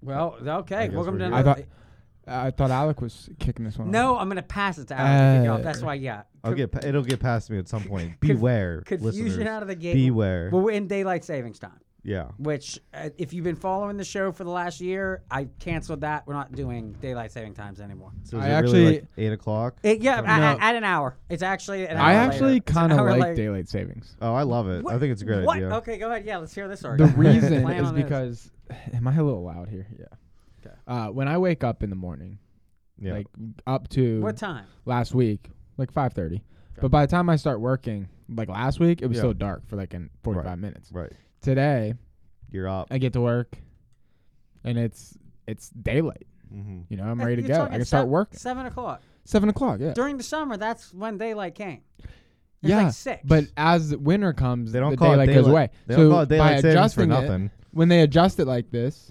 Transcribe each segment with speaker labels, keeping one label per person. Speaker 1: Well,
Speaker 2: I
Speaker 1: okay.
Speaker 2: guess
Speaker 1: Welcome to
Speaker 2: we're good.
Speaker 1: another.
Speaker 3: I
Speaker 2: I
Speaker 3: thought I thought Alec was kicking this one. off.
Speaker 1: no, I'm going to pass it to Alan. to kick it off.
Speaker 3: Uh,
Speaker 1: That's why, yeah.
Speaker 2: I'll
Speaker 1: Co-
Speaker 2: get. pa- It'll get past me at some point. Beware,
Speaker 1: Confusion
Speaker 2: listeners.
Speaker 1: out of the gate.
Speaker 2: Beware.
Speaker 1: Well, we're in daylight savings time,
Speaker 2: yeah.
Speaker 1: which, uh, if you've been following the show for the last year, I canceled that. We're not doing daylight saving times anymore.
Speaker 2: So is
Speaker 3: I
Speaker 2: it really like
Speaker 3: actually-
Speaker 2: eight o'clock?
Speaker 1: It, yeah,
Speaker 2: No.
Speaker 1: at, at an hour. It's actually an hour.
Speaker 3: I actually
Speaker 1: later. It's an
Speaker 3: kind of
Speaker 1: hour
Speaker 3: like
Speaker 1: later.
Speaker 3: daylight savings.
Speaker 2: Oh, I love it. I
Speaker 1: What-
Speaker 2: think it's a great
Speaker 1: what?
Speaker 2: idea.
Speaker 1: Okay, go ahead. Yeah, let's hear this
Speaker 3: The
Speaker 1: argument.
Speaker 3: reason
Speaker 1: Plan
Speaker 3: is
Speaker 1: on this.
Speaker 3: because am I a little loud here? Yeah.
Speaker 1: 'Kay.
Speaker 3: Uh, when I wake up in the morning,
Speaker 2: Yeah.
Speaker 3: like up to
Speaker 1: What time?
Speaker 3: last week, like five thirty. But by the time I start working, like last week, it was
Speaker 2: Yeah.
Speaker 3: still dark for like an forty five minutes.
Speaker 2: right.
Speaker 3: Today,
Speaker 2: You're up.
Speaker 3: I get to work, and it's it's daylight.
Speaker 2: Mm-hmm.
Speaker 3: You know, I'm
Speaker 1: Uh,
Speaker 3: ready to
Speaker 1: you're
Speaker 3: go. I
Speaker 1: talking
Speaker 3: can start
Speaker 1: se-
Speaker 3: working
Speaker 1: Seven o'clock.
Speaker 3: seven o'clock. Yeah,
Speaker 1: During the summer, that's when daylight came. It's
Speaker 3: yeah.
Speaker 1: like six.
Speaker 3: But as winter comes,
Speaker 2: They don't
Speaker 3: the
Speaker 2: call
Speaker 3: daylight
Speaker 2: it
Speaker 3: goes away.
Speaker 2: They
Speaker 3: so
Speaker 2: don't call it
Speaker 3: by
Speaker 2: daylight savings for
Speaker 3: adjusting it,
Speaker 2: nothing.
Speaker 3: when they adjust it like this,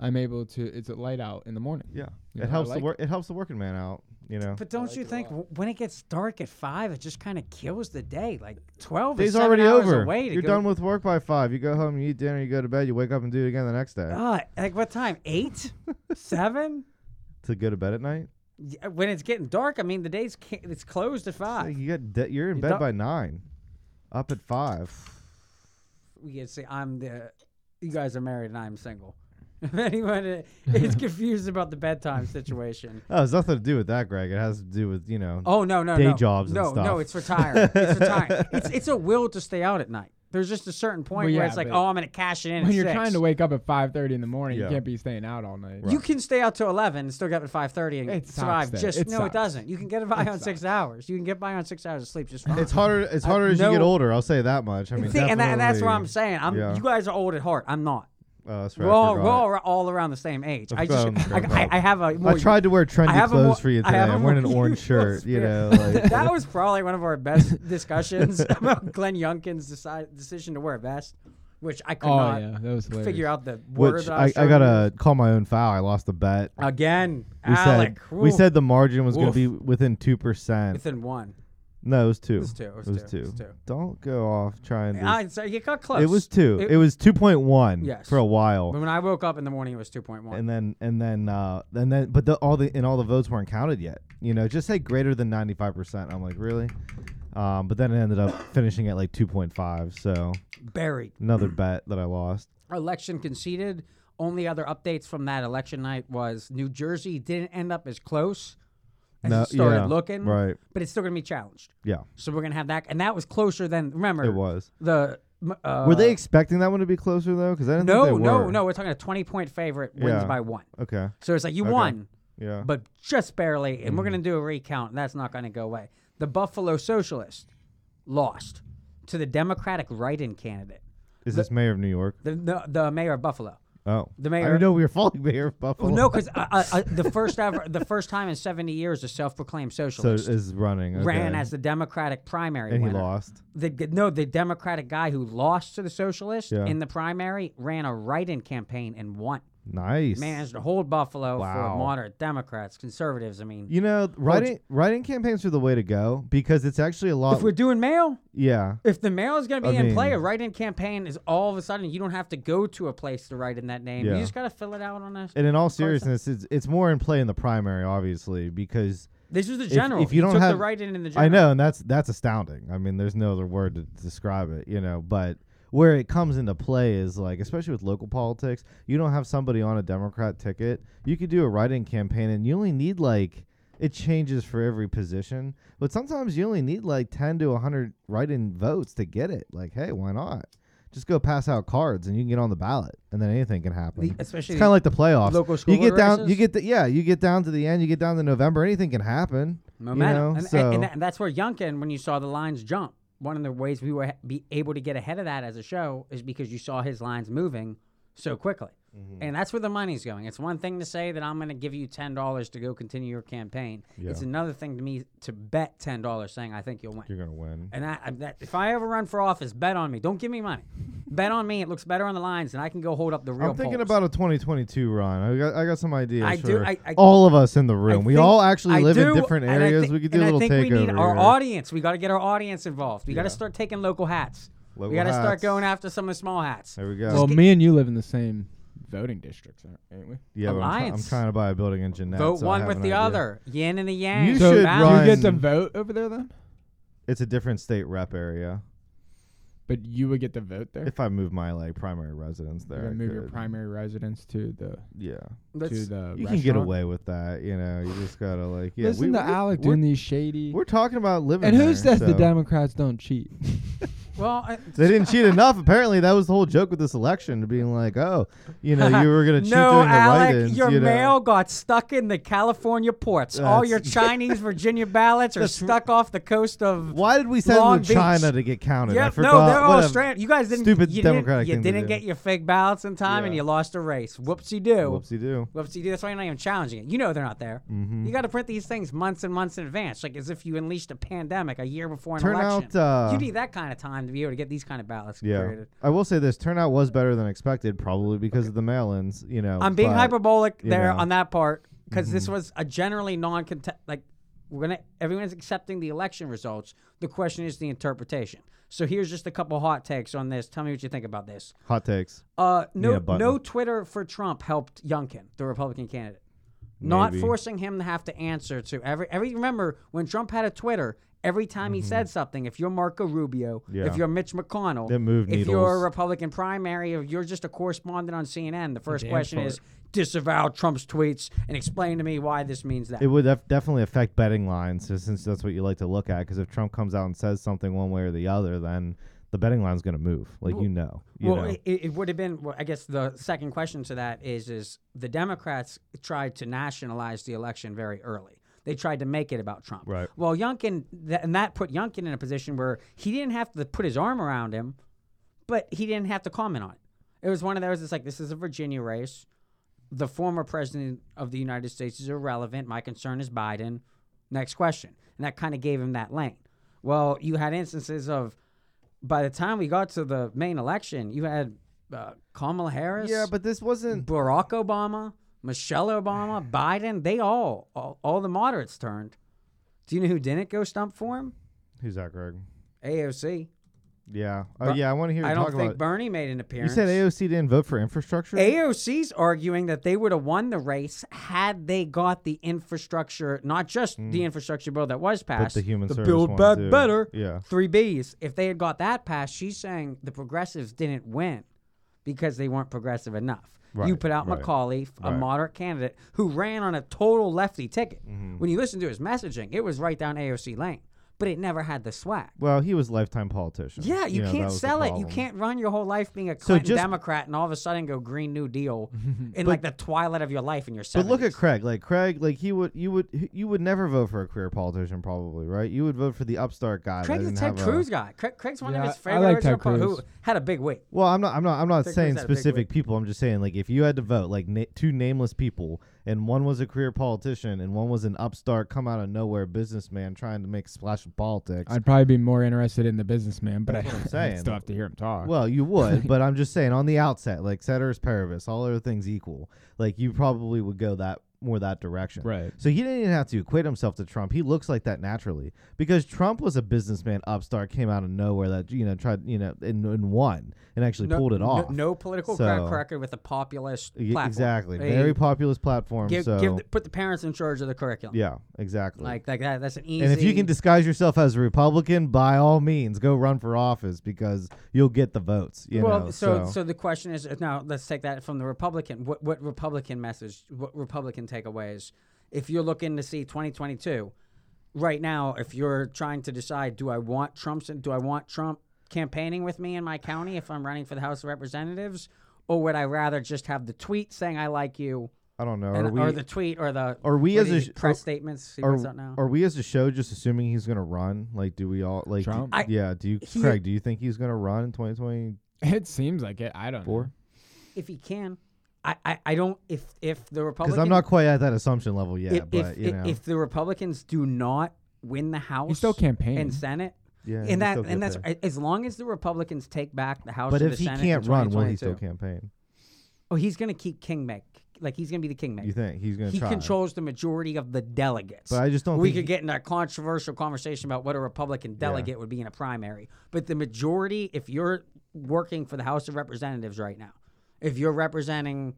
Speaker 3: I'm able to. It's a light out in the morning.
Speaker 2: Yeah.
Speaker 3: You know,
Speaker 2: it
Speaker 3: I
Speaker 2: helps the
Speaker 3: like
Speaker 2: work. It helps the working man out. You know.
Speaker 1: But don't
Speaker 3: like
Speaker 1: you
Speaker 3: it a
Speaker 1: think
Speaker 3: lot.
Speaker 1: w- when it gets dark at five, it just kind of kills the day? Like twelve is
Speaker 2: Day's
Speaker 1: seven
Speaker 2: already
Speaker 1: hours
Speaker 2: over.
Speaker 1: away to
Speaker 2: You're
Speaker 1: go-
Speaker 2: done with work by five. You go home, you eat dinner, you go to bed, you wake up and do it again the next day.
Speaker 1: God, like what time? Eight, seven.
Speaker 2: To go to bed at night.
Speaker 1: Yeah, When it's getting dark, I mean the day's ca- it's closed at
Speaker 2: It's like
Speaker 1: five.
Speaker 2: you got de- you're in
Speaker 1: Ah. You
Speaker 2: bed
Speaker 1: don't-
Speaker 2: by nine. Up at five.
Speaker 1: You see, I'm the. You guys are married and I'm single. If anyone i- is confused about the bedtime situation,
Speaker 2: Oh, it's nothing to do with that, Greg. It has to do with you know.
Speaker 1: oh no no
Speaker 2: Day
Speaker 1: no.
Speaker 2: jobs and
Speaker 1: no no
Speaker 2: stuff.
Speaker 1: it's retiring it's retiring it's it's a will to stay out at night. There's just a certain point
Speaker 3: Well,
Speaker 1: where
Speaker 3: yeah,
Speaker 1: it's like
Speaker 3: but
Speaker 1: oh I'm gonna cash it in.
Speaker 3: when
Speaker 1: at
Speaker 3: you're
Speaker 1: six.
Speaker 3: trying to wake up at 5:30 in the morning,
Speaker 2: Yeah.
Speaker 3: you can't be staying out all night.
Speaker 1: You can stay out till eleven and still get up at five thirty and
Speaker 3: It sucks,
Speaker 1: survive.
Speaker 3: though.
Speaker 1: Just
Speaker 3: It
Speaker 1: no, it
Speaker 3: sucks.
Speaker 1: doesn't. You can get by
Speaker 3: It
Speaker 1: on six hours. You can get by on six hours of sleep just fine.
Speaker 2: It's harder. It's
Speaker 1: I-
Speaker 2: harder as you get
Speaker 1: no-
Speaker 2: older. I'll say that much. I mean,
Speaker 1: See, and, that, and that's what I'm
Speaker 2: definitely-
Speaker 1: saying. I'm
Speaker 2: yeah.
Speaker 1: you guys are old at heart. I'm not.
Speaker 2: Oh, that's right.
Speaker 1: We're
Speaker 2: I
Speaker 1: all, we're
Speaker 2: forgot.
Speaker 1: all ra- all around the same age.
Speaker 2: I
Speaker 1: I just
Speaker 2: forgot
Speaker 1: I,
Speaker 2: I'm
Speaker 1: I, I have a. More,
Speaker 2: I tried to wear trendy
Speaker 1: have a
Speaker 2: clothes
Speaker 1: more-
Speaker 2: for you
Speaker 1: I
Speaker 2: today.
Speaker 1: have a
Speaker 2: I'm wearing an
Speaker 1: more
Speaker 2: orange
Speaker 1: youthful
Speaker 2: shirt. You
Speaker 1: spirit.
Speaker 2: know, like,
Speaker 1: that was probably one of our best discussions about Glenn Youngkin's decide, decision to wear a vest, which I could
Speaker 3: Oh
Speaker 1: not
Speaker 3: yeah, that was hilarious.
Speaker 1: figure out the word
Speaker 2: which
Speaker 1: that I,
Speaker 2: I,
Speaker 1: was
Speaker 2: I
Speaker 1: trying to
Speaker 2: gotta call my own foul. I lost the bet.
Speaker 1: use. again.
Speaker 2: We
Speaker 1: Alec,
Speaker 2: said we
Speaker 1: whew,
Speaker 2: said the margin was
Speaker 1: Woof.
Speaker 2: gonna be within two percent.
Speaker 1: within one.
Speaker 2: No, it was two. It
Speaker 1: was two, it was two, it was two.
Speaker 2: Don't go off trying to.
Speaker 1: I, so you got close.
Speaker 2: it was two. It,
Speaker 1: It-
Speaker 2: was two point one
Speaker 1: Yes.
Speaker 2: for a while,
Speaker 1: But when I woke up in the morning, it was 2.1.
Speaker 2: and then and then uh and then but the, all the and all the votes weren't counted yet. You know, just say greater than ninety five percent. I'm like really, um, but then it ended up finishing at like two point five. So
Speaker 1: Buried.
Speaker 2: another bet that I lost.
Speaker 1: Election conceded. Only other updates from that election night was New Jersey didn't end up as close as
Speaker 2: No,
Speaker 1: it started
Speaker 2: yeah,
Speaker 1: looking,
Speaker 2: right.
Speaker 1: but it's still going to be challenged.
Speaker 2: Yeah,
Speaker 1: So we're going to have that. And that was closer than, remember,
Speaker 2: it was.
Speaker 1: the. m- Er, Uh,
Speaker 2: Were they expecting that one to be closer though? Because I didn't
Speaker 1: No,
Speaker 2: think they
Speaker 1: no,
Speaker 2: were.
Speaker 1: no. We're talking a 20 point favorite wins
Speaker 2: Yeah.
Speaker 1: by one.
Speaker 2: Okay.
Speaker 1: So it's like you won,
Speaker 2: Yeah.
Speaker 1: but just barely. And we're going to do a recount, and that's not going to go away. The Buffalo Socialist lost to the Democratic write in candidate.
Speaker 2: Is this mayor of New York?
Speaker 1: The, the, the mayor of Buffalo.
Speaker 2: Oh,
Speaker 1: The
Speaker 2: I
Speaker 1: mayor-
Speaker 2: didn't know we were following mayor of Buffalo.
Speaker 1: No, because uh, uh, uh, the first ever, the first time in seventy years, a self-proclaimed
Speaker 2: so
Speaker 1: socialist
Speaker 2: is running. Okay.
Speaker 1: ran as the Democratic primary
Speaker 2: and he
Speaker 1: winner.
Speaker 2: lost.
Speaker 1: The, g- no, the Democratic guy who lost to the socialist
Speaker 2: Yeah.
Speaker 1: in the primary ran a write-in campaign and won.
Speaker 2: Nice.
Speaker 1: Managed to hold Buffalo
Speaker 2: Wow.
Speaker 1: for moderate Democrats, conservatives. I mean,
Speaker 2: You know, writing writing campaigns are the way to go because it's actually a lot.
Speaker 1: if we're doing mail,
Speaker 2: yeah,
Speaker 1: if the mail is going to
Speaker 2: I
Speaker 1: be in play,
Speaker 2: mean-
Speaker 1: a write-in campaign is all of a sudden you don't have to go to a place to write in that name.
Speaker 2: Yeah.
Speaker 1: You just got to fill it out on a.
Speaker 2: and in all seriousness, it's it's more in play in the primary, obviously, because
Speaker 1: This is the
Speaker 2: if
Speaker 1: general.
Speaker 2: you
Speaker 1: He
Speaker 2: don't
Speaker 1: took the
Speaker 2: have-
Speaker 1: write-in in the general.
Speaker 2: I know, and that's that's astounding. I mean, there's no other word to describe it, you know. But where it comes into play is like, especially with local politics, you don't have somebody on a Democrat ticket. You could do a write-in campaign, and you only need like it changes for every position, but sometimes you only need like ten to hundred write-in votes to get it. Like, hey, why not? Just go pass out cards, and you can get on the ballot, and then anything can happen.
Speaker 1: The- especially
Speaker 2: it's kind of like the playoffs.
Speaker 1: local school
Speaker 2: you get
Speaker 1: board
Speaker 2: down,
Speaker 1: races?
Speaker 2: you get the yeah, you get down to the end, you get down to November, anything can happen. you
Speaker 1: momentum.
Speaker 2: know,
Speaker 1: and, and-
Speaker 2: so-
Speaker 1: and, that- and that's where Yunkin, when you saw the lines jump, one of the ways we were ha- be able to get ahead of that as a show is because you saw his lines moving so quickly.
Speaker 2: Mm-hmm.
Speaker 1: And that's where the money's going. It's one thing to say that I'm going to give you $10 to go continue your campaign. It's another thing to me to bet $10 saying I think you'll win.
Speaker 2: You're gonna win.
Speaker 1: And I, I, that, if I ever run for office, bet on me. Don't give me money. bet on me. It looks better on the lines, and I can go hold up the real
Speaker 2: I'm thinking
Speaker 1: polls.
Speaker 2: about a 2022 run. I got I got some ideas
Speaker 1: I
Speaker 2: for
Speaker 1: do- I- I-
Speaker 2: all of us in the room.
Speaker 1: I
Speaker 2: we
Speaker 1: think-
Speaker 2: all actually
Speaker 1: I
Speaker 2: live in
Speaker 1: do,
Speaker 2: different
Speaker 1: and I
Speaker 2: areas.
Speaker 1: thi-
Speaker 2: we could
Speaker 1: and
Speaker 2: do a little
Speaker 1: I think
Speaker 2: takeover.
Speaker 1: We need our
Speaker 2: here.
Speaker 1: audience. We got to get our audience involved. We got
Speaker 2: Yeah.
Speaker 1: to start taking local hats.
Speaker 2: Local
Speaker 1: we got to start
Speaker 2: hats.
Speaker 1: going after some of the small hats.
Speaker 2: there we go.
Speaker 3: Well, me and you live in the same voting districts, aren't- ain't we?
Speaker 2: Yeah, but I'm try- I'm,
Speaker 1: Alliance.
Speaker 2: trying to buy a building in Jeanette.
Speaker 1: Vote
Speaker 2: so I
Speaker 1: one
Speaker 2: have
Speaker 1: with
Speaker 2: an
Speaker 1: the
Speaker 2: idea.
Speaker 1: other. Yin and the yang.
Speaker 2: You should
Speaker 1: balance.
Speaker 2: run-
Speaker 3: You get to
Speaker 2: Fine.
Speaker 3: vote over there then,
Speaker 2: It's a different state rep area.
Speaker 3: but you would get to vote there.
Speaker 2: If I move my like primary residence
Speaker 3: You're
Speaker 2: there,
Speaker 3: gonna
Speaker 2: I
Speaker 3: move your
Speaker 2: could.
Speaker 3: primary residence to the
Speaker 2: Yeah,
Speaker 1: Let's-
Speaker 3: to the.
Speaker 2: you can get
Speaker 3: restaurant.
Speaker 2: away with that. You know, you just gotta like yeah.
Speaker 3: Listen
Speaker 2: we,
Speaker 3: to
Speaker 2: we-
Speaker 3: Alec
Speaker 2: we're,
Speaker 3: doing these shady.
Speaker 2: we're talking about living.
Speaker 3: And who says the
Speaker 2: so-
Speaker 3: Democrats don't cheat?
Speaker 1: well, I-
Speaker 2: They didn't cheat enough. Apparently, that was the whole joke with this election, being like, "Oh, you know, you were gonna cheat
Speaker 1: no,
Speaker 2: during the
Speaker 1: Alec,
Speaker 2: write-ins."
Speaker 1: your
Speaker 2: you know?
Speaker 1: mail got stuck in the California ports. All
Speaker 2: That's-
Speaker 1: your Chinese Virginia ballots are stuck off the coast of.
Speaker 2: Why did we send
Speaker 1: Long
Speaker 2: them to China
Speaker 1: Beach.
Speaker 2: to get counted? I
Speaker 1: Yep,
Speaker 2: forgot.
Speaker 1: no, they're all
Speaker 2: What a-
Speaker 1: strand. You guys didn't.
Speaker 2: stupid
Speaker 1: you
Speaker 2: Democratic
Speaker 1: Didn't, you
Speaker 2: thing to
Speaker 1: didn't
Speaker 2: do.
Speaker 1: get your fake ballots in time, and
Speaker 2: Yeah.
Speaker 1: you lost a race. Whoopsie do.
Speaker 2: Whoopsie do.
Speaker 1: Whoopsie do. That's why you're not even challenging it. You know they're not there.
Speaker 2: Mhm.
Speaker 1: You got to print these things months and months in advance, like as if you unleashed a pandemic a year before an election.
Speaker 2: Turnout. Uh,
Speaker 1: you need that kind of time to be able to get these kind of ballots
Speaker 2: yeah,
Speaker 1: created.
Speaker 2: I will say this turnout was better than expected, probably because of the mail-ins. You know,
Speaker 1: I'm being
Speaker 2: but-
Speaker 1: hyperbolic
Speaker 2: you
Speaker 1: there
Speaker 2: know. Mm-hmm.
Speaker 1: on that part because this was a generally non contest like we're gonna everyone's accepting the election results. The question is the interpretation. So here's just a couple hot takes on this. Tell me what you think about this.
Speaker 2: Hot takes.
Speaker 1: Uh, no,
Speaker 2: Yeah, button.
Speaker 1: no Twitter for Trump helped Youngkin, the Republican candidate, not
Speaker 2: Maybe.
Speaker 1: forcing him to have to answer to every every. Remember when Trump had a Twitter? Every time he said something, if you're Marco Rubio,
Speaker 2: Mm-hmm. Yeah.
Speaker 1: if you're Mitch McConnell,
Speaker 2: It moved
Speaker 1: if you're a
Speaker 2: needles.
Speaker 1: Republican primary, or you're just a correspondent on CNN, the first
Speaker 3: damn
Speaker 1: question
Speaker 3: chart.
Speaker 1: is disavow Trump's tweets and explain to me why this means that.
Speaker 2: It would def- definitely affect betting lines, so since that's what you like to look at. Because if Trump comes out and says something one way or the other, then the betting line's going to move. Like you know, you
Speaker 1: well,
Speaker 2: know.
Speaker 1: it, it would have been. Well, I guess the second question to that is: is the Democrats tried to nationalize the election very early? They tried to make it about Trump.
Speaker 2: Right.
Speaker 1: Well, Youngkin, th- and that put Youngkin in a position where he didn't have to put his arm around him, but he didn't have to comment on it. It was one of those. It's like this is a Virginia race. The former president of the United States is irrelevant. My concern is Biden. Next question, and that kind of gave him that lane. Well, you had instances of by the time we got to the main election, you had uh, Kamala Harris,
Speaker 2: yeah, but this wasn't.
Speaker 1: Barack Obama, Michelle Obama, Biden. They all, all, all the moderates turned. Do you know who didn't go stump for him?
Speaker 2: Who's that, Greg?
Speaker 1: AOC.
Speaker 2: Yeah. Oh,
Speaker 1: But
Speaker 2: yeah. I want to hear.
Speaker 1: I
Speaker 2: you
Speaker 1: don't
Speaker 2: talk
Speaker 1: think
Speaker 2: about.
Speaker 1: Bernie made an
Speaker 2: you
Speaker 1: appearance.
Speaker 2: said AOC didn't vote for infrastructure.
Speaker 1: AOC's arguing that they would have won the race had they got the infrastructure, not just the infrastructure bill that was passed,
Speaker 2: Mm. the human service
Speaker 1: build
Speaker 2: one,
Speaker 1: back
Speaker 2: too.
Speaker 1: better,
Speaker 2: Yeah.
Speaker 1: three Bs. If they had got that passed, she's saying the progressives didn't win because they weren't progressive enough. you
Speaker 2: Right,
Speaker 1: put out
Speaker 2: right,
Speaker 1: McAuliffe, a
Speaker 2: right.
Speaker 1: moderate candidate who ran on a total lefty ticket.
Speaker 2: Mm-hmm.
Speaker 1: When you listen to his messaging, it was right down AOC lane, but it never had the swag.
Speaker 2: well, he was lifetime politician.
Speaker 1: Yeah, you
Speaker 2: know, that
Speaker 1: can't
Speaker 2: was the
Speaker 1: sell it. You
Speaker 2: problem.
Speaker 1: can't run your whole life being a Clinton
Speaker 2: just-
Speaker 1: Democrat and all of a sudden go Green New Deal in like the twilight of your life in your 70s.
Speaker 2: But look at Craig. Like Craig, like he would, you would, you would never vote for a career politician, probably, right? You would vote for the upstart guy. that
Speaker 1: Craig's a
Speaker 2: didn't
Speaker 1: Ted
Speaker 2: have a-
Speaker 1: Cruz guy. Craig, Craig's one
Speaker 3: Yeah,
Speaker 1: of his
Speaker 3: I- I
Speaker 1: favorite
Speaker 3: like
Speaker 1: original
Speaker 3: Ted
Speaker 1: po- who
Speaker 3: Cruz.
Speaker 1: had a big week.
Speaker 2: Well, I'm not, I'm not, I'm not
Speaker 1: Ted Cruz
Speaker 2: saying
Speaker 1: had a big
Speaker 2: specific
Speaker 1: week.
Speaker 2: people. I'm just saying, like, if you had to vote, like, na- two nameless people, and one was a career politician, and one was an upstart, come out of nowhere businessman trying to make a splash of politics.
Speaker 3: I'd probably be more interested in the businessman, but I,
Speaker 2: That's what I'm
Speaker 3: I'd
Speaker 2: saying.
Speaker 3: still have to hear him talk.
Speaker 2: Well, you would, but I'm just saying on the outset, like ceteris paribus, all other things equal, like you probably would go that more that direction.
Speaker 3: Right.
Speaker 2: So he didn't even have to equate himself to Trump. He looks like that naturally because Trump was a businessman upstart, came out of nowhere that you know tried you know and, and won and actually pulled it
Speaker 1: no,
Speaker 2: off.
Speaker 1: No political
Speaker 2: So-
Speaker 1: track record with a populist
Speaker 2: Y-
Speaker 1: platform.
Speaker 2: exactly.
Speaker 1: They
Speaker 2: Very populist platform.
Speaker 1: give,
Speaker 2: so
Speaker 1: give the, put the parents in charge of the curriculum.
Speaker 2: yeah, exactly.
Speaker 1: Like, like that, that's an easy.
Speaker 2: and if you can disguise yourself as a Republican, by all means, go run for office because you'll get the votes. You
Speaker 1: well,
Speaker 2: know,
Speaker 1: so, so the question is now. Let's take that from the Republican. What what Republican message? What Republican takeaways? If you're looking to see 2022, right now, if you're trying to decide, do I want Trump's? Do I want Trump campaigning with me in my county if I'm running for the House of Representatives, or would I rather just have the tweet saying I like you,
Speaker 2: I don't know.
Speaker 1: and,
Speaker 2: Are we,
Speaker 1: or the tweet, or the
Speaker 2: are we
Speaker 1: what
Speaker 2: as
Speaker 1: are
Speaker 2: a
Speaker 1: these
Speaker 2: sh-
Speaker 1: press
Speaker 2: are-
Speaker 1: statements? See what's up
Speaker 2: Are,
Speaker 1: now.
Speaker 2: are we as a show just assuming he's gonna run? Like, do we all like? do-
Speaker 3: Trump?
Speaker 1: I-
Speaker 2: yeah. Do you,
Speaker 1: he-
Speaker 2: Craig? Do you think he's gonna run in 2024?
Speaker 3: It seems like it. I don't know.
Speaker 1: if he can, I, I, I don't. If if the Republican,
Speaker 2: Because I'm not quite at that assumption level yet.
Speaker 1: if,
Speaker 2: but
Speaker 1: if,
Speaker 2: you
Speaker 1: if,
Speaker 2: know,
Speaker 1: if the Republicans do not win the House,
Speaker 3: He's still campaigning.
Speaker 1: and Senate.
Speaker 2: Yeah, he
Speaker 1: and that
Speaker 2: still
Speaker 1: and
Speaker 2: gets
Speaker 1: that's as long as the Republicans take back the House.
Speaker 2: but
Speaker 1: and
Speaker 2: if
Speaker 1: the
Speaker 2: he
Speaker 1: Senate
Speaker 2: can't
Speaker 1: in
Speaker 2: run, will
Speaker 1: 2022.
Speaker 2: he still campaign?
Speaker 1: Oh, he's going to keep kingmaker. Like he's going to be the kingmaker.
Speaker 2: You think he's gonna
Speaker 1: he
Speaker 2: try?
Speaker 1: controls the majority of the delegates.
Speaker 2: But I just don't
Speaker 1: We
Speaker 2: think
Speaker 1: could
Speaker 2: he-
Speaker 1: get into a controversial conversation about what a Republican delegate would be in a primary. But the majority, if you're working for the House of Representatives right now, if you're representing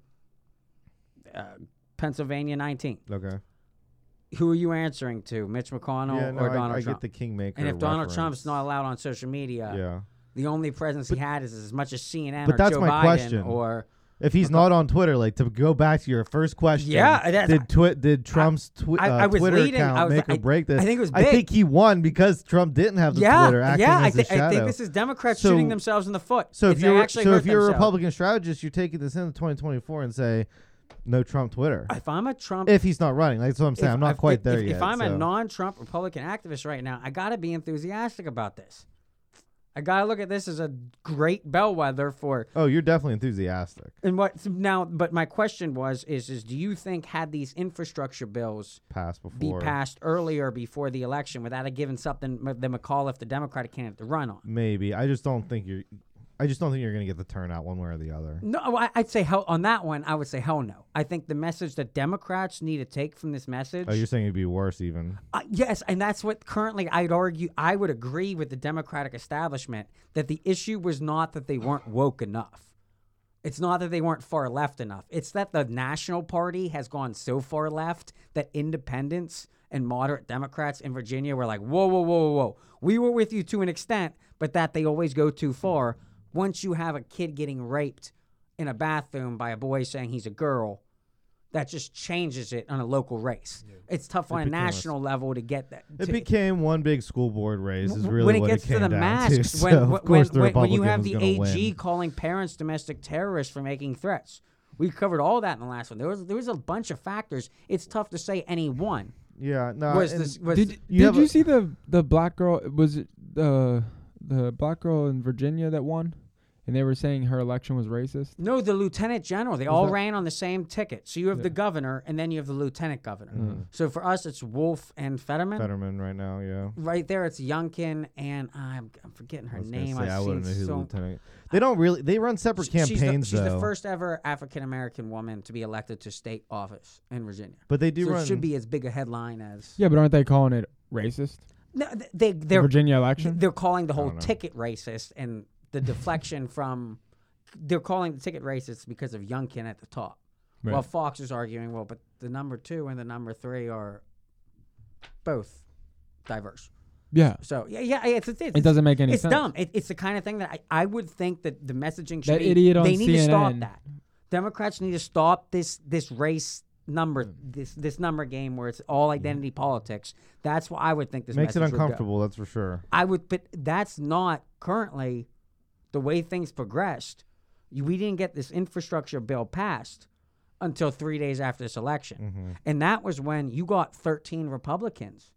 Speaker 1: uh, Pennsylvania 19,
Speaker 2: Okay.
Speaker 1: who are you answering to, Mitch McConnell
Speaker 2: yeah, no,
Speaker 1: or
Speaker 2: I-
Speaker 1: Donald
Speaker 2: I,
Speaker 1: Trump?
Speaker 2: get the kingmaker.
Speaker 1: and if Donald Trump's uh,
Speaker 2: reference.
Speaker 1: not allowed on social media,
Speaker 2: yeah.
Speaker 1: the only presence he had is as much as CNN
Speaker 2: But
Speaker 1: or
Speaker 2: that's
Speaker 1: Joe
Speaker 2: my
Speaker 1: Biden
Speaker 2: question.
Speaker 1: or
Speaker 2: If he's not on Twitter, like to go back to your first question.
Speaker 1: Yeah, that's-
Speaker 2: did twi- did Trump's twi-
Speaker 1: I-
Speaker 2: uh,
Speaker 1: I was
Speaker 2: Twitter
Speaker 1: leading-
Speaker 2: account
Speaker 1: I was-
Speaker 2: make
Speaker 1: I-
Speaker 2: or break this?
Speaker 1: I think it was
Speaker 2: I
Speaker 1: big.
Speaker 2: think he won because Trump didn't have the
Speaker 1: yeah,
Speaker 2: Twitter acting
Speaker 1: yeah. I,
Speaker 2: as a
Speaker 1: thi- I think
Speaker 2: shadow.
Speaker 1: this is Democrats
Speaker 2: So-
Speaker 1: shooting themselves in the foot.
Speaker 2: So if
Speaker 1: they
Speaker 2: you're
Speaker 1: actually
Speaker 2: so
Speaker 1: hurt
Speaker 2: if you're a
Speaker 1: themselves.
Speaker 2: Republican strategist, you're taking this into 2024 and say, no Trump Twitter.
Speaker 1: if I'm a Trump,
Speaker 2: if he's not running, like, that's what I'm saying. I'm not
Speaker 1: if-
Speaker 2: quite
Speaker 1: if-
Speaker 2: there
Speaker 1: if,
Speaker 2: yet.
Speaker 1: If I'm
Speaker 2: so.
Speaker 1: a non-Trump Republican activist right now, I gotta be enthusiastic about this. I gotta look at this as a great bellwether for
Speaker 2: oh, you're definitely enthusiastic.
Speaker 1: and what now. But my question was: is is do you think had these infrastructure bills
Speaker 2: Pass
Speaker 1: be
Speaker 2: before
Speaker 1: passed earlier before the election without it giving something m- them a call if the Democratic candidate to run on?
Speaker 2: maybe. I just don't think you're. I just don't think you're going to get the turnout one way or the other.
Speaker 1: No, I- I'd say hell on that one. I would say hell no. I think the message that Democrats need to take from this message.
Speaker 2: Oh, you're saying it'd be worse even.
Speaker 1: Uh, yes, and that's what currently I'd argue. I would agree with the Democratic establishment that the issue was not that they weren't woke enough. It's not that they weren't far left enough. It's that the National Party has gone so far left that independents and moderate Democrats in Virginia were like, whoa, whoa, whoa, whoa, whoa. We were with you to an extent, but that they always go too far. Once you have a kid getting raped in a bathroom by a boy saying he's a girl, that just changes it on a local race. It's tough on a
Speaker 2: became a-
Speaker 1: national level to get that.
Speaker 2: It
Speaker 1: to-
Speaker 2: became one big school board race. Is really
Speaker 1: when it
Speaker 2: what
Speaker 1: gets
Speaker 2: came
Speaker 1: to the
Speaker 2: down
Speaker 1: masks,
Speaker 2: To.
Speaker 1: when,
Speaker 2: so,
Speaker 1: when-
Speaker 2: of course,
Speaker 1: when,
Speaker 2: the
Speaker 1: when you have the AG
Speaker 2: Republicans gonna win.
Speaker 1: calling parents domestic terrorists for making threats. We covered all that in the last one. There was there was a bunch of factors. It's tough to say any one
Speaker 2: Yeah, no.
Speaker 1: was
Speaker 2: Uh, and-
Speaker 1: this was
Speaker 3: did
Speaker 2: you
Speaker 3: you
Speaker 2: have
Speaker 3: did you
Speaker 2: a-
Speaker 3: see the the black girl? Was it the the black girl in Virginia that won? And they were saying her election was racist.
Speaker 1: no the lieutenant general. They all
Speaker 3: that-
Speaker 1: ran on the same ticket. So you have the governor and then you have the lieutenant governor. So for us, it's Wolf and Fetterman.
Speaker 2: Mm-hmm. Fetterman right now. Yeah.
Speaker 1: Right there, it's Younkin and I'm, I'm forgetting her
Speaker 2: I was gonna
Speaker 1: name.
Speaker 2: say,
Speaker 1: I've
Speaker 2: I
Speaker 1: seen
Speaker 2: wouldn't know who the
Speaker 1: so
Speaker 2: lieutenant. They don't really. They run separate
Speaker 1: She's the-
Speaker 2: campaigns
Speaker 1: She's the,
Speaker 2: though.
Speaker 1: first ever African American woman to be elected to state office in Virginia.
Speaker 2: but they do
Speaker 1: so
Speaker 2: run.
Speaker 1: it should be as big a headline as
Speaker 3: Yeah, but aren't they calling it racist?
Speaker 1: no, th- they
Speaker 3: The
Speaker 1: they're
Speaker 3: Virginia election.
Speaker 1: they're calling the whole
Speaker 2: don't know.
Speaker 1: ticket racist and the deflection from they're calling the ticket racist because of Youngkin at the top.
Speaker 3: Right.
Speaker 1: While Fox is arguing, well, but the number two and the number three are both diverse.
Speaker 3: yeah,
Speaker 1: So yeah, yeah, it's, it's, it's
Speaker 3: it doesn't make any
Speaker 1: it's
Speaker 3: sense.
Speaker 1: dumb. It, it's the kind of thing that I, I would think that the messaging should
Speaker 3: That
Speaker 1: be.
Speaker 3: idiot on
Speaker 1: they need to stop
Speaker 3: CNN.
Speaker 1: that. Democrats need to stop this this race number
Speaker 3: Mm.
Speaker 1: this this number game where it's all
Speaker 3: Mm-hmm.
Speaker 1: identity politics. That's what I would think this
Speaker 2: makes it
Speaker 1: message would go.
Speaker 2: uncomfortable. That's for sure.
Speaker 1: I would, but that's not currently the way things progressed. You- We didn't get this infrastructure bill passed until three days after this election,
Speaker 2: Mm-hmm.
Speaker 1: and that was when you got thirteen Republicans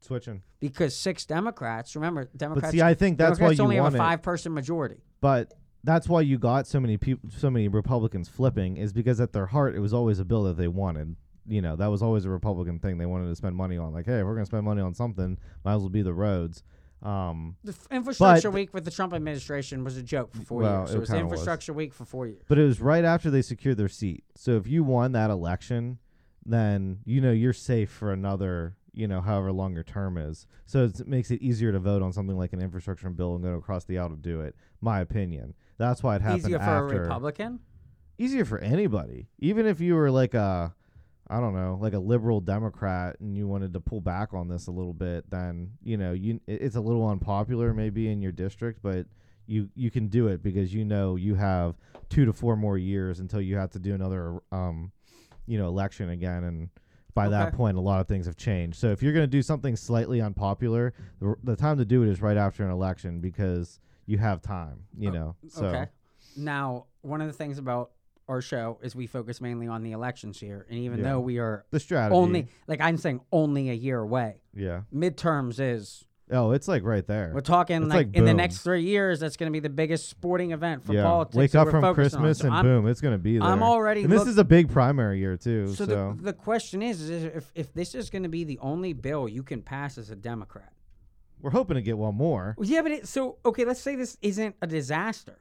Speaker 2: Switching.
Speaker 1: because six Democrats. Remember, Democrats.
Speaker 2: see, I think that's why
Speaker 1: Democrats
Speaker 2: you
Speaker 1: only
Speaker 2: want
Speaker 1: have
Speaker 2: it.
Speaker 1: a five-person majority.
Speaker 2: But that's why you got so many people, so many Republicans flipping, is because at their heart it was always a bill that they wanted. You know, that was always a Republican thing they wanted to spend money on. Like, hey, if we're gonna spend money on something, might as well be the roads. Um,
Speaker 1: The f- infrastructure
Speaker 2: th-
Speaker 1: week with the Trump administration was a joke for four
Speaker 2: Well,
Speaker 1: years.
Speaker 2: it
Speaker 1: It, was
Speaker 2: kinda was.
Speaker 1: infrastructure week for four years.
Speaker 2: but it was right after they secured their seat. So if you won that election, then you know you're safe for another, you know, however long your term is. So it's, it makes it easier to vote on something like an infrastructure bill and go across the aisle to do it. My opinion. That's why it happened
Speaker 1: Easier for a
Speaker 2: after.
Speaker 1: Republican.
Speaker 2: easier for anybody. Even if you were like a, I don't know, like a liberal Democrat, and you wanted to pull back on this a little bit, then you know you it- it's a little unpopular maybe in your district, but you you can do it because you know you have two to four more years until you have to do another um, you know, election again and. By that
Speaker 1: Okay.
Speaker 2: point, a lot of things have changed. So if you're going to do something slightly unpopular, the, r- the time to do it is right after an election because you have time. You know, so
Speaker 1: Oh, Okay. Now, one of the things about our show is we focus mainly on the elections here, and even
Speaker 2: Yeah.
Speaker 1: though we are
Speaker 2: the strategy.
Speaker 1: only, like I'm saying, only a year away.
Speaker 2: yeah.
Speaker 1: Midterms is
Speaker 2: Oh, it's like right there.
Speaker 1: we're talking
Speaker 2: It's
Speaker 1: like,
Speaker 2: like
Speaker 1: in the
Speaker 2: boom.
Speaker 1: next three years. That's going to be the biggest sporting event for
Speaker 2: yeah.
Speaker 1: politics.
Speaker 2: Wake
Speaker 1: that
Speaker 2: up
Speaker 1: we're
Speaker 2: from
Speaker 1: focused on.
Speaker 2: Christmas
Speaker 1: So
Speaker 2: and
Speaker 1: I'm-
Speaker 2: boom, it's gonna be there.
Speaker 1: I'm already
Speaker 2: And this
Speaker 1: look-
Speaker 2: is a big primary year too. So,
Speaker 1: So, The, the question is, is if, if this is going to be the only bill you can pass as a Democrat.
Speaker 2: we're hoping to get one more.
Speaker 1: Well, yeah, but it, so okay, let's say this isn't a disaster.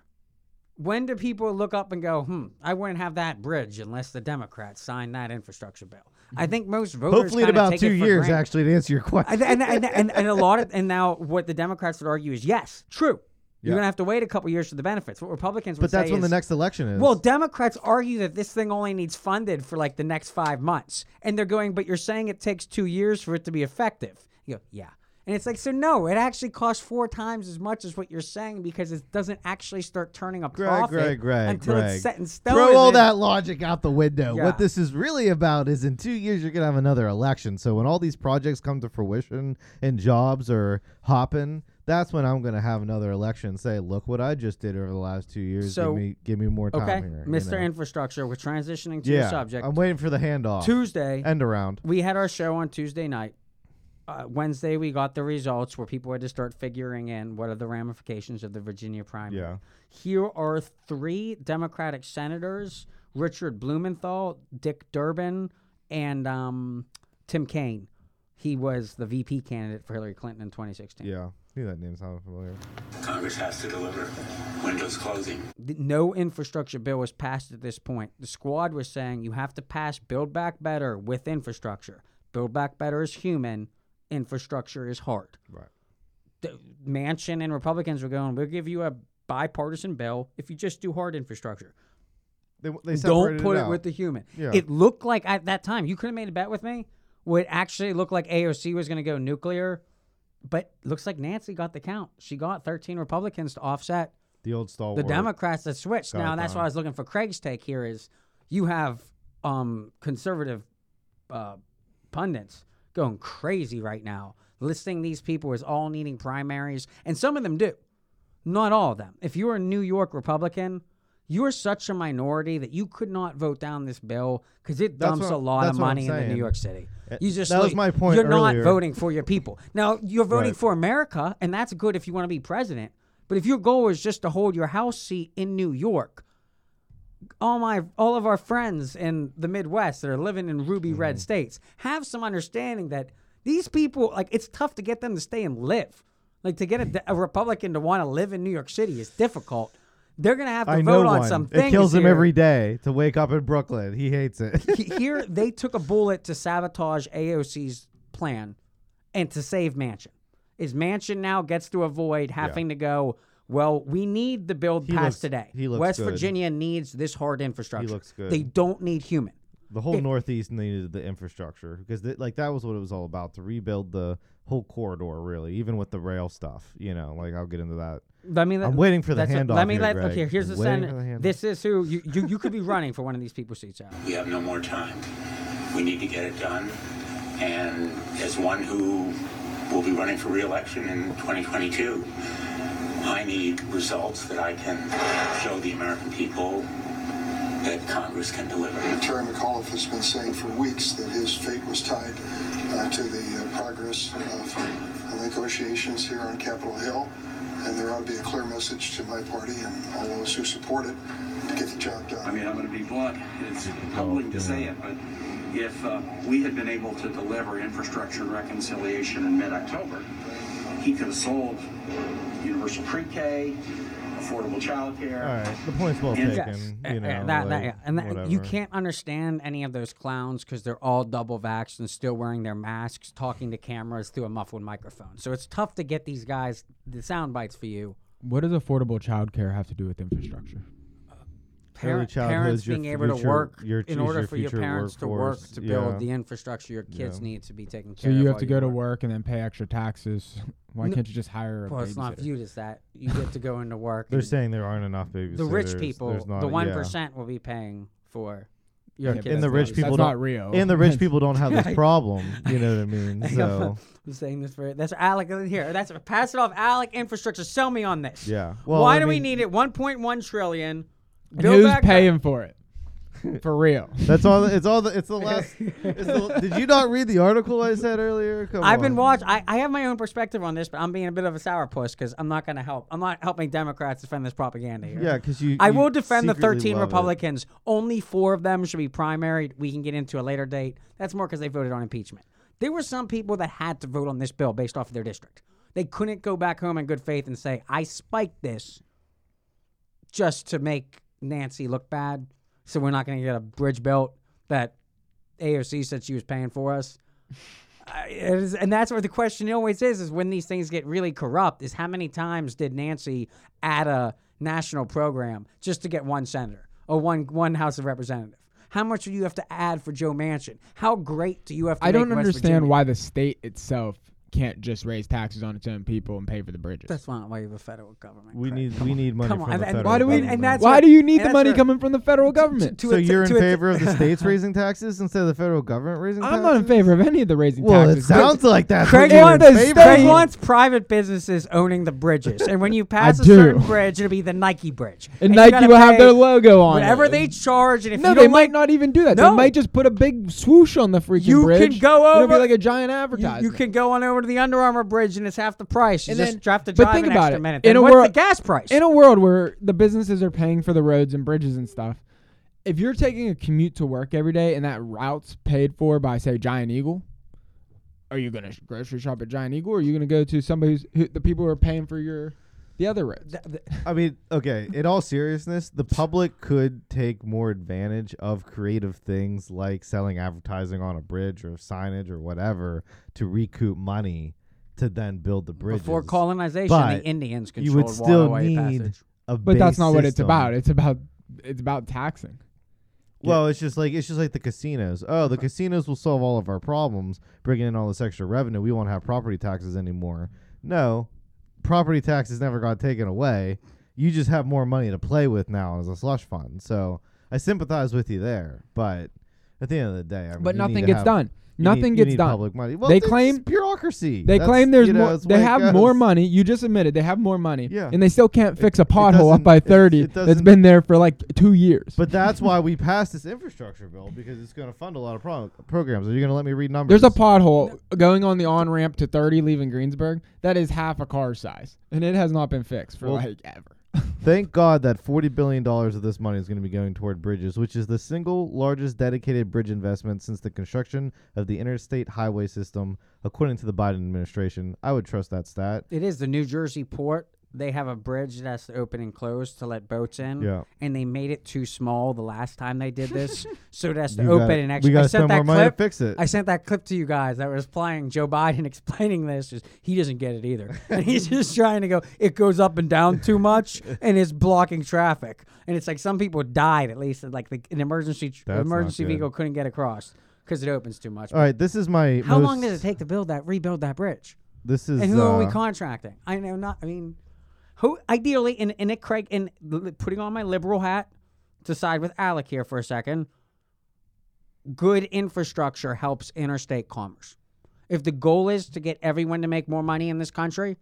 Speaker 1: When do people look up and go, "Hmm, I wouldn't have that bridge unless the Democrats signed that infrastructure bill"? I think most voters
Speaker 2: Hopefully, in
Speaker 1: kinda
Speaker 2: about
Speaker 1: take
Speaker 2: two
Speaker 1: it for
Speaker 2: years,
Speaker 1: granted.
Speaker 2: actually, to answer your question.
Speaker 1: And, and, and, and, and a lot of and now what the Democrats would argue is yes, true. You're
Speaker 2: Yeah.
Speaker 1: gonna have to wait a couple years for the benefits. What Republicans would
Speaker 2: But that's
Speaker 1: say
Speaker 2: when the
Speaker 1: is,
Speaker 2: next election is.
Speaker 1: Well, Democrats argue that this thing only needs funded for like the next five months. And they're going, but you're saying it takes two years for it to be effective. You go, yeah. And it's like, so no, it actually costs four times as much as what you're saying because it doesn't actually start turning a
Speaker 2: Greg,
Speaker 1: profit
Speaker 2: Greg, Greg,
Speaker 1: until
Speaker 2: Greg.
Speaker 1: it's set in stone.
Speaker 2: throw
Speaker 1: and
Speaker 2: all
Speaker 1: then-
Speaker 2: that logic out the window.
Speaker 1: Yeah.
Speaker 2: What this is really about is in two years you're gonna have another election. So when all these projects come to fruition and jobs are hopping, that's when I'm gonna have another election. and Say, look what I just did over the last two years.
Speaker 1: So-
Speaker 2: give me, give me more time
Speaker 1: Okay,
Speaker 2: here, you
Speaker 1: Mr.
Speaker 2: know?
Speaker 1: Infrastructure, we're transitioning to
Speaker 2: yeah,
Speaker 1: the subject.
Speaker 2: I'm waiting for the handoff.
Speaker 1: Tuesday,
Speaker 2: end around.
Speaker 1: we had our show on Tuesday night. Uh, Wednesday, we got the results where people had to start figuring in what are the ramifications of the Virginia primary.
Speaker 2: Yeah.
Speaker 1: Here are three Democratic senators Richard Blumenthal, Dick Durbin, and um, Tim Kaine. He was the VP candidate for Hillary Clinton in 2016.
Speaker 2: Yeah, knew that name sounded familiar.
Speaker 4: Congress has to deliver. Windows closing.
Speaker 1: th- no infrastructure bill was passed at this point. The squad was saying you have to pass Build Back Better with infrastructure. Build Back Better is human, infrastructure is hard.
Speaker 2: Right.
Speaker 1: The Mansion and Republicans were going, we'll give you a bipartisan bill if you just do hard infrastructure.
Speaker 2: They, they
Speaker 1: Don't
Speaker 2: separated
Speaker 1: put it,
Speaker 2: out.
Speaker 1: with the human.
Speaker 2: Yeah.
Speaker 1: It looked like at that time, you could have made a bet with me, would actually look like AOC was going to go nuclear, but looks like Nancy got the count. She got 13 Republicans to offset
Speaker 2: the old stalwart.
Speaker 1: the Democrats that switched. Now
Speaker 2: Got
Speaker 1: that's
Speaker 2: on.
Speaker 1: why I was looking for Craig's take here is you have um, conservative uh, pundits going crazy right now, listing these people as all needing primaries, and some of them do, not all of them. If you're a New York Republican. You're such a minority that you could not vote down this bill because it
Speaker 2: That's
Speaker 1: dumps
Speaker 2: what-
Speaker 1: a lot
Speaker 2: that's
Speaker 1: of
Speaker 2: what I'm
Speaker 1: money into New
Speaker 2: saying. Eh,
Speaker 1: York City. You just
Speaker 2: that was
Speaker 1: like-
Speaker 2: my point
Speaker 1: You're not
Speaker 2: earlier.
Speaker 1: voting for your people. Now you're voting
Speaker 2: Right.
Speaker 1: for America, and that's good if you want to be president. But if your goal is just to hold your house seat in New York, all my all of our friends in the Midwest that are living in ruby red
Speaker 2: Mm-hmm.
Speaker 1: states have some understanding that these people like it's tough to get them to stay and live. Like to get a, a Republican to want to live in New York City is difficult. They're gonna have to
Speaker 2: I know
Speaker 1: vote on
Speaker 2: one.
Speaker 1: some things.
Speaker 2: It kills him
Speaker 1: here
Speaker 2: every day to wake up in Brooklyn. He hates it.
Speaker 1: he- here they took a bullet to sabotage AOC's plan and to save Mansion. Is Mansion now gets to avoid having to go? Well, we need the build
Speaker 2: He
Speaker 1: passed
Speaker 2: looks-
Speaker 1: today.
Speaker 2: he looks
Speaker 1: West
Speaker 2: good.
Speaker 1: Virginia needs this hard infrastructure.
Speaker 2: looks good.
Speaker 1: They don't need human.
Speaker 2: The whole Northeast needed the infrastructure because th- like that was what it was all about to rebuild the whole corridor really, even with the rail stuff. You know, like I'll get into that.
Speaker 1: Let me. Let,
Speaker 2: I'm waiting for the
Speaker 1: that's what-
Speaker 2: handoff
Speaker 1: Let me
Speaker 2: here,
Speaker 1: let.
Speaker 2: Greg.
Speaker 1: Okay, here's the
Speaker 2: I'm waiting for the
Speaker 1: Senate.
Speaker 2: handoff.
Speaker 1: This is who you, you you could be running for one of these people's seats. Out.
Speaker 4: We have no more time. We need to get it done. And as one who will be running for reelection in 2022, I need results that I can show the American people that Congress can deliver.
Speaker 5: Terry McAuliffe has been saying for weeks that his fate was tied uh, to the uh, progress of the negotiations here on Capitol Hill. And there ought to be a clear message to my party and all those who support it to get the job done.
Speaker 4: I mean, I'm going to be blunt. It's
Speaker 2: Oh,
Speaker 4: humbling to say it, but if uh, we had been able to deliver infrastructure reconciliation in mid-October, he could have sold universal pre-K, affordable childcare.
Speaker 2: All right, the point's well taken.
Speaker 4: Yes,
Speaker 1: Uh,
Speaker 2: You know,
Speaker 1: uh, that, that,
Speaker 2: like,
Speaker 1: yeah. and that, you
Speaker 2: whatever.
Speaker 1: can't understand any of those clowns because they're all double vaxxed and still wearing their masks, talking to cameras through a muffled microphone. So it's tough to get these guys the sound bites for you.
Speaker 3: What does affordable childcare have to do with infrastructure?
Speaker 2: Early
Speaker 1: Parent-
Speaker 2: childhood is
Speaker 1: parents
Speaker 2: your
Speaker 1: being able to
Speaker 2: future-
Speaker 1: work
Speaker 2: your-
Speaker 1: in
Speaker 2: is
Speaker 1: order
Speaker 2: your
Speaker 1: for your
Speaker 2: future
Speaker 1: parents to work
Speaker 2: workforce.
Speaker 1: to build
Speaker 2: Yeah.
Speaker 1: the infrastructure your kids need to be taken
Speaker 3: So
Speaker 1: care of.
Speaker 3: you have
Speaker 1: while
Speaker 3: to go to
Speaker 1: work.
Speaker 3: work and then pay extra taxes. Why
Speaker 1: No-
Speaker 3: can't you just hire a
Speaker 1: Well, it's not
Speaker 3: babysitter?
Speaker 1: viewed as that. You get to go into work.
Speaker 2: They're
Speaker 1: and
Speaker 2: saying there aren't enough babies.
Speaker 1: the rich people, the one
Speaker 2: yeah.
Speaker 1: will be paying for
Speaker 3: Yeah,
Speaker 1: your
Speaker 3: but
Speaker 1: kids.
Speaker 2: And the
Speaker 3: that's
Speaker 2: rich
Speaker 3: not-
Speaker 2: people
Speaker 3: that's
Speaker 2: don't-
Speaker 3: not real.
Speaker 2: and the rich people don't have this problem. You know what I mean? So
Speaker 1: I'm saying this for that's Alec uh, here. That's pass it off, Alec. Infrastructure, sell me on this.
Speaker 2: yeah. Well,
Speaker 1: Why
Speaker 2: I
Speaker 1: do we
Speaker 2: mean,
Speaker 1: need it? 1.1 trillion.
Speaker 3: And
Speaker 1: Build
Speaker 3: who's
Speaker 1: back
Speaker 3: paying for it? For real.
Speaker 2: That's all. It's all. The, it's the last. It's the, did you not read the article I said earlier? Come
Speaker 1: I've been
Speaker 2: on.
Speaker 1: watching. I, I have my own perspective on this, but I'm being a bit of a sourpuss because I'm not going to help. I'm not helping Democrats defend this propaganda here.
Speaker 2: Yeah, because you.
Speaker 1: I
Speaker 2: you
Speaker 1: will defend the
Speaker 2: secretly
Speaker 1: 13
Speaker 2: love it.
Speaker 1: Republicans. Only four of them should be primaried. We can get into a later date. That's more because they voted on impeachment. There were some people that had to vote on this bill based off of their district. They couldn't go back home in good faith and say, I spiked this just to make Nancy look bad. So we're not going to get a bridge built that AOC said she was paying for us. I- it is- and that's where the question always is: is when these things get really corrupt, is how many times did Nancy add a national program just to get one senator or one one House of Representative? How much do you have to add for Joe Manchin? How great do you have to?
Speaker 6: I
Speaker 1: make
Speaker 6: don't
Speaker 1: West
Speaker 6: understand
Speaker 1: Virginia?
Speaker 6: why the state itself can't just raise taxes on its own people and pay for the bridges.
Speaker 1: That's not why you have a federal government.
Speaker 2: We
Speaker 1: Craig.
Speaker 2: need
Speaker 1: Come
Speaker 2: we
Speaker 1: on.
Speaker 2: need money
Speaker 1: Come
Speaker 2: from
Speaker 1: on, and-
Speaker 2: the federal
Speaker 1: Why do we- and
Speaker 2: government.
Speaker 1: that's
Speaker 6: Why
Speaker 1: what-
Speaker 6: do you need
Speaker 1: and
Speaker 6: the
Speaker 1: that's
Speaker 6: money
Speaker 1: what-
Speaker 6: coming from the federal government?
Speaker 1: To
Speaker 2: so
Speaker 1: att-
Speaker 2: you're in
Speaker 1: to att-
Speaker 2: favor of the states raising taxes instead of the federal government raising
Speaker 6: I'm
Speaker 2: taxes?
Speaker 6: not in favor of any of the raising
Speaker 2: Well, it
Speaker 6: taxes.
Speaker 2: sounds like that.
Speaker 1: Craig
Speaker 6: you're
Speaker 1: wants,
Speaker 6: in
Speaker 1: Craig
Speaker 6: favor.
Speaker 1: wants private businesses owning the bridges, and when you pass a
Speaker 6: do.
Speaker 1: certain bridge, it'll be the Nike bridge,
Speaker 6: and
Speaker 1: you
Speaker 6: Nike
Speaker 1: gotta
Speaker 6: will have
Speaker 1: pay
Speaker 6: their logo on
Speaker 1: whatever
Speaker 6: it.
Speaker 1: they charge, and if
Speaker 6: no,
Speaker 1: you
Speaker 6: they
Speaker 1: don't
Speaker 6: might
Speaker 1: like,
Speaker 6: not even do that.
Speaker 1: No.
Speaker 6: They might just put a big swoosh on the freaking
Speaker 1: You can
Speaker 6: bridge.
Speaker 1: go
Speaker 6: It'll
Speaker 1: over-
Speaker 6: be like a giant
Speaker 1: you,
Speaker 6: advertisement.
Speaker 1: you can go on over to the Under Armour bridge, and it's half the price. You
Speaker 6: And
Speaker 1: just
Speaker 6: then-
Speaker 1: have to
Speaker 6: but
Speaker 1: drive
Speaker 6: think
Speaker 1: an
Speaker 6: about
Speaker 1: extra
Speaker 6: it.
Speaker 1: minute.
Speaker 6: In
Speaker 1: Then
Speaker 6: a
Speaker 1: what's the
Speaker 6: world-
Speaker 1: gas price?
Speaker 6: in a world where the businesses are paying for the roads and bridges and stuff, if you're taking a commute to work every day and that route's paid for by say Giant Eagle, are you gonna sh- grocery shop at Giant Eagle or are you gonna go to somebody who's who, the people who are paying for your the other roads?
Speaker 1: Th- th-
Speaker 2: I mean, okay, in all seriousness, the public could take more advantage of creative things like selling advertising on a bridge or signage or whatever to recoup money to then build the bridge.
Speaker 1: before colonization,
Speaker 2: But
Speaker 1: the Indians
Speaker 2: you
Speaker 1: controlled
Speaker 2: would still
Speaker 1: waterway
Speaker 2: need
Speaker 1: passage.
Speaker 2: a
Speaker 6: But that's
Speaker 2: base
Speaker 6: not what it's
Speaker 2: system.
Speaker 6: about. It's about it's about taxing.
Speaker 2: Well, it's just like it's just like the casinos. Oh, the casinos will solve all of our problems, bringing in all this extra revenue. We won't have property taxes anymore. No, property taxes never got taken away. You just have more money to play with now as a slush fund. So I sympathize with you there, but at the end of the day, I mean,
Speaker 6: But
Speaker 2: you
Speaker 6: nothing
Speaker 2: need to
Speaker 6: gets
Speaker 2: have-
Speaker 6: done.
Speaker 2: you
Speaker 6: Nothing
Speaker 2: need- you
Speaker 6: gets
Speaker 2: need
Speaker 6: done.
Speaker 2: Public money. Well,
Speaker 6: They
Speaker 2: it's
Speaker 6: claim-
Speaker 2: bureaucracy.
Speaker 6: They
Speaker 2: That's-
Speaker 6: claim there's
Speaker 2: you know,
Speaker 6: more.
Speaker 2: it's the
Speaker 6: They
Speaker 2: way it
Speaker 6: have more
Speaker 2: goes.
Speaker 6: money. You just admitted they have more money.
Speaker 2: Yeah.
Speaker 6: And they still can't fix
Speaker 2: It-
Speaker 6: a
Speaker 2: it
Speaker 6: pothole
Speaker 2: doesn't-
Speaker 6: up by
Speaker 2: it-
Speaker 6: thirty.
Speaker 2: it
Speaker 6: that's
Speaker 2: doesn't-
Speaker 6: been there for like two years.
Speaker 2: But that's why we passed this infrastructure bill because it's going to fund a lot of pro- programs. Are you going to let me read numbers?
Speaker 6: There's a pothole going on the on ramp to 30 leaving Greensburg that is half a car size, and it has not been fixed for
Speaker 2: Well-
Speaker 6: like ever.
Speaker 2: Thank God that forty billion dollars of this money is going to be going toward bridges, which is the single largest dedicated bridge investment since the construction of the interstate highway system, according to the Biden administration. I would trust that stat.
Speaker 1: It is the New Jersey port. They have a bridge that has to open and close to let boats in.
Speaker 2: Yeah.
Speaker 1: And they made it too small the last time they did this. so it has to
Speaker 2: You
Speaker 1: open
Speaker 2: gotta-
Speaker 1: and
Speaker 2: we
Speaker 1: actually
Speaker 2: gotta
Speaker 1: I sent
Speaker 2: spend
Speaker 1: that
Speaker 2: more money to
Speaker 1: clip.
Speaker 2: fix it.
Speaker 1: I sent that clip to you guys that was playing Joe Biden explaining this. Is he doesn't get it either. and he's just trying to go, it goes up and down too much and it's blocking traffic. And it's like some people died at least like the, an emergency tr-
Speaker 2: That's not
Speaker 1: emergency
Speaker 2: good. Uh,
Speaker 1: vehicle couldn't get across because it opens too much.
Speaker 2: All right, this is my.
Speaker 1: How
Speaker 2: most-
Speaker 1: long does it take to build that rebuild that bridge?
Speaker 2: This is.
Speaker 1: And who are we
Speaker 2: uh,
Speaker 1: contracting? I know not. I mean, who ideally in in it, Craig, in l- l- putting on my liberal hat to side with Alec here for a second. Good infrastructure helps interstate commerce. If the goal is to get everyone to make more money in this country,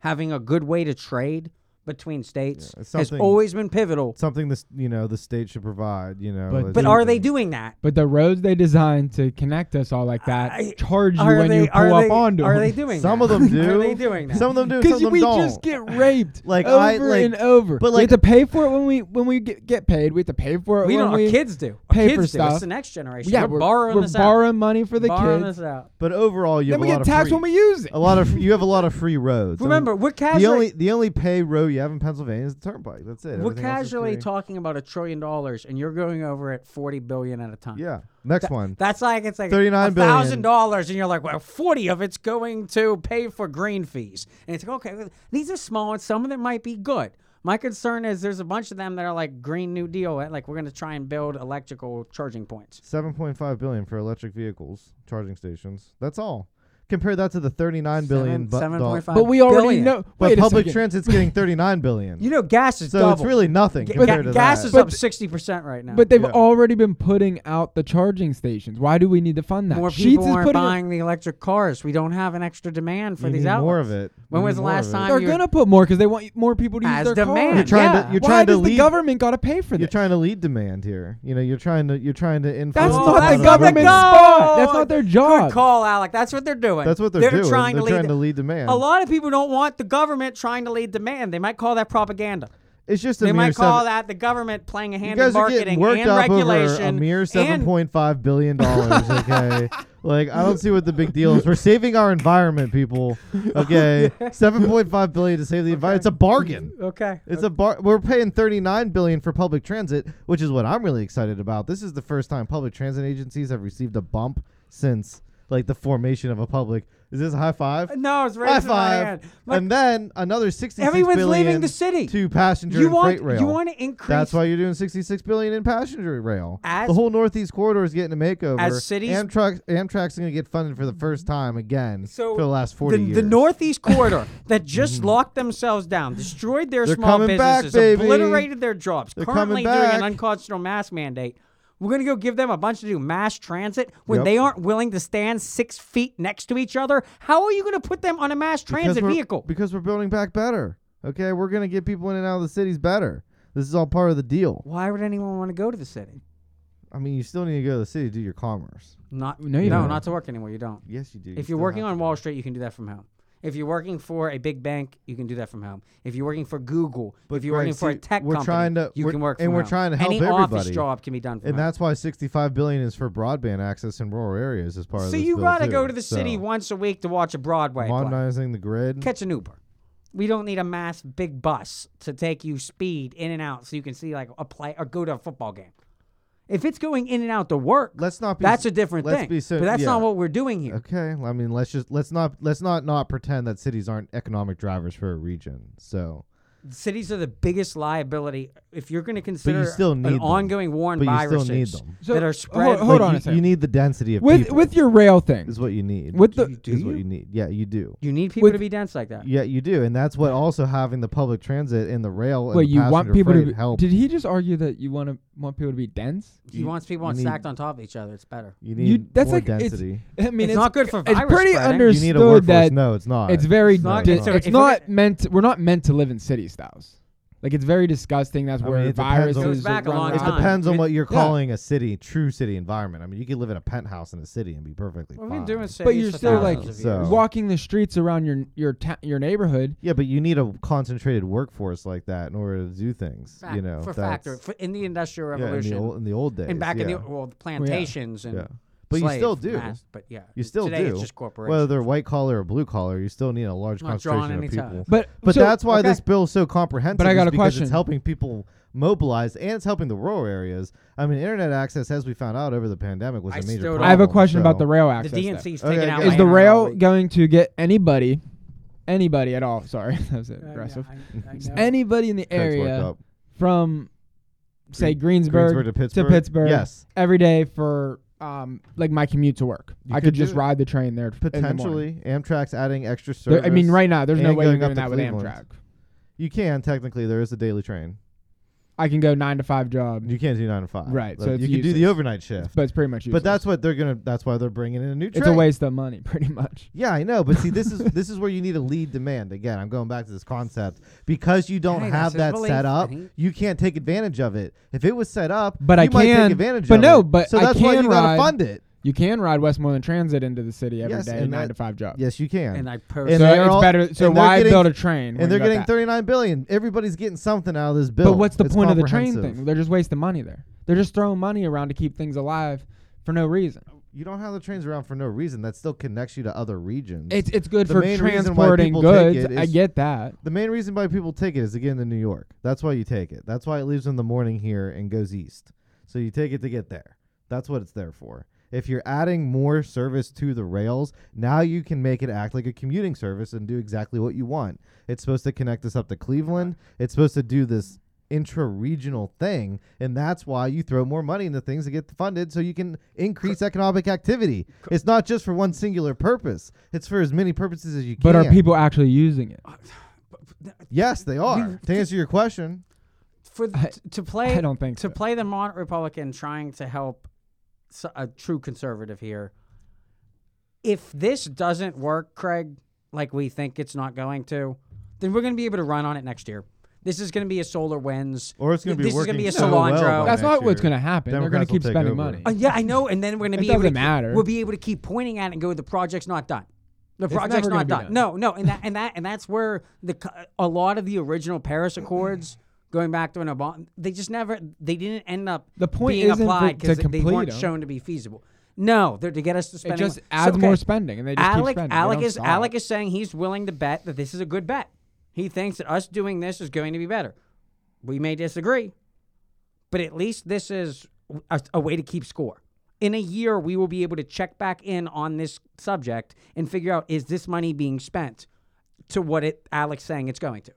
Speaker 1: having a good way to trade between states
Speaker 2: Yeah, it's
Speaker 1: has
Speaker 2: something-
Speaker 1: always been pivotal.
Speaker 2: something this you know the state should provide? You know,
Speaker 6: But-
Speaker 2: that's
Speaker 1: But are
Speaker 2: something-
Speaker 1: they doing that?
Speaker 6: But the roads they designed to connect us all like that
Speaker 1: I-
Speaker 6: charge you
Speaker 1: Are
Speaker 6: when
Speaker 1: they?
Speaker 6: you pull
Speaker 1: are
Speaker 6: up
Speaker 1: they?
Speaker 6: onto
Speaker 1: Are they
Speaker 6: them.
Speaker 1: doing?
Speaker 2: Some
Speaker 1: that?
Speaker 2: of them do.
Speaker 1: Are they doing that?
Speaker 2: Some of them do. Some
Speaker 6: Because
Speaker 2: of them
Speaker 6: we
Speaker 2: don't.
Speaker 6: just get raped
Speaker 2: Like,
Speaker 6: over
Speaker 2: I- like-
Speaker 6: and over.
Speaker 2: but
Speaker 6: we
Speaker 2: like-
Speaker 6: have to pay for it when we when we get, get paid. We have to pay for it
Speaker 1: We
Speaker 6: when
Speaker 1: don't.
Speaker 6: we
Speaker 1: Our kids do. Our
Speaker 6: pay
Speaker 1: kids
Speaker 6: for
Speaker 1: do.
Speaker 6: stuff.
Speaker 1: It's the next generation.
Speaker 6: Yeah,
Speaker 1: we're, borrowing
Speaker 6: we're
Speaker 1: this
Speaker 6: borrowing
Speaker 1: out.
Speaker 6: money for the
Speaker 1: borrowing
Speaker 6: kids.
Speaker 1: this out.
Speaker 2: But overall, you have
Speaker 6: Then we
Speaker 2: a lot
Speaker 6: get
Speaker 2: of
Speaker 6: taxed
Speaker 2: free,
Speaker 6: when we use it.
Speaker 2: a lot of you have a lot of free roads. I mean,
Speaker 1: Remember, we're
Speaker 2: the
Speaker 1: casually
Speaker 2: only the only pay road you have in Pennsylvania is the turnpike. That's it.
Speaker 1: we're
Speaker 2: Everything else is
Speaker 1: casually
Speaker 2: free.
Speaker 1: talking about a trillion dollars, and you're going over it forty billion at a time.
Speaker 2: Yeah. Next
Speaker 1: That-
Speaker 2: one.
Speaker 1: That's like it's like
Speaker 2: $39
Speaker 1: $1,000
Speaker 2: billion.
Speaker 1: dollars, and you're like, well, forty of it's going to pay for green fees, and it's like, okay, well, these are small, and some of them might be good. My concern is there's a bunch of them that are like Green New Deal, eh, like we're going to try and build electrical charging points.
Speaker 2: Seven point five billion for electric vehicles, charging stations. That's all. Compare that to the thirty nine billion.
Speaker 1: Seven- 7.5
Speaker 6: But we already
Speaker 1: billion.
Speaker 6: know.
Speaker 2: But
Speaker 6: wait a
Speaker 2: public
Speaker 6: second.
Speaker 2: transit's getting thirty nine billion.
Speaker 1: You know, gas is
Speaker 2: so
Speaker 1: double.
Speaker 2: it's really nothing
Speaker 1: Ga-
Speaker 2: compared
Speaker 1: ga-
Speaker 2: to
Speaker 1: gas
Speaker 2: that.
Speaker 1: is
Speaker 6: But
Speaker 1: up
Speaker 6: th-
Speaker 1: sixty percent right now.
Speaker 6: But they've
Speaker 2: Yeah.
Speaker 6: already been putting out the charging stations. Why do we need to fund that?
Speaker 1: more
Speaker 6: Sheets
Speaker 1: people
Speaker 6: is
Speaker 1: aren't
Speaker 6: putting a-
Speaker 1: buying the electric cars. We don't have an extra demand for
Speaker 2: You
Speaker 1: these
Speaker 2: need
Speaker 1: outlets.
Speaker 2: more of it.
Speaker 1: When
Speaker 2: You
Speaker 1: was
Speaker 2: need
Speaker 1: the
Speaker 2: more
Speaker 1: last
Speaker 2: of it.
Speaker 1: time
Speaker 6: They're
Speaker 1: you were-
Speaker 6: gonna put more because they want more people to
Speaker 1: As
Speaker 6: use their
Speaker 1: demand.
Speaker 6: cars.
Speaker 2: You're trying
Speaker 1: Yeah.
Speaker 2: to you're
Speaker 6: Why
Speaker 2: trying to
Speaker 6: does the
Speaker 2: lead
Speaker 6: government gotta pay for
Speaker 2: you're
Speaker 6: this?
Speaker 2: trying to lead demand here. You know, you're trying to you're trying to influence.
Speaker 6: That's
Speaker 1: Oh,
Speaker 2: a
Speaker 6: not
Speaker 2: lot
Speaker 6: the
Speaker 2: of
Speaker 1: what
Speaker 6: government's
Speaker 1: they're
Speaker 2: people.
Speaker 6: fault.
Speaker 1: doing.
Speaker 6: That's not their job.
Speaker 1: Good call, Alec. That's what they're doing.
Speaker 2: That's what they're, doing.
Speaker 1: Trying,
Speaker 2: they're
Speaker 1: to, lead
Speaker 2: trying to lead demand.
Speaker 1: A lot of people don't want the government trying to lead demand. They might call that propaganda.
Speaker 2: It's just a
Speaker 1: They
Speaker 2: mere
Speaker 1: might call
Speaker 2: seven-
Speaker 1: that the government playing a
Speaker 2: You
Speaker 1: hand in
Speaker 2: guys are
Speaker 1: marketing
Speaker 2: getting worked
Speaker 1: and
Speaker 2: up
Speaker 1: regulation.
Speaker 2: over a mere seven
Speaker 1: and
Speaker 2: point five billion dollars. Okay, like I don't see what the big deal is. We're saving our environment, people. Okay, seven point five billion to save the environment. It's a bargain.
Speaker 1: okay.
Speaker 2: It's a bar. We're paying thirty nine billion for public transit, which is what I'm really excited about. This is the first time public transit agencies have received a bump since like the formation of a public. Is this a high five?
Speaker 1: No, it's
Speaker 2: high
Speaker 1: raising my
Speaker 2: five.
Speaker 1: hand. Like,
Speaker 2: and then another 66
Speaker 1: Everyone's
Speaker 2: billion
Speaker 1: leaving the city.
Speaker 2: to passenger
Speaker 1: you
Speaker 2: and
Speaker 1: want
Speaker 2: freight rail.
Speaker 1: you want to increase
Speaker 2: That's why you're doing 66 billion in passenger rail.
Speaker 1: As-
Speaker 2: the whole Northeast corridor is getting a makeover.
Speaker 1: As cities-
Speaker 2: Amtrak, Amtrak's going to get funded for the first time again
Speaker 1: So
Speaker 2: for the last 40
Speaker 1: the,
Speaker 2: years. Mm-hmm.
Speaker 1: the Northeast corridor that just locked themselves down, destroyed their
Speaker 2: They're
Speaker 1: small
Speaker 2: coming back,
Speaker 1: businesses,
Speaker 2: baby.
Speaker 1: obliterated their jobs,
Speaker 2: They're
Speaker 1: currently
Speaker 2: coming
Speaker 1: doing an
Speaker 2: back.
Speaker 1: unconstitutional mask mandate. We're going to go give them a bunch to do mass transit when
Speaker 2: Yep.
Speaker 1: they aren't willing to stand six feet next to each other. How are you going to put them on a mass
Speaker 2: Because
Speaker 1: transit
Speaker 2: we're-
Speaker 1: vehicle?
Speaker 2: Because we're building back better. Okay, we're going to get people in and out of the cities better. This is all part of the deal.
Speaker 1: Why would anyone want to go to the city?
Speaker 2: I mean, you still need to go to the city to do your commerce.
Speaker 1: Not
Speaker 6: No, you
Speaker 1: no
Speaker 6: don't.
Speaker 1: not to work anymore. You don't.
Speaker 2: Yes, you do. You
Speaker 1: If you're
Speaker 2: still
Speaker 1: working
Speaker 2: have
Speaker 1: on
Speaker 2: to.
Speaker 1: Wall Street, you can do that from home. If you're working for a big bank, you can do that from home. If you're working for Google,
Speaker 2: But
Speaker 1: if you're
Speaker 2: Greg,
Speaker 1: working for a
Speaker 2: see,
Speaker 1: tech
Speaker 2: we're
Speaker 1: company,
Speaker 2: trying to-
Speaker 1: you
Speaker 2: we're-
Speaker 1: can work
Speaker 2: and
Speaker 1: from
Speaker 2: we're
Speaker 1: home.
Speaker 2: trying to help
Speaker 1: Any office
Speaker 2: everybody.
Speaker 1: job can be done from
Speaker 2: And
Speaker 1: home.
Speaker 2: that's why 65 billion is for broadband access in rural areas as part of
Speaker 1: so
Speaker 2: this
Speaker 1: you
Speaker 2: bill,
Speaker 1: gotta
Speaker 2: too.
Speaker 1: go to the city
Speaker 2: So,
Speaker 1: once a week to watch a Broadway play.
Speaker 2: modernizing the grid.
Speaker 1: Catch an Uber. We don't need a mass big bus to take you speed in and out so you can see like a play or go to a football game. If it's going in and out to work,
Speaker 2: Let's not be
Speaker 1: that's
Speaker 2: s-
Speaker 1: a different
Speaker 2: let's
Speaker 1: thing.
Speaker 2: be so-
Speaker 1: but that's
Speaker 2: yeah.
Speaker 1: not what we're doing here.
Speaker 2: Okay, I mean let's just let's not let's not not pretend that cities aren't economic drivers for a region. So,
Speaker 1: cities are the biggest liability if you're going to consider
Speaker 2: still need
Speaker 1: an
Speaker 2: them.
Speaker 1: ongoing war on
Speaker 2: But you still
Speaker 1: viruses
Speaker 2: need them.
Speaker 1: that
Speaker 6: So,
Speaker 1: are
Speaker 6: ho-
Speaker 1: spread.
Speaker 6: Hold
Speaker 2: Like,
Speaker 6: on
Speaker 2: you,
Speaker 6: a second.
Speaker 2: You need the density of
Speaker 6: with
Speaker 2: people.
Speaker 6: with your rail thing.
Speaker 2: is what you need.
Speaker 6: With the
Speaker 1: do
Speaker 2: is what
Speaker 1: you?
Speaker 2: you need. Yeah, you do.
Speaker 1: you need people
Speaker 6: with-
Speaker 1: to be dense like that.
Speaker 2: Yeah, you do, and that's what also having the public transit and the rail. And
Speaker 6: wait,
Speaker 2: the
Speaker 6: you want
Speaker 2: passenger
Speaker 6: people to
Speaker 2: freight
Speaker 6: be,
Speaker 2: help?
Speaker 6: Did he just argue that you want to want people to be dense?
Speaker 1: He wants people
Speaker 2: you
Speaker 1: on
Speaker 2: need-
Speaker 1: stacked on top of each other. It's better.
Speaker 2: you need
Speaker 6: You- that's
Speaker 2: more
Speaker 6: like- it's-
Speaker 2: density.
Speaker 6: I mean,
Speaker 1: It's not good for
Speaker 6: It's
Speaker 1: virus
Speaker 6: pretty
Speaker 1: spreading.
Speaker 2: You need a
Speaker 6: understood
Speaker 2: workforce.
Speaker 6: that
Speaker 2: no, it's not.
Speaker 6: it's very
Speaker 1: not-
Speaker 6: di-
Speaker 1: it's
Speaker 6: it's,
Speaker 1: a- if we're
Speaker 6: not
Speaker 1: gonna-
Speaker 6: meant. We're not meant to live in city styles. Like it's very disgusting. That's
Speaker 2: I
Speaker 6: where
Speaker 2: mean, it depends
Speaker 6: viruses
Speaker 2: on- Goes
Speaker 1: back a
Speaker 6: run
Speaker 1: long
Speaker 2: It
Speaker 6: rampant.
Speaker 1: time.
Speaker 2: depends on
Speaker 1: It-
Speaker 2: what you're
Speaker 6: yeah.
Speaker 2: calling a city, true city environment. I mean, you could live in a penthouse in a city and be perfectly
Speaker 1: We've
Speaker 2: fine.
Speaker 1: been doing
Speaker 6: But you're
Speaker 1: cities for
Speaker 6: still like
Speaker 1: thousands of
Speaker 2: So-
Speaker 1: years.
Speaker 6: walking the streets around your your ta- your neighborhood.
Speaker 2: yeah, but you need a concentrated workforce like that in order to do things.
Speaker 1: Fact-
Speaker 2: you know,
Speaker 1: for
Speaker 2: that's-
Speaker 1: factor for, in the industrial
Speaker 2: yeah, in
Speaker 1: revolution
Speaker 2: the old in the old days.
Speaker 1: and back in the
Speaker 2: yeah.
Speaker 1: well the plantations and
Speaker 2: Yeah. But you still
Speaker 1: slave
Speaker 2: do.
Speaker 1: mass- but yeah,
Speaker 2: You still
Speaker 1: today
Speaker 2: do.
Speaker 1: it's just
Speaker 2: Whether
Speaker 1: corporations.
Speaker 2: they're white collar or blue collar, you still need a large
Speaker 1: Not drawing
Speaker 2: concentration of
Speaker 1: any
Speaker 2: people.
Speaker 1: ties.
Speaker 6: But
Speaker 2: But
Speaker 6: so-
Speaker 2: that's why
Speaker 6: okay.
Speaker 2: this bill's so comprehensive.
Speaker 6: But I got
Speaker 2: is
Speaker 6: a
Speaker 2: because
Speaker 6: question.
Speaker 2: It's helping people mobilize and it's helping the rural areas. I mean, internet access, as we found out over the pandemic, was
Speaker 1: I
Speaker 2: a major
Speaker 1: still
Speaker 2: problem.
Speaker 1: don't-
Speaker 6: I have a question
Speaker 2: so-
Speaker 6: about the rail access.
Speaker 1: the
Speaker 6: though.
Speaker 1: DNC's
Speaker 2: Okay,
Speaker 1: taking out
Speaker 2: guys.
Speaker 6: Is the
Speaker 1: land all
Speaker 6: rail
Speaker 1: week.
Speaker 6: going to get anybody, anybody at all? Sorry, that
Speaker 1: Uh,
Speaker 6: was aggressive. Anybody in the
Speaker 2: Craig's worked
Speaker 6: area
Speaker 2: up.
Speaker 6: from, say Greensburg,
Speaker 2: Greensburg to Pittsburgh.
Speaker 6: Pittsburgh,
Speaker 2: Yes.
Speaker 6: every day for um like my commute to work.
Speaker 2: You
Speaker 6: I
Speaker 2: could
Speaker 6: could just
Speaker 2: do it.
Speaker 6: ride the train there in the morning.
Speaker 2: Potentially, Amtrak's adding extra service.
Speaker 6: There- I mean, right now there's no
Speaker 2: and
Speaker 6: way you're
Speaker 2: going up
Speaker 6: doing
Speaker 2: to
Speaker 6: that with
Speaker 2: Cleveland.
Speaker 6: Amtrak.
Speaker 2: You can technically. There is a daily train.
Speaker 6: I can go nine to five job,
Speaker 2: You can't do nine to five.
Speaker 6: Right,
Speaker 2: But
Speaker 6: so it's
Speaker 2: you can do the
Speaker 6: useless.
Speaker 2: overnight shift.
Speaker 6: but it's pretty much useless.
Speaker 2: But that's what they're gonna. That's why they're bringing in a new train.
Speaker 6: it's a waste of money, pretty much.
Speaker 2: Yeah, I know, but see, this is this is where you need a lead demand. Again, I'm going back to this concept because you don't
Speaker 1: Hey, that's
Speaker 2: have
Speaker 1: his
Speaker 2: that
Speaker 1: belief,
Speaker 2: set up.
Speaker 1: and
Speaker 2: You can't take advantage of it. If it was set up,
Speaker 6: But I
Speaker 2: you might
Speaker 6: can-
Speaker 2: take advantage
Speaker 6: but
Speaker 2: of
Speaker 6: no,
Speaker 2: it.
Speaker 6: but
Speaker 2: so
Speaker 6: I
Speaker 2: that's why
Speaker 6: can
Speaker 2: you gotta
Speaker 6: ride-
Speaker 2: fund it.
Speaker 6: You can ride Westmoreland Transit into the city every day,
Speaker 2: Yes, and
Speaker 6: nine
Speaker 2: that-
Speaker 6: to five job.
Speaker 2: Yes, you can.
Speaker 1: And I post
Speaker 2: And
Speaker 6: so
Speaker 2: they're
Speaker 6: it's
Speaker 2: all-
Speaker 6: better. So
Speaker 2: and they're
Speaker 6: why
Speaker 2: getting-
Speaker 6: build a train? when
Speaker 2: and they're
Speaker 6: you got
Speaker 2: getting
Speaker 6: that?
Speaker 2: 39 billion. Everybody's getting something out of this bill.
Speaker 6: But what's the
Speaker 2: It's
Speaker 6: point of the train
Speaker 2: comprehensive.
Speaker 6: thing? They're just wasting money there. They're just throwing money around to keep things alive for no reason.
Speaker 2: You don't have the trains around for no reason. That still connects you to other regions.
Speaker 6: It's it's good
Speaker 2: The
Speaker 6: for
Speaker 2: main reason why
Speaker 6: transporting
Speaker 2: people take
Speaker 6: goods.
Speaker 2: it
Speaker 6: I
Speaker 2: is-
Speaker 6: get that.
Speaker 2: the main reason why people take it is to get into New York. That's why you take it. That's why it leaves in the morning here and goes east. So you take it to get there. That's what it's there for. If you're adding more service to the rails, now you can make it act like a commuting service and do exactly what you want. It's supposed to connect us up to Cleveland. It's supposed to do this intra-regional thing, and that's why you throw more money into things that get funded so you can increase economic activity. It's not just for one singular purpose. It's for as many purposes as you
Speaker 6: But
Speaker 2: can.
Speaker 6: are people actually using it?
Speaker 1: Oh,
Speaker 2: Yes, they are. To answer your question,
Speaker 1: for the,
Speaker 6: I-
Speaker 1: t- to play
Speaker 6: I don't think
Speaker 1: to
Speaker 6: so.
Speaker 1: play the moderate Republican trying to help s- a true conservative here. If this doesn't work, Craig, like we think it's not going to, then we're going to be able to run on it next year. This is going to be a solar winds,
Speaker 2: Or it's going to be
Speaker 1: This is
Speaker 2: working
Speaker 1: gonna be a
Speaker 2: so well
Speaker 1: Cilantro.
Speaker 2: by next
Speaker 6: That's not what's
Speaker 2: year.
Speaker 6: gonna happen. They're gonna
Speaker 2: Democrats will
Speaker 6: keep
Speaker 2: take
Speaker 6: spending
Speaker 2: over.
Speaker 6: money.
Speaker 1: Uh, yeah, I know. And then we're gonna
Speaker 6: It
Speaker 1: be able to
Speaker 6: doesn't
Speaker 1: keep-
Speaker 6: matter.
Speaker 1: We'll be able to keep pointing at it and go. The project's not done. The project's
Speaker 6: never
Speaker 1: not
Speaker 6: gonna
Speaker 1: done.
Speaker 6: be
Speaker 1: No, no, and that and that and that's where the co- a lot of the original Paris Accords. Going back to an Obama, they just never, they didn't end up
Speaker 6: The point
Speaker 1: being
Speaker 6: isn't for-
Speaker 1: applied
Speaker 6: to
Speaker 1: because they
Speaker 6: complete
Speaker 1: weren't
Speaker 6: 'em.
Speaker 1: shown to be feasible. No, they're to get us to spend.
Speaker 6: It just adds more spending, and they just
Speaker 1: Alec,
Speaker 6: keep spending. They
Speaker 1: Alec
Speaker 6: don't
Speaker 1: is
Speaker 6: stop.
Speaker 1: Alec is saying he's willing to bet that this is a good bet. He thinks that us doing this is going to be better. We may disagree, but at least this is a, a way to keep score. in a year, we will be able to check back in on this subject and figure out is this money being spent to what it Alex saying it's going to.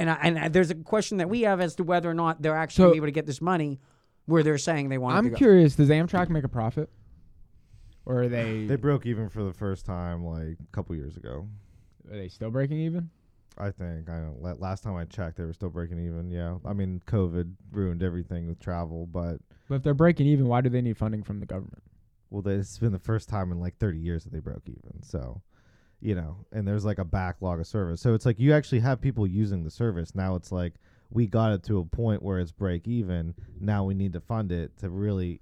Speaker 1: And I, and I, there's a question that we have as to whether or not they're actually
Speaker 6: So-
Speaker 1: gonna be able to get this money where they're saying they want it to
Speaker 6: I'm
Speaker 1: go.
Speaker 6: curious. Does Amtrak make a profit? Or are they
Speaker 2: They broke even for the first time like a couple years ago.
Speaker 6: are they still breaking even?
Speaker 2: I think I don't, la- last time I checked, they were still breaking even. Yeah, I mean, COVID ruined everything with travel, but
Speaker 6: But if they're breaking even, why do they need funding from the government?
Speaker 2: well, they, it's been the first time in like 30 years that they broke even. So, you know, and there's like a backlog of service. So it's like you actually have people using the service. Now it's like we got it to a point where it's break even. Now we need to fund it to really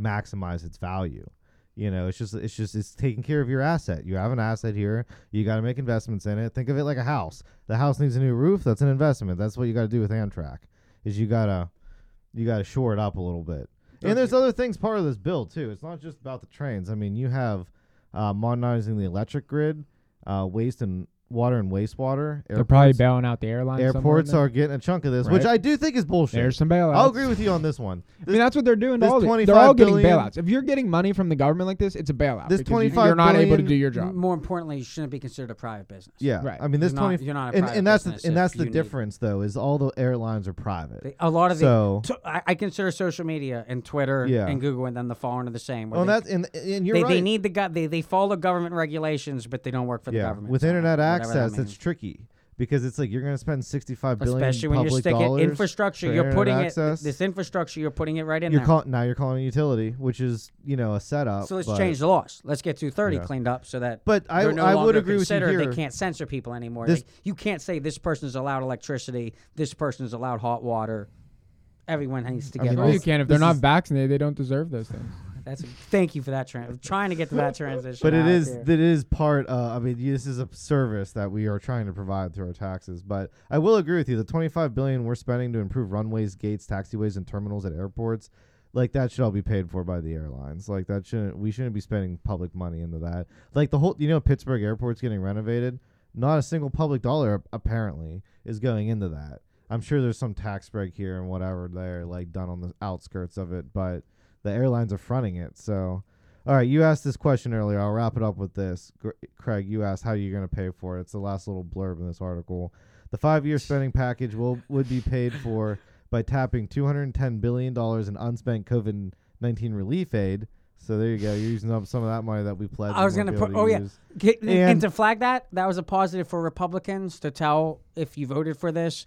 Speaker 2: maximize its value. You know, it's just it's just it's taking care of your asset. You have an asset here. You got to make investments in it. Think of it like a house. The house needs a new roof. That's an investment. That's what you got to do with Amtrak. Is you gotta you gotta shore it up a little bit. And there's other things part of this bill too. It's not just about the trains. I mean, you have uh, modernizing the electric grid, uh, waste and water and wastewater.
Speaker 6: They're probably
Speaker 2: Airports-
Speaker 6: bailing out the airlines. somewhere in
Speaker 2: airports
Speaker 6: there.
Speaker 2: are getting a chunk of this, which
Speaker 6: Right.
Speaker 2: I do think is bullshit.
Speaker 6: There's some bailouts.
Speaker 2: I'll agree with you on this one.
Speaker 6: I mean, that's what they're doing. to
Speaker 2: this
Speaker 6: all the, they're all
Speaker 2: 25
Speaker 6: getting
Speaker 2: billion-
Speaker 6: bailouts. If you're getting money from the government like this, it's a bailout.
Speaker 2: This
Speaker 6: because you-
Speaker 2: 25
Speaker 6: you're not able to
Speaker 2: billion-
Speaker 6: do your job.
Speaker 1: More importantly, you shouldn't be considered a private business.
Speaker 2: Yeah,
Speaker 6: Right.
Speaker 2: I mean, this
Speaker 1: You're not-
Speaker 2: twenty.
Speaker 1: you're not a
Speaker 2: and,
Speaker 1: private
Speaker 2: and that's the,
Speaker 1: business
Speaker 2: and
Speaker 1: if
Speaker 2: that's the
Speaker 1: you need-
Speaker 2: difference though is all the airlines are private.
Speaker 1: They- A lot of
Speaker 2: So-
Speaker 1: the so, I, I consider social media and Twitter
Speaker 2: Yeah.
Speaker 1: and Google and then the fall into the same. where
Speaker 2: well,
Speaker 1: they-
Speaker 2: oh, that's and, and you're
Speaker 1: they,
Speaker 2: right.
Speaker 1: they need the go- they they follow government regulations, but they don't work for the
Speaker 2: yeah,
Speaker 1: government.
Speaker 2: with
Speaker 1: so
Speaker 2: internet
Speaker 1: whatever that
Speaker 2: access, it's
Speaker 1: means.
Speaker 2: tricky because it's like you're going to spend sixty-five billion
Speaker 1: especially when you're
Speaker 2: public
Speaker 1: sticking
Speaker 2: dollars
Speaker 1: infrastructure.
Speaker 2: for
Speaker 1: You're
Speaker 2: internet
Speaker 1: putting
Speaker 2: access.
Speaker 1: it this infrastructure. You're putting it right in
Speaker 2: You're
Speaker 1: there.
Speaker 2: call, now you're calling a utility, which is you know a setup.
Speaker 1: so let's
Speaker 2: but-
Speaker 1: change the laws. Let's get 230
Speaker 2: Yeah.
Speaker 1: cleaned up so that.
Speaker 2: But I-
Speaker 1: they're no
Speaker 2: I would
Speaker 1: longer
Speaker 2: agree with you
Speaker 1: considered.
Speaker 2: here.
Speaker 1: They can't censor people anymore.
Speaker 2: This-
Speaker 1: They- you can't say this person's allowed electricity. This person's allowed hot water. Everyone needs to
Speaker 2: I
Speaker 1: get.
Speaker 2: mean,
Speaker 1: all-
Speaker 2: this-
Speaker 6: you can. If
Speaker 2: this
Speaker 6: they're not
Speaker 2: is-
Speaker 6: vaccinated, they don't deserve those things.
Speaker 1: that's thank you for that. Tran- I'm trying to get to that transition.
Speaker 2: But it
Speaker 1: out
Speaker 2: is
Speaker 1: there.
Speaker 2: that is part. Uh, I mean, this is a service that we are trying to provide through our taxes. But I will agree with you. The 25 billion we're spending to improve runways, gates, taxiways, and terminals at airports, like that should all be paid for by the airlines. Like that shouldn't we shouldn't be spending public money into that. Like the whole, you know, Pittsburgh airport's getting renovated. Not a single public dollar ap- apparently is going into that. I'm sure there's some tax break here and whatever they're like done on the outskirts of it, but the airlines are fronting it. So, all right, you asked this question earlier. I'll wrap it up with this. Gr- Craig, you asked how you're going to pay for it. It's the last little blurb in this article. The five-year spending package will would be paid for by tapping 210 billion dollars in unspent COVID-19 relief aid. So there you go. You're using up some of that money that we pledged.
Speaker 1: I was
Speaker 2: going
Speaker 1: gonna put. Oh yeah, K- and,
Speaker 2: And-
Speaker 1: to flag that, that was a positive for Republicans to tell if you voted for this.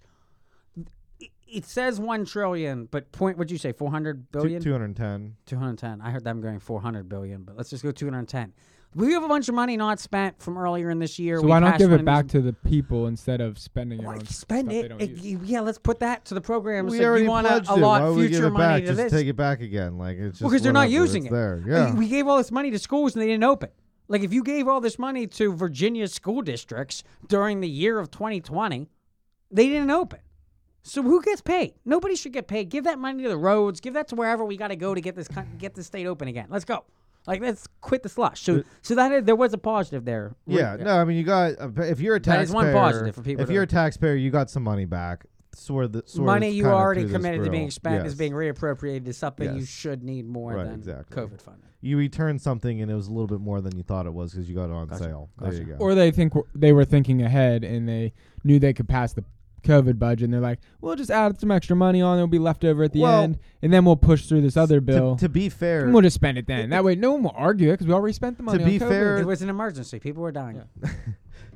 Speaker 1: It- It says one trillion, but point. What'd you say? Four hundred billion.
Speaker 2: 210.
Speaker 1: Two hundred ten. I heard them going four hundred billion, but let's just go two hundred ten. We have a bunch of money not spent from earlier in this year.
Speaker 6: So
Speaker 1: We
Speaker 6: why not
Speaker 1: passed
Speaker 6: give
Speaker 1: one
Speaker 6: it
Speaker 1: of
Speaker 6: back
Speaker 1: these-
Speaker 6: to the people instead of spending it
Speaker 1: Like,
Speaker 6: on
Speaker 1: spend
Speaker 6: stuff
Speaker 1: it.
Speaker 6: they don't
Speaker 1: it-
Speaker 6: use?
Speaker 1: Yeah, let's put that to the program. It's
Speaker 2: we
Speaker 1: like,
Speaker 2: already
Speaker 1: you want
Speaker 2: pledged
Speaker 1: to
Speaker 2: it. Why
Speaker 1: allot
Speaker 2: would we give
Speaker 1: future
Speaker 2: it back?
Speaker 1: money to
Speaker 2: just
Speaker 1: this.
Speaker 2: take it back again. Like it's just
Speaker 1: Well, because they're not
Speaker 2: whatever.
Speaker 1: using
Speaker 2: It's
Speaker 1: it.
Speaker 2: There,
Speaker 1: Like,
Speaker 2: yeah.
Speaker 1: We gave all this money to schools and they didn't open. Like if you gave all this money to Virginia school districts during the year of 2020, they didn't open. So who gets paid? Nobody should get paid. Give that money to the roads. Give that to wherever we got to go to get this con- get this state open again. Let's go. Like let's quit the slush. So so that is, there was a positive there.
Speaker 2: Yeah, no, I mean you got uh, if you're a taxpayer,
Speaker 1: That is one positive for people
Speaker 2: If
Speaker 1: to-
Speaker 2: you're a taxpayer, you got some money back. Sort of the sort of
Speaker 1: money you
Speaker 2: kinda
Speaker 1: already
Speaker 2: through this
Speaker 1: committed to being
Speaker 2: grill.
Speaker 1: spent is
Speaker 2: Yes.
Speaker 1: being reappropriated to something you
Speaker 2: Yes.
Speaker 1: should need more
Speaker 2: Right,
Speaker 1: than
Speaker 2: exactly.
Speaker 1: COVID funding.
Speaker 2: You returned something and it was a little bit more than you thought it was because you got it on sale. There you go.
Speaker 6: Or they think w- they were thinking ahead and they knew they could pass the COVID budget and they're like, we'll just add some extra money on. It'll be left over at the
Speaker 2: Well,
Speaker 6: end, and then we'll push through this other bill.
Speaker 2: to, to be fair,
Speaker 6: and we'll just spend it then. That way, no one will argue it because we already spent the money. on
Speaker 2: be
Speaker 6: COVID.
Speaker 2: fair-
Speaker 1: It was an emergency. People were dying.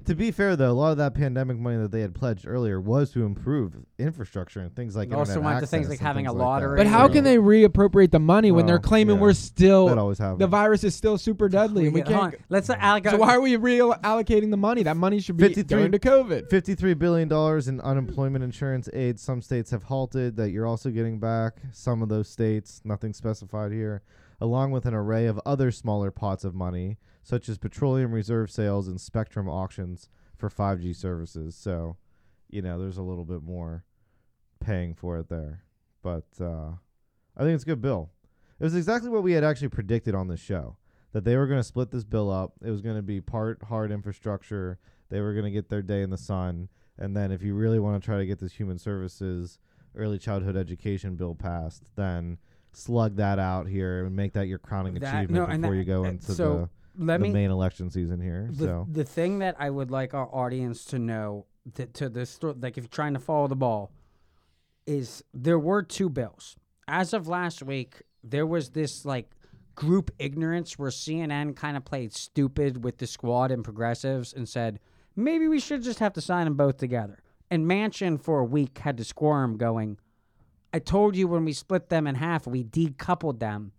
Speaker 2: to be fair though, a lot of that pandemic money that they had pledged earlier was to improve infrastructure and things like
Speaker 1: They also
Speaker 2: internet
Speaker 1: went to
Speaker 2: access
Speaker 1: things like
Speaker 2: and
Speaker 1: having a
Speaker 2: things like that.
Speaker 1: lottery
Speaker 6: but how can they reappropriate the money when they're
Speaker 2: Well,
Speaker 6: claiming
Speaker 2: yeah.
Speaker 6: we're still
Speaker 2: That always happens.
Speaker 6: the virus is still super deadly and we
Speaker 1: Yeah, hold on.
Speaker 6: can't.
Speaker 1: Let's uh, Alec,
Speaker 6: So why are we reallocating the money? That money should be
Speaker 2: 53
Speaker 6: going to COVID.
Speaker 2: Fifty-three billion dollars in unemployment insurance aid. Some states have halted that. You're also getting back some of those states. Nothing specified here, along with an array of other smaller pots of money, such as petroleum reserve sales and spectrum auctions for 5G services. So, you know, there's a little bit more paying for it there, but uh, I think it's a good bill. It was exactly what we had actually predicted on the show that they were going to split this bill up. It was going to be part hard infrastructure. They were going to get their day in the sun. And then if you really want to try to get this human services, early childhood education bill passed, then slug that out here and make that your crowning
Speaker 1: That-
Speaker 2: achievement
Speaker 1: no, and
Speaker 2: before
Speaker 1: that-
Speaker 2: you go
Speaker 1: and
Speaker 2: into
Speaker 1: so
Speaker 2: the,
Speaker 1: Let
Speaker 2: the
Speaker 1: me
Speaker 2: main election season here.
Speaker 1: the,
Speaker 2: so
Speaker 1: the thing that I would like our audience to know to, to the sto- like if you're trying to follow the ball is there were two bills as of last week there was this like group ignorance where CNN kind of played stupid with the squad and progressives and said maybe we should just have to sign them both together and Mansion for a week had to squirm going I told you when we split them in half we decoupled them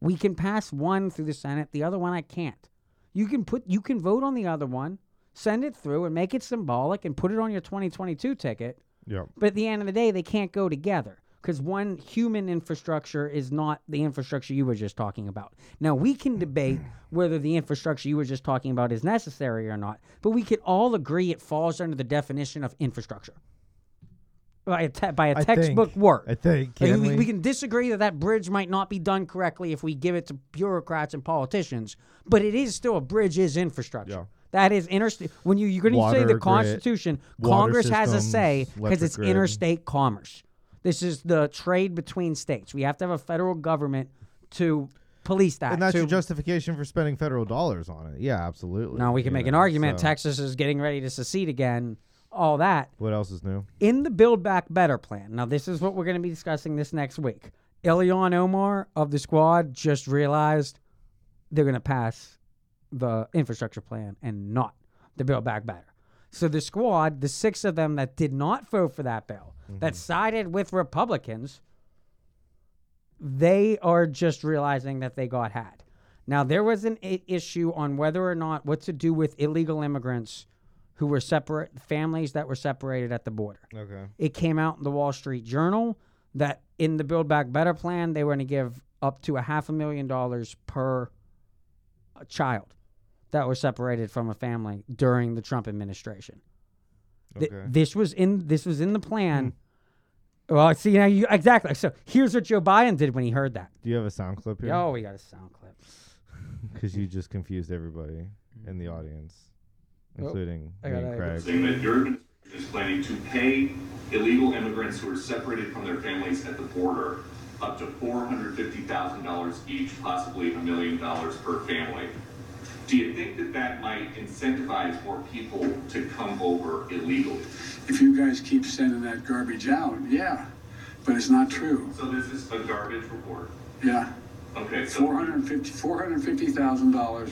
Speaker 1: we can pass one through the Senate, the other one I can't. You can put you can vote on the other one, send it through and make it symbolic and put it on your 2022 ticket,
Speaker 2: yeah,
Speaker 1: but at the end of the day they can't go together cuz one human infrastructure is not the infrastructure you were just talking about. Now we can debate whether the infrastructure you were just talking about is necessary or not, but we could all agree it falls under the definition of infrastructure. By a, te- by a
Speaker 2: I
Speaker 1: textbook
Speaker 2: think-
Speaker 1: word.
Speaker 2: I think
Speaker 1: Like,
Speaker 2: can
Speaker 1: we,
Speaker 2: we,
Speaker 1: we can disagree that that bridge might not be done correctly if we give it to bureaucrats and politicians, but it is still a bridge is infrastructure.
Speaker 2: Yeah.
Speaker 1: That is interstate. When you you're going to say
Speaker 2: Water
Speaker 1: the
Speaker 2: grid,
Speaker 1: Constitution,
Speaker 2: water
Speaker 1: Congress has a
Speaker 2: systems,
Speaker 1: say because
Speaker 2: electric
Speaker 1: it's
Speaker 2: grid.
Speaker 1: interstate commerce. This is the trade between states. We have to have a federal government to police that.
Speaker 2: and that's
Speaker 1: to-
Speaker 2: your justification for spending federal dollars on it. Yeah, absolutely.
Speaker 1: now we can
Speaker 2: you
Speaker 1: make an
Speaker 2: know,
Speaker 1: argument.
Speaker 2: so-
Speaker 1: Texas is getting ready to secede again. All that.
Speaker 2: What else is new?
Speaker 1: in the Build Back Better plan. Now, this is what we're going to be discussing this next week. Ilyon Omar of the squad just realized they're going to pass the infrastructure plan and not the Build Back Better. So the squad, the six of them that did not vote for that bill, that sided with Republicans, they are just realizing that they got had. Now, there was an i- issue on whether or not what to do with illegal immigrants who were separate, families that were separated at the border.
Speaker 2: Okay.
Speaker 1: It came out in the Wall Street Journal that in the Build Back Better plan, they were going to give up to a half a million dollars per uh, child that were separated from a family during the Trump administration. Th-
Speaker 2: Okay. Hmm.
Speaker 1: this was in this was in the plan. Well, see now you exactly. So here's what Joe Biden did when he heard that.
Speaker 2: Do you have a sound clip here?
Speaker 1: Oh, we got a sound clip.
Speaker 2: because you just confused everybody in the audience,
Speaker 6: Oh,
Speaker 2: including
Speaker 6: I
Speaker 2: me
Speaker 6: got
Speaker 2: and
Speaker 6: it.
Speaker 2: Craig.
Speaker 7: saying that your administration is planning to pay illegal immigrants who are separated from their families at the border up to $450,000 each, possibly a million dollars per family. Do you think that that might incentivize more people to come over illegally?
Speaker 8: if you guys keep sending that garbage out, yeah, but it's not true.
Speaker 7: So this is a garbage report.
Speaker 8: Yeah,
Speaker 7: Okay, so
Speaker 8: 450 $450,000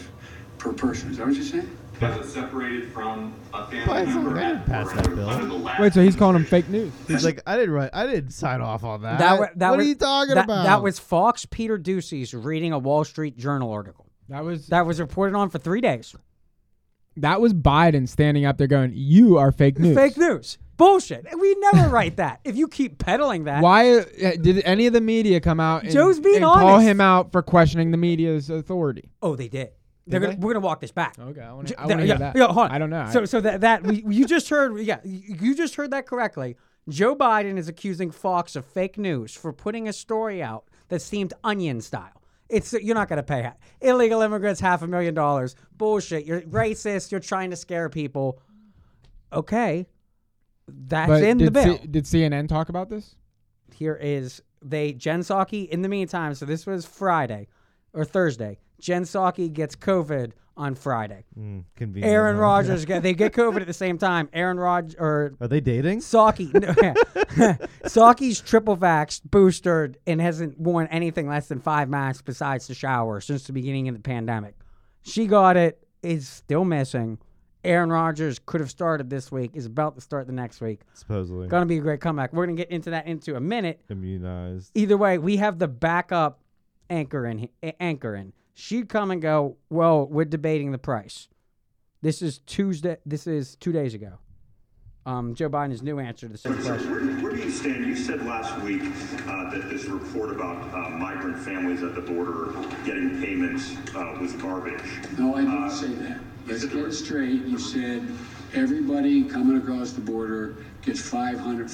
Speaker 8: per person. Is that what you're saying?
Speaker 7: that was separated from a
Speaker 2: Why
Speaker 7: family
Speaker 2: is it-
Speaker 7: member.
Speaker 2: they
Speaker 7: at
Speaker 2: didn't pass
Speaker 7: border
Speaker 2: that bill.
Speaker 7: under the last
Speaker 6: Wait, so he's calling him fake news.
Speaker 2: He's like, I didn't write, I didn't sign off on that.
Speaker 1: That, wa- that
Speaker 2: what
Speaker 1: was,
Speaker 2: are you talking
Speaker 1: that-
Speaker 2: about?
Speaker 1: That was Fox Peter Ducey's reading a Wall Street Journal article
Speaker 6: That was that,
Speaker 1: that was reported on for three days.
Speaker 6: was Biden standing up there going, "You are fake news."
Speaker 1: Fake news. Bullshit. We never write that. If you keep peddling that,
Speaker 6: Why uh, did any of the media come out? And,
Speaker 1: Joe's being
Speaker 6: and call
Speaker 1: honest.
Speaker 6: him out for questioning the media's authority.
Speaker 1: oh, they did. They're gonna,
Speaker 6: they?
Speaker 1: We're gonna walk this back.
Speaker 6: Okay, I
Speaker 1: J-
Speaker 6: want to
Speaker 1: that-
Speaker 6: hear
Speaker 1: yeah,
Speaker 6: that.
Speaker 1: yeah, hold on.
Speaker 6: I don't know. I-
Speaker 1: So, so that that we, you just heard, yeah, you you just heard that correctly. Joe Biden is accusing Fox of fake news for putting a story out that seemed onion style. It's you're not going to pay ha- illegal immigrants half a million dollars. Bullshit. You're racist. You're trying to scare people. Okay, that's
Speaker 6: but
Speaker 1: in the
Speaker 6: did,
Speaker 1: bill.
Speaker 6: C- did CNN talk about this?
Speaker 1: here is they Jen Psaki in the meantime. So this was Friday or Thursday. Jen Psaki gets COVID on Friday.
Speaker 2: Mm, convenient,
Speaker 1: Aaron
Speaker 2: huh?
Speaker 1: Rodgers get they get COVID at the same time. Aaron Rodgers or
Speaker 2: Are they dating?
Speaker 1: Saki no, Saki's triple vaxxed, boosted, and hasn't worn anything less than five masks besides the shower since the beginning of the pandemic. She got it, is still missing. Aaron Rodgers could have started this week, is about to start the next week.
Speaker 2: Supposedly
Speaker 1: Gonna be a great comeback. We're gonna get into that into a minute
Speaker 2: immunized.
Speaker 1: either way, we have the backup anchor in he- anchor in. She'd come and go, well, we're debating the price. This is Tuesday. This is two days ago. Um, Joe Biden's new answer to the same
Speaker 9: So
Speaker 1: question.
Speaker 9: where, where do you stand? You said last week uh, that this report about uh, migrant families at the border getting payments uh, was garbage.
Speaker 8: No, I didn't say that. Let's get it straight. You said everybody coming across the border gets 500,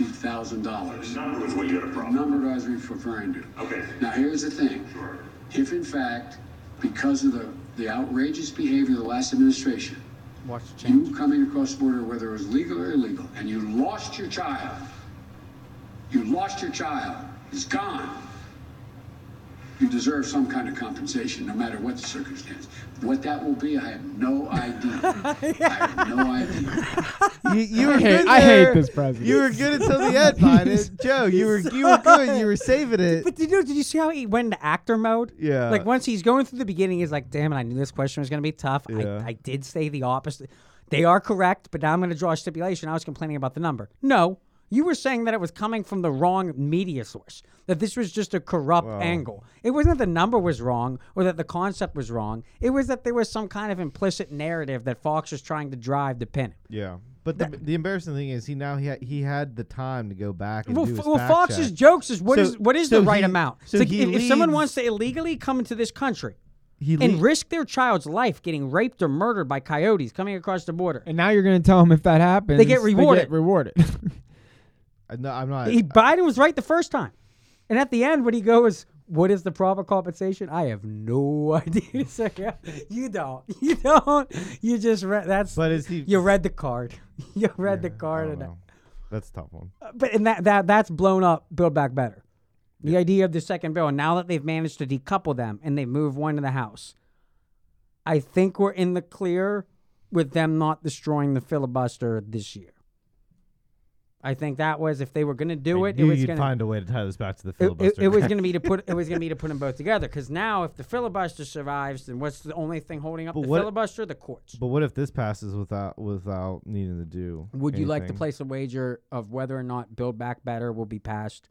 Speaker 9: The
Speaker 8: $450,000.
Speaker 9: number was what you had a
Speaker 8: The
Speaker 9: problem.
Speaker 8: number I was referring to.
Speaker 9: Okay.
Speaker 8: Now, here's the thing. If in fact, because of the, the outrageous behavior of the last administration,
Speaker 1: Watch the change.
Speaker 8: you coming across the border, whether it was legal or illegal, and you lost your child, you lost your child, it's gone. You deserve some kind of compensation, no matter what the circumstance. What that will be, I have no idea. I have no idea.
Speaker 2: You, you were
Speaker 6: hate-
Speaker 2: good
Speaker 6: I hate
Speaker 2: there.
Speaker 6: this president.
Speaker 2: You were good until the end, Biden. Joe, you were you were good. You were saving it.
Speaker 1: But did you, did you see how he went into actor mode?
Speaker 2: Yeah.
Speaker 1: Like once he's going through the beginning, he's like, damn it, I knew this question was going to be tough.
Speaker 2: Yeah.
Speaker 1: I, I did say the opposite. They are correct, but now I'm going to draw a stipulation. I was complaining about the number. No, you were saying that it was coming from the wrong media source, that this was just a corrupt angle. It wasn't that the number was wrong or that the concept was wrong. It was that there was some kind of implicit narrative that Fox was trying to drive to pin.
Speaker 2: Yeah. But the, the embarrassing thing is he now he had, he had the time to go back and
Speaker 1: Well,
Speaker 2: do his
Speaker 1: F- well
Speaker 2: fact
Speaker 1: Fox's
Speaker 2: check.
Speaker 1: jokes is what
Speaker 2: So-
Speaker 1: is what is
Speaker 2: so
Speaker 1: the right
Speaker 2: he-
Speaker 1: amount.
Speaker 2: so
Speaker 1: It's like
Speaker 2: he
Speaker 1: if, if someone
Speaker 2: leads-
Speaker 1: wants to illegally come into this country
Speaker 2: He
Speaker 1: and
Speaker 2: lea-
Speaker 1: risk their child's life getting raped or murdered by coyotes coming across the border,
Speaker 6: And now you're going to tell them if that happens,
Speaker 1: rewarded.
Speaker 6: rewarded.
Speaker 2: Uh, no, I'm not.
Speaker 1: he, Biden was right the first time. And at the end, when he goes, "What is the proper compensation?" I have no idea. So, yeah, you don't. You don't. You just read. That's.
Speaker 2: But is he-
Speaker 1: You read the card. You read the
Speaker 2: I
Speaker 1: card.
Speaker 2: don't
Speaker 1: And,
Speaker 2: know. That's a tough one.
Speaker 1: but and that that that's blown up build back better the idea of the second bill and now that they've managed to decouple them and they've moved one to the house i think we're in the clear with them not destroying the filibuster this year i think that was if they were going to do
Speaker 2: I
Speaker 1: it it
Speaker 2: knew
Speaker 1: was
Speaker 2: you'd
Speaker 1: going to
Speaker 2: find a way to tie this back to the
Speaker 1: it, it,
Speaker 2: filibuster.
Speaker 1: it was going to be to put it was going to be to put them both together because now if the filibuster survives then what's the only thing holding up
Speaker 2: But
Speaker 1: the
Speaker 2: what-
Speaker 1: filibuster the courts
Speaker 2: but what if this passes without without needing to do?
Speaker 1: Would you like to
Speaker 2: anything
Speaker 1: place a wager of whether or not Build Back Better will be passed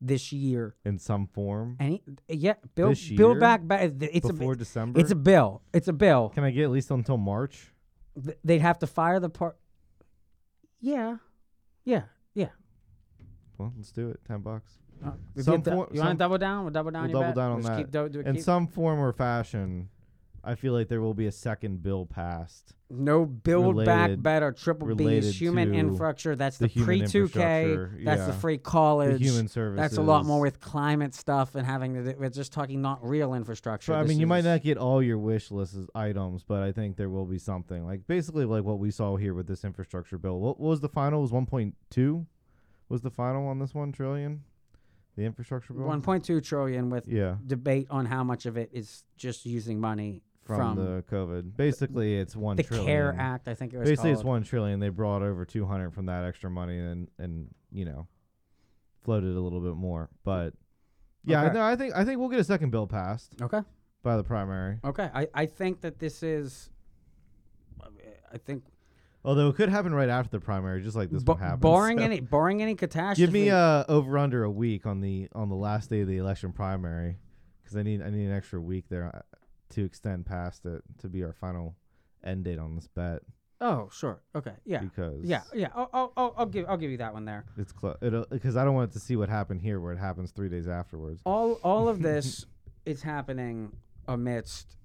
Speaker 1: this year?
Speaker 2: in some form?
Speaker 1: Any yeah, Build
Speaker 2: This year?
Speaker 1: Build Back Better. It's
Speaker 2: Before
Speaker 1: a,
Speaker 2: December?
Speaker 1: It's a bill. It's a bill.
Speaker 2: Can I get at least until March?
Speaker 1: Th- They'd have to fire the part. Yeah, yeah, yeah.
Speaker 2: Well, let's do it. Ten bucks.
Speaker 1: Uh, if
Speaker 2: Some
Speaker 1: you
Speaker 2: for-
Speaker 1: want to
Speaker 2: some-
Speaker 1: double down? We'll double down.
Speaker 2: We'll
Speaker 1: your
Speaker 2: double
Speaker 1: bet?
Speaker 2: down on
Speaker 1: Just
Speaker 2: that.
Speaker 1: Keep, do, do,
Speaker 2: in
Speaker 1: keep-
Speaker 2: some form or fashion, I feel like there will be a second bill passed.
Speaker 1: no Build Back
Speaker 2: related-
Speaker 1: Better. Triple
Speaker 2: related
Speaker 1: B's human
Speaker 2: to
Speaker 1: infrastructure. That's
Speaker 2: the
Speaker 1: the,
Speaker 2: human
Speaker 1: pre two K.
Speaker 2: infrastructure,
Speaker 1: That's the
Speaker 2: yeah.
Speaker 1: free college.
Speaker 2: human
Speaker 1: That's a lot
Speaker 2: services.
Speaker 1: more with climate stuff and having. To, do- we're just talking not real infrastructure.
Speaker 2: So I
Speaker 1: This
Speaker 2: mean, you might
Speaker 1: is-
Speaker 2: not get all your wish list is- items, but I think there will be something like basically like what we saw here with this infrastructure bill. What, what was the final? It was one point two? Was the final on this one trillion? The infrastructure bill.
Speaker 1: 1.2 trillion with
Speaker 2: Yeah,
Speaker 1: debate on how much of it is just using money
Speaker 2: from,
Speaker 1: from,
Speaker 2: the COVID. Basically, it's one.
Speaker 1: the
Speaker 2: trillion.
Speaker 1: CARE Act, I think it was
Speaker 2: Basically, it's
Speaker 1: called.
Speaker 2: one trillion. They brought over two hundred from that extra money, and and you know, floated a little bit more. But yeah,
Speaker 1: Okay.
Speaker 2: no, I think I think we'll get a second bill passed
Speaker 1: Okay.
Speaker 2: by the primary.
Speaker 1: Okay. I, I think that this is I think
Speaker 2: Although it could happen right after the primary, just like this
Speaker 1: b-
Speaker 2: one happened.
Speaker 1: barring
Speaker 2: so.
Speaker 1: any barring any catastrophe.
Speaker 2: Give me uh over under a week on the on the last day of the election primary, because I need I need an extra week there uh, to extend past it to be our final end date on this bet
Speaker 1: Oh, sure. Okay. Yeah.
Speaker 2: because
Speaker 1: yeah, yeah. Oh, oh, oh, I'll give I'll give you that one there.
Speaker 2: it's close because I don't want it to see what happened here where it happens three days afterwards.
Speaker 1: All all of this is happening amidst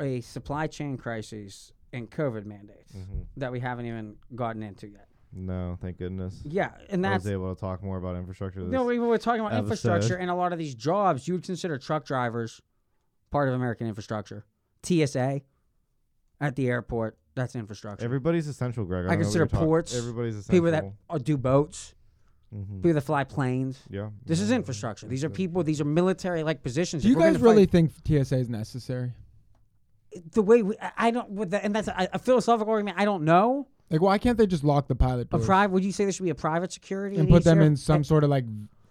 Speaker 1: a supply chain crisis and COVID mandates
Speaker 2: Mm-hmm.
Speaker 1: that we haven't even gotten into yet.
Speaker 2: No, thank goodness.
Speaker 1: Yeah, and
Speaker 2: I
Speaker 1: that's
Speaker 2: was able to talk more about infrastructure. This.
Speaker 1: No, we we were talking about
Speaker 2: episode.
Speaker 1: infrastructure and a lot of these jobs. You would consider truck drivers part of American infrastructure. TSA at the airport, that's infrastructure.
Speaker 2: Everybody's essential, Greg.
Speaker 1: I
Speaker 2: don't know what
Speaker 1: consider
Speaker 2: you're talking-
Speaker 1: ports,
Speaker 2: Everybody's essential.
Speaker 1: people that uh, do boats,
Speaker 2: Mhm.
Speaker 1: people that fly planes.
Speaker 2: yeah.
Speaker 1: This
Speaker 2: yeah.
Speaker 1: is infrastructure. These are people. These are military-like positions.
Speaker 6: Do
Speaker 1: If
Speaker 6: you
Speaker 1: we're gonna
Speaker 6: guys really
Speaker 1: fight-
Speaker 6: think TSA is necessary?
Speaker 1: the way we, I- I don't with the, and that's a, a philosophical argument. I don't know.
Speaker 6: Like, why can't they just lock the pilot
Speaker 1: A
Speaker 6: doors
Speaker 1: private? Would you say there should be a private security
Speaker 6: and
Speaker 1: at
Speaker 6: put
Speaker 1: each
Speaker 6: them
Speaker 1: air-
Speaker 6: in some sort of like,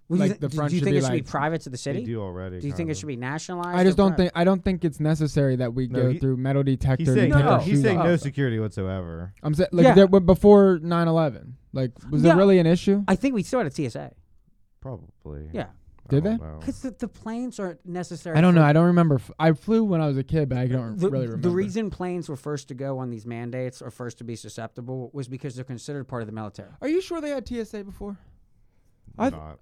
Speaker 1: Would you
Speaker 6: like
Speaker 1: thi-
Speaker 6: the
Speaker 1: do-
Speaker 6: front
Speaker 1: Do you
Speaker 6: should
Speaker 1: think
Speaker 6: be
Speaker 1: it should be
Speaker 6: like?
Speaker 1: private to the
Speaker 2: They
Speaker 1: city?
Speaker 2: do already.
Speaker 1: Do you think
Speaker 2: kinda.
Speaker 1: it should be nationalized?
Speaker 6: I just
Speaker 1: or
Speaker 6: don't
Speaker 1: private?
Speaker 6: think I don't think it's necessary that we
Speaker 2: No,
Speaker 6: go
Speaker 2: he-
Speaker 6: through metal detector.
Speaker 2: He's saying
Speaker 6: and take
Speaker 2: no.
Speaker 6: our
Speaker 2: He's
Speaker 6: shoes
Speaker 2: saying
Speaker 6: off.
Speaker 2: no security whatsoever.
Speaker 6: I'm saying like
Speaker 1: Yeah.
Speaker 6: there, but before 9/11, like was there
Speaker 1: Yeah.
Speaker 6: really an issue?
Speaker 1: I think we still had a TSA.
Speaker 2: Probably.
Speaker 1: Yeah.
Speaker 2: I
Speaker 6: Did
Speaker 2: don't
Speaker 6: they?
Speaker 2: know.
Speaker 1: Because the, the planes are necessary.
Speaker 6: I don't
Speaker 1: for-
Speaker 6: know. I don't remember. F- I flew when I was a kid, but I don't
Speaker 1: The,
Speaker 6: really
Speaker 1: the
Speaker 6: remember.
Speaker 1: reason planes were first to go on these mandates or first to be susceptible was because they're considered part of the military.
Speaker 6: Are you sure they had TSA before?
Speaker 2: I,
Speaker 6: I-
Speaker 2: not.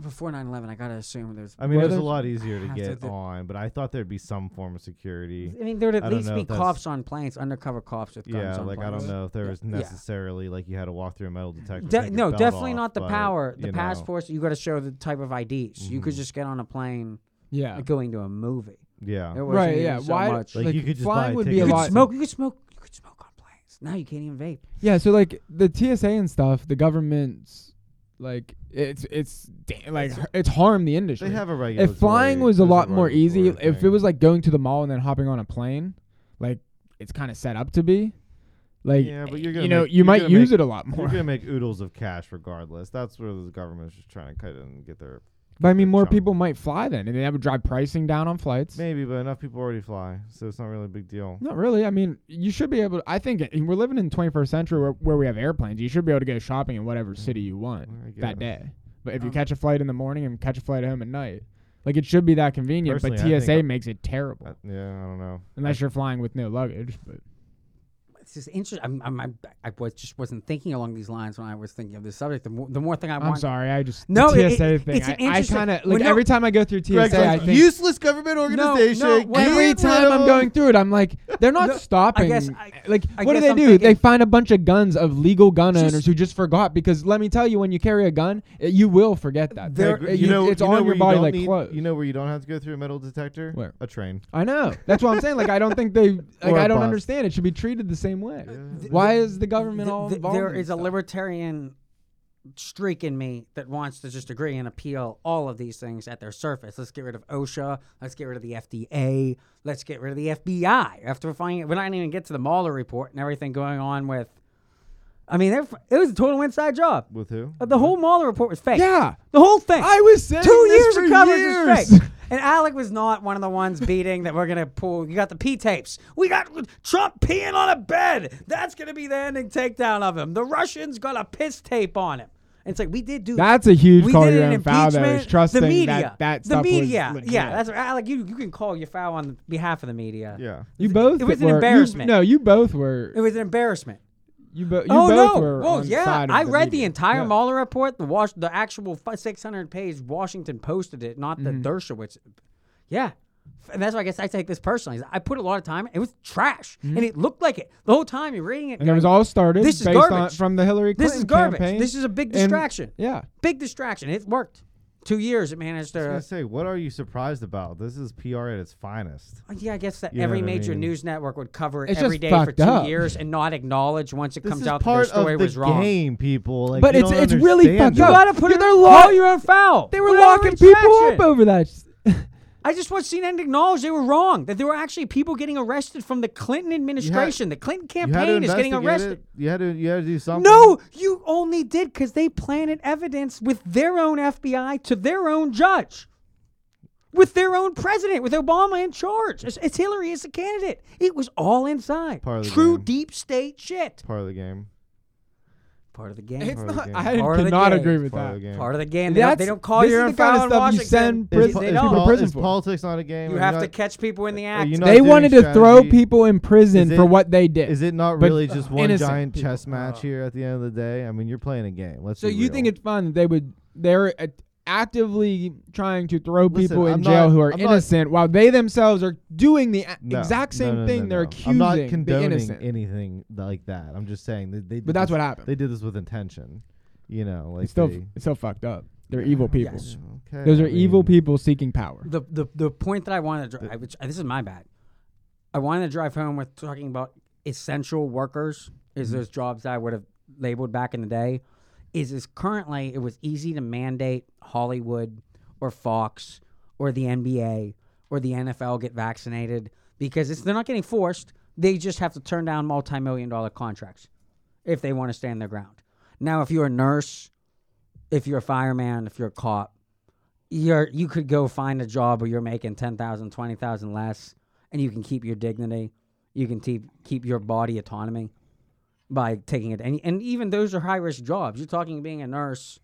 Speaker 1: Before 9 11, I got to assume there's.
Speaker 2: I mean, it
Speaker 6: Well,
Speaker 2: was a
Speaker 6: there's-
Speaker 2: lot easier to
Speaker 1: have to
Speaker 2: get
Speaker 1: do-
Speaker 2: on, but I thought there'd be some form of security.
Speaker 1: I mean, there would
Speaker 2: I
Speaker 1: at
Speaker 2: don't
Speaker 1: least
Speaker 2: know
Speaker 1: be
Speaker 2: if that's-
Speaker 1: cops on planes, undercover cops with guns
Speaker 2: Yeah,
Speaker 1: on
Speaker 2: like I
Speaker 1: planes.
Speaker 2: don't know if there was
Speaker 1: Yeah.
Speaker 2: necessarily like you had to walk through a metal detector.
Speaker 1: De-
Speaker 2: take your
Speaker 1: no,
Speaker 2: belt
Speaker 1: definitely
Speaker 2: off,
Speaker 1: not the
Speaker 2: but,
Speaker 1: power. The
Speaker 2: you know, Mm-hmm.
Speaker 1: passports, you got to show the type of IDs. You could just get on a plane
Speaker 6: Yeah.
Speaker 1: like going to a movie.
Speaker 2: Yeah,
Speaker 1: It wasn't
Speaker 6: Right.
Speaker 1: even
Speaker 6: Yeah.
Speaker 1: so
Speaker 6: Why?
Speaker 1: much.
Speaker 2: Like, you could just buy
Speaker 6: flying
Speaker 2: a
Speaker 6: would be
Speaker 2: ticket
Speaker 6: a
Speaker 1: you
Speaker 2: and
Speaker 1: could
Speaker 6: lot.
Speaker 1: smoke. You could smoke. You could smoke on planes. Now you can't even vape.
Speaker 6: Yeah. So like the TSA and stuff, the government's Like it's it's da- like it's harmed the industry.
Speaker 2: They have a regular.
Speaker 6: if flying was a lot more easy, if it was like going to the mall and then hopping on a plane, like it's kind of set up to be, like
Speaker 2: Yeah, but
Speaker 6: eh,
Speaker 2: you're
Speaker 6: you
Speaker 2: gonna
Speaker 6: know
Speaker 2: make-
Speaker 6: you
Speaker 2: you're
Speaker 6: might
Speaker 2: gonna
Speaker 6: use
Speaker 2: make-
Speaker 6: it a lot
Speaker 2: You're
Speaker 6: more.
Speaker 2: gonna make oodles of cash regardless. That's where the government's just trying to cut and get their
Speaker 6: But I mean, more
Speaker 2: chunk.
Speaker 6: people might fly then, and that would drive pricing down on flights.
Speaker 2: maybe, but enough people already fly, so it's not really a big deal.
Speaker 6: Not really. I mean, you should be able. I think it- we're living in 21st century where, where we have airplanes. You should be able to go shopping in whatever city you want
Speaker 2: I guess. Oh.
Speaker 6: that day. But if you catch a flight in the morning and catch a flight home at night, like it should be that convenient. But
Speaker 2: Personally, I think
Speaker 6: TSA
Speaker 2: I-
Speaker 6: makes it terrible
Speaker 2: Uh, yeah, I don't know.
Speaker 6: unless you're flying with no luggage. But
Speaker 1: It's just interesting. I'm, I'm, I'm, I was just wasn't thinking along these lines when I was thinking of this subject. The more, the more thing I
Speaker 6: I'm
Speaker 1: want.
Speaker 6: sorry, I just
Speaker 1: No,
Speaker 6: the
Speaker 1: it-
Speaker 6: TSA
Speaker 1: it-
Speaker 6: thing.
Speaker 1: it's an
Speaker 6: I, I
Speaker 1: interesting-
Speaker 6: kind of like
Speaker 1: well, no.
Speaker 6: every time I go through TSA,
Speaker 2: Greg's
Speaker 6: I
Speaker 2: like,
Speaker 6: think
Speaker 2: useless government
Speaker 1: no, when-
Speaker 2: organization. get
Speaker 6: every
Speaker 2: rid
Speaker 6: time I'm
Speaker 2: of-"
Speaker 6: going through it, I'm like, they're not
Speaker 1: No, I
Speaker 6: stopping.
Speaker 1: guess I-
Speaker 6: like,
Speaker 1: I
Speaker 6: what do
Speaker 1: guess
Speaker 6: they
Speaker 1: I'm
Speaker 6: do?
Speaker 1: thinking-
Speaker 6: they find a bunch of guns of legal gun
Speaker 1: Just-
Speaker 6: owners who just forgot. Because let me tell you, when you carry a gun, it, you will forget that.
Speaker 1: They're-
Speaker 6: Like,
Speaker 2: Gre-
Speaker 6: it- uh, you- it's on
Speaker 2: where
Speaker 6: your
Speaker 2: you
Speaker 6: body
Speaker 2: don't
Speaker 6: like
Speaker 2: need-
Speaker 6: clothes.
Speaker 2: You know where you don't have to go through a metal detector?
Speaker 6: Where?
Speaker 2: A train.
Speaker 6: I know. That's what I'm saying. Like, I don't think they. Like,
Speaker 2: Or a
Speaker 6: I don't
Speaker 2: bus.
Speaker 6: understand. It should be treated the same way. Why is the government
Speaker 1: Th-
Speaker 6: all
Speaker 1: th-
Speaker 6: involved?
Speaker 1: there
Speaker 6: in
Speaker 1: is a
Speaker 6: stuff?
Speaker 1: libertarian streak in me that wants to just agree and appeal all of these things at their surface. Let's get rid of OSHA. Let's get rid of the FDA. Let's get rid of the FBI. After finding we're not even get to the Mueller report and everything going on with. I mean, they're f- it was a total inside job.
Speaker 2: With who?
Speaker 1: The whole Mueller report was fake.
Speaker 6: Yeah.
Speaker 1: the whole thing.
Speaker 6: I was saying
Speaker 1: two
Speaker 6: this
Speaker 1: years
Speaker 6: for
Speaker 1: of coverage
Speaker 6: years.
Speaker 1: was fake. And Alec was not one of the ones beating that we're gonna pull. You got the P tapes. We got Trump peeing on a bed. That's gonna be the ending takedown of him. The Russians got a piss tape on him. And it's like we did do.
Speaker 6: That's a huge
Speaker 1: we
Speaker 6: call
Speaker 1: did
Speaker 6: your
Speaker 1: an
Speaker 6: own foul, though, is
Speaker 1: impeachment.
Speaker 6: trusting
Speaker 1: the
Speaker 6: that-
Speaker 1: media.
Speaker 6: that
Speaker 1: the
Speaker 6: stuff was
Speaker 1: media.
Speaker 6: legit.
Speaker 1: yeah, that's Alec. You you can call your foul on behalf of the media.
Speaker 2: Yeah.
Speaker 6: You both.
Speaker 1: It was an
Speaker 6: were, you-
Speaker 1: embarrassment.
Speaker 6: no, you both were.
Speaker 1: It was an embarrassment.
Speaker 6: You, bo- you
Speaker 1: oh
Speaker 6: both
Speaker 1: no!
Speaker 6: were.
Speaker 1: well,
Speaker 6: on
Speaker 1: yeah,
Speaker 6: side of
Speaker 1: I read the
Speaker 6: media.
Speaker 1: entire
Speaker 6: Yeah.
Speaker 1: Mueller report. The wash, the actual six hundred page Washington posted it, not
Speaker 6: Mm-hmm.
Speaker 1: the Dershowitz. Yeah, F- and that's why I guess I take this personally. is I put a lot of time. It was trash, and it looked like it the whole time. You're reading it,
Speaker 6: Mm-hmm. And it was
Speaker 1: going,
Speaker 6: all started
Speaker 1: This is
Speaker 6: based on
Speaker 1: garbage.
Speaker 6: from the Hillary
Speaker 1: This
Speaker 6: Clinton
Speaker 1: is garbage.
Speaker 6: campaign.
Speaker 1: This is a big
Speaker 6: and-
Speaker 1: distraction.
Speaker 6: yeah.
Speaker 1: Big distraction. It worked. Two years it managed
Speaker 2: I was
Speaker 1: to.
Speaker 2: gonna say, what are you surprised about? This is PR at its finest.
Speaker 1: Yeah, I guess that
Speaker 2: You know
Speaker 1: every
Speaker 2: what I
Speaker 1: major
Speaker 2: mean?
Speaker 1: news network would cover it
Speaker 6: It's
Speaker 1: every
Speaker 6: just
Speaker 1: day for
Speaker 6: fucked
Speaker 1: two
Speaker 6: up.
Speaker 1: years and not acknowledge once it
Speaker 2: This
Speaker 1: comes
Speaker 2: is
Speaker 1: out that their
Speaker 2: part
Speaker 1: story
Speaker 2: of the
Speaker 1: was wrong.
Speaker 2: game, people. Like,
Speaker 6: But
Speaker 2: you
Speaker 6: it's
Speaker 2: don't
Speaker 6: it's really
Speaker 2: understand
Speaker 6: fucked
Speaker 2: it.
Speaker 1: You
Speaker 6: up.
Speaker 1: gotta put
Speaker 6: Yeah,
Speaker 1: it-
Speaker 6: they're lock-
Speaker 1: call your own foul.
Speaker 6: They were
Speaker 1: Put it on
Speaker 6: locking people up
Speaker 1: retraction.
Speaker 6: over that. s-
Speaker 1: I just want CNN to acknowledge they were wrong, that there were actually people getting arrested from the Clinton administration. the Clinton
Speaker 2: You had to
Speaker 1: campaign is getting
Speaker 2: investigate
Speaker 1: arrested.
Speaker 2: it. You had to you had to do something.
Speaker 1: No, you only did because they planted evidence with their own FBI to their own judge, with their own president, with Obama in charge. It's, it's Hillary as the candidate. It was all inside.
Speaker 2: Part of the
Speaker 1: True
Speaker 2: game.
Speaker 1: deep state shit.
Speaker 2: part of the game.
Speaker 1: Part of the game.
Speaker 6: It's
Speaker 2: Part of the
Speaker 6: not.
Speaker 2: game.
Speaker 6: I
Speaker 1: Part of the
Speaker 6: cannot
Speaker 1: game.
Speaker 6: agree with
Speaker 2: Part of the
Speaker 6: that.
Speaker 2: game.
Speaker 1: Part of the game. They don't, they
Speaker 6: That's-
Speaker 1: don't call
Speaker 6: this
Speaker 1: your
Speaker 6: is
Speaker 1: own
Speaker 6: the kind of
Speaker 1: foul in
Speaker 6: stuff you
Speaker 1: Washington.
Speaker 6: send
Speaker 2: Is,
Speaker 6: pri-
Speaker 1: they
Speaker 2: is
Speaker 1: don't.
Speaker 6: people
Speaker 2: pol-
Speaker 6: prison
Speaker 2: is
Speaker 6: for.
Speaker 2: politics not a game?
Speaker 1: You
Speaker 2: Are
Speaker 1: have
Speaker 2: not-
Speaker 1: to catch people in the
Speaker 2: are
Speaker 1: act.
Speaker 2: Uh, you not
Speaker 6: They
Speaker 2: doing
Speaker 6: wanted to throw
Speaker 2: strategy?
Speaker 6: people in prison
Speaker 2: Is
Speaker 6: for
Speaker 2: it-
Speaker 6: what they did.
Speaker 2: Is it not
Speaker 6: But-
Speaker 2: really just one
Speaker 6: Innocent
Speaker 2: giant
Speaker 6: people.
Speaker 2: chess match
Speaker 1: Uh.
Speaker 2: here at the end of the day? I mean, you're playing a game. Let's
Speaker 6: so
Speaker 2: be
Speaker 6: you think
Speaker 2: real.
Speaker 6: it's fun that they would? They're uh, actively trying to throw
Speaker 2: Listen,
Speaker 6: people in
Speaker 2: I'm
Speaker 6: jail
Speaker 2: not-
Speaker 6: who are
Speaker 2: I'm not-
Speaker 6: innocent, while they themselves are doing the a-
Speaker 2: No,
Speaker 6: exact
Speaker 2: no,
Speaker 6: same
Speaker 2: no, no,
Speaker 6: thing.
Speaker 2: no,
Speaker 6: They're
Speaker 2: no.
Speaker 6: accusing
Speaker 2: I'm not
Speaker 6: the
Speaker 2: condoning
Speaker 6: innocent.
Speaker 2: anything like that. I'm just saying that they. did
Speaker 6: But that's
Speaker 2: this-
Speaker 6: what happened.
Speaker 2: They did this with intention. You know, like
Speaker 6: it's still,
Speaker 2: they-
Speaker 6: it's still fucked up. They're evil people.
Speaker 1: Yes.
Speaker 2: okay,
Speaker 6: Those
Speaker 2: I
Speaker 6: are evil
Speaker 2: mean,
Speaker 6: people seeking power.
Speaker 1: the the the point that I want to drive, which this is my bad. I wanted to drive home with talking about essential workers. Is those jobs I would have labeled back in the day? Is is currently it was easy to mandate Hollywood or Fox or the NBA or the NFL get vaccinated because it's, they're not getting forced. They just have to turn down multi-million dollar contracts if they want to stand their ground. Now, if you're a nurse, if you're a fireman, if you're a cop, you're you could go find a job where you're making 10,000, 20,000 less and you can keep your dignity. You can keep keep your body autonomy by taking it. And and even those are high risk jobs. You're talking being a nurse,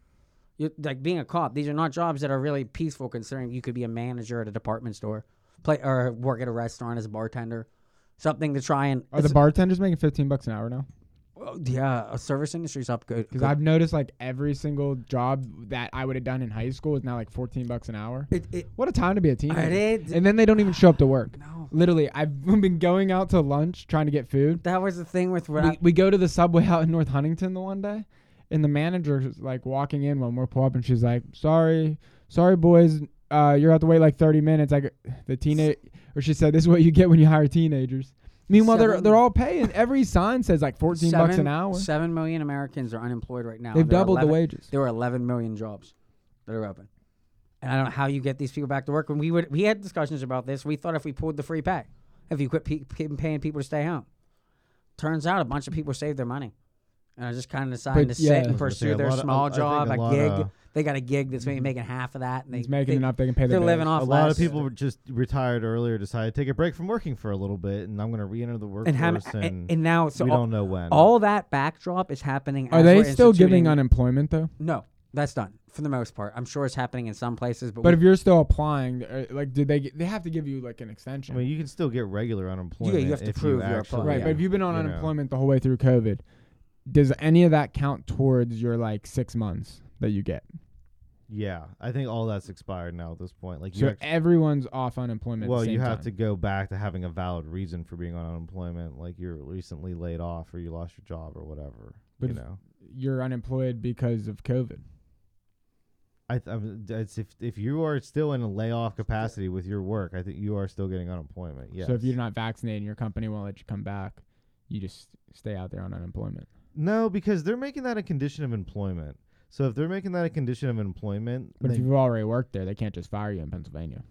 Speaker 1: you like being a cop. These are not jobs that are really peaceful considering you could be a manager at a department store, play or work at a restaurant as a bartender. Something to try and
Speaker 6: Are the bartenders making fifteen bucks an hour now?
Speaker 1: Oh, yeah, a service industry's up good.
Speaker 6: Because I've noticed like every single job that I would have done in high school is now like fourteen bucks an hour.
Speaker 1: It- it-
Speaker 6: what a time to be a teenager!
Speaker 1: did-
Speaker 6: And then they don't even show up to work.
Speaker 1: No.
Speaker 6: literally, I've been going out to lunch trying to get food.
Speaker 1: that was the thing with what
Speaker 6: We,
Speaker 1: I-
Speaker 6: we go to the subway out in North Huntington the one day, and the manager is like walking in when we're pull up, and she's like, "Sorry, sorry, boys, uh, you're out to wait like thirty minutes." Like the teenage, or she said, "This is what you get when you hire teenagers." Meanwhile, they they're
Speaker 1: Seven-
Speaker 6: they're all paying. Every sign says like fourteen bucks an
Speaker 1: Seven-
Speaker 6: hour.
Speaker 1: Seven million Americans are unemployed right now.
Speaker 6: They've
Speaker 1: There are
Speaker 6: doubled the
Speaker 1: 11
Speaker 6: wages.
Speaker 1: There were 11 million jobs that are open, and I don't know how you get these people back to work. When we would, we had discussions about this. We thought if we pulled the free pay, if you quit pe- pe- paying people to stay home, turns out a bunch of people saved their money, and are just kind of deciding
Speaker 6: But,
Speaker 1: to
Speaker 6: yeah.
Speaker 1: sit
Speaker 6: I
Speaker 1: and
Speaker 6: was
Speaker 2: gonna say,
Speaker 1: pursue
Speaker 2: a
Speaker 1: their
Speaker 2: lot of-
Speaker 1: small
Speaker 2: I think
Speaker 1: job,
Speaker 2: a
Speaker 1: a
Speaker 2: lot
Speaker 1: gig.
Speaker 2: of-
Speaker 1: they got a gig that's maybe making half of that, and they,
Speaker 6: He's making
Speaker 1: they,
Speaker 6: enough they can pay their
Speaker 1: They're living off
Speaker 6: bills.
Speaker 2: a lot of
Speaker 1: less.
Speaker 2: people were just retired earlier, decided to take a break from working for a little bit, and I'm going to re-enter the workforce.
Speaker 1: and,
Speaker 2: And,
Speaker 1: how, and, and now so
Speaker 2: we
Speaker 1: all,
Speaker 2: don't know when.
Speaker 1: all that backdrop is happening.
Speaker 6: Are
Speaker 1: as
Speaker 6: they
Speaker 1: we're
Speaker 6: still giving
Speaker 1: instituting-
Speaker 6: unemployment though?
Speaker 1: No, that's done for the most part. I'm sure it's happening in some places, but,
Speaker 6: But
Speaker 1: we-
Speaker 6: if you're still applying, uh, like, did they get, they have to give you like an
Speaker 2: I
Speaker 6: extension?
Speaker 2: mean, you can still get regular unemployment.
Speaker 1: have to
Speaker 2: if
Speaker 1: prove
Speaker 2: you
Speaker 1: you're
Speaker 2: actually,
Speaker 1: applying.
Speaker 6: right, but if you've been on
Speaker 2: you know.
Speaker 6: unemployment the whole way through COVID, does any of that count towards your like six months that you get?
Speaker 2: yeah, I think all that's expired now at this point. Like,
Speaker 6: So
Speaker 2: you actually,
Speaker 6: everyone's off unemployment. at the
Speaker 2: well, you
Speaker 6: same
Speaker 2: have
Speaker 6: time.
Speaker 2: to go back to having a valid reason for being on unemployment, like you're recently laid off or you lost your job or whatever.
Speaker 6: But
Speaker 2: you
Speaker 6: if-
Speaker 2: know,
Speaker 6: You're unemployed because of COVID.
Speaker 2: I, th- I mean, it's if if you are still in a layoff capacity with your work, I think you are still getting unemployment. Yes.
Speaker 6: So if you're not vaccinated, your company won't let you come back. You just stay out there on unemployment.
Speaker 2: No, because they're making that a condition of employment. So if they're making that a condition of employment,
Speaker 6: But if
Speaker 2: then-
Speaker 6: you've already worked there, they can't just fire you in Pennsylvania.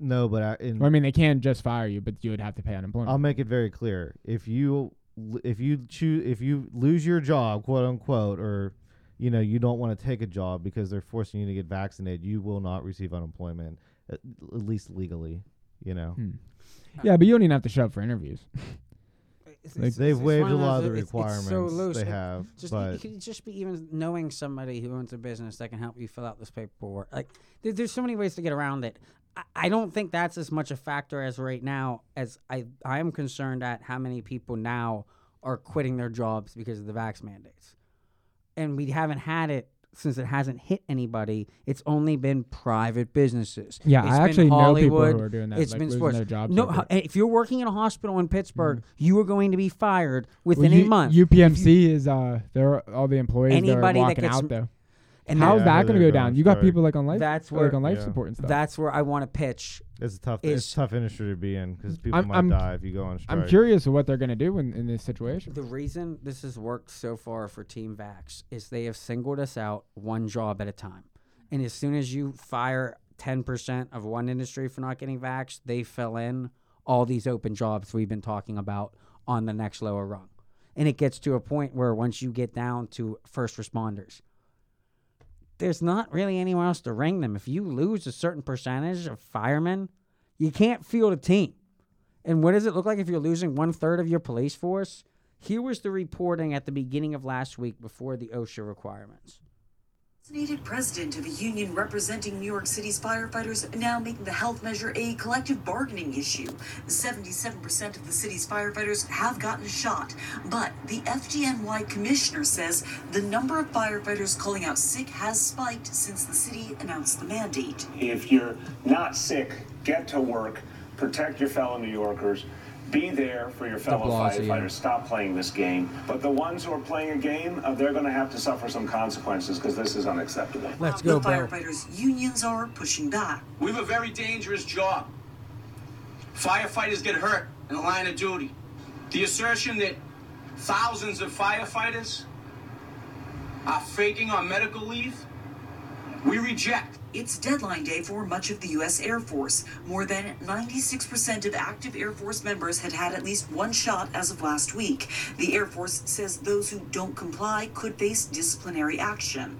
Speaker 2: no, but I, in,
Speaker 6: Well, I mean, they can just fire you, but you would have to pay unemployment.
Speaker 2: I'll make it very clear. If you l- if you choose if you lose your job, quote unquote, or you know you don't want to take a job because they're forcing you to get vaccinated, you will not receive unemployment at, at least legally. You know
Speaker 6: Hmm. yeah, but you don't even have to show up for interviews.
Speaker 1: It's-
Speaker 6: Like,
Speaker 1: it's-
Speaker 2: they've
Speaker 1: it's
Speaker 2: waived
Speaker 1: one
Speaker 2: a lot of the
Speaker 1: those- it's-
Speaker 2: requirements
Speaker 1: it's so loose.
Speaker 2: they
Speaker 1: It-
Speaker 2: have,
Speaker 1: Just you
Speaker 2: but
Speaker 1: could just be even knowing somebody who owns a business that can help you fill out this paperwork. Like there, there's so many ways to get around it. I, I don't think that's as much a factor as right now as I I am concerned at how many people now are quitting their jobs because of the vax mandates, and we haven't had it. Since it hasn't hit anybody, it's only been private businesses.
Speaker 6: Yeah,
Speaker 1: It's
Speaker 6: I
Speaker 1: been
Speaker 6: actually know people who
Speaker 1: Hollywood,
Speaker 6: are doing that,
Speaker 1: It's
Speaker 6: like,
Speaker 1: been
Speaker 6: losing
Speaker 1: sports.
Speaker 6: their jobs
Speaker 1: no,
Speaker 6: over
Speaker 1: ho- if you're working in a hospital in Pittsburgh, you are going to be fired
Speaker 6: Well,
Speaker 1: within
Speaker 6: U-
Speaker 1: a month.
Speaker 6: UPMC is uh, they're all the employees they're
Speaker 1: Anybody that
Speaker 6: walking
Speaker 1: gets-
Speaker 6: out though.
Speaker 1: and
Speaker 2: Yeah,
Speaker 6: How's
Speaker 2: I
Speaker 6: that
Speaker 2: heard
Speaker 6: gonna
Speaker 2: they
Speaker 6: go
Speaker 2: were
Speaker 6: down?
Speaker 2: on
Speaker 6: You got
Speaker 2: strike.
Speaker 6: people like on life,
Speaker 1: That's
Speaker 6: like on
Speaker 1: where-
Speaker 6: life
Speaker 2: Yeah.
Speaker 6: support and stuff.
Speaker 1: That's where I want to pitch.
Speaker 2: it's a tough
Speaker 1: is-
Speaker 2: it's a tough industry to be in because people
Speaker 6: I'm-
Speaker 2: might
Speaker 6: I'm-
Speaker 2: die if you go on strike.
Speaker 6: I'm curious of what they're gonna do in, in this situation.
Speaker 1: The reason this has worked so far for Team Vax is they have singled us out one job at a time. And as soon as you fire 10% of one industry for not getting vaxxed, they fill in all these open jobs we've been talking about on the next lower rung. And it gets to a point where once you get down to first responders, there's not really anywhere else to ring them. If you lose a certain percentage of firemen, you can't field a team. And what does it look like if you're losing one third of your police force? Here was the reporting at the beginning of last week before the OSHA requirements.
Speaker 10: Designated president of a union representing New York City's firefighters now making the health measure a collective bargaining issue. 77% of the city's firefighters have gotten a shot, but the FGNY commissioner says the number of firefighters calling out sick has spiked since the city announced the mandate.
Speaker 9: If you're not sick, get to work, protect your fellow New Yorkers, be there for your fellow
Speaker 1: Blasio.
Speaker 9: firefighters. Stop playing this game. But the ones who are playing a game, uh, they're going to have to suffer some consequences because this is unacceptable.
Speaker 1: Let's go,
Speaker 10: the
Speaker 1: Bill.
Speaker 10: firefighters unions are pushing back.
Speaker 11: We have a very dangerous job. Firefighters get hurt in the line of duty. The assertion that thousands of firefighters are faking on medical leave, we reject.
Speaker 10: It's deadline day for much of the U.S. Air Force. More than 96% of active Air Force members had had at least one shot as of last week. The Air Force says those who don't comply could face disciplinary action.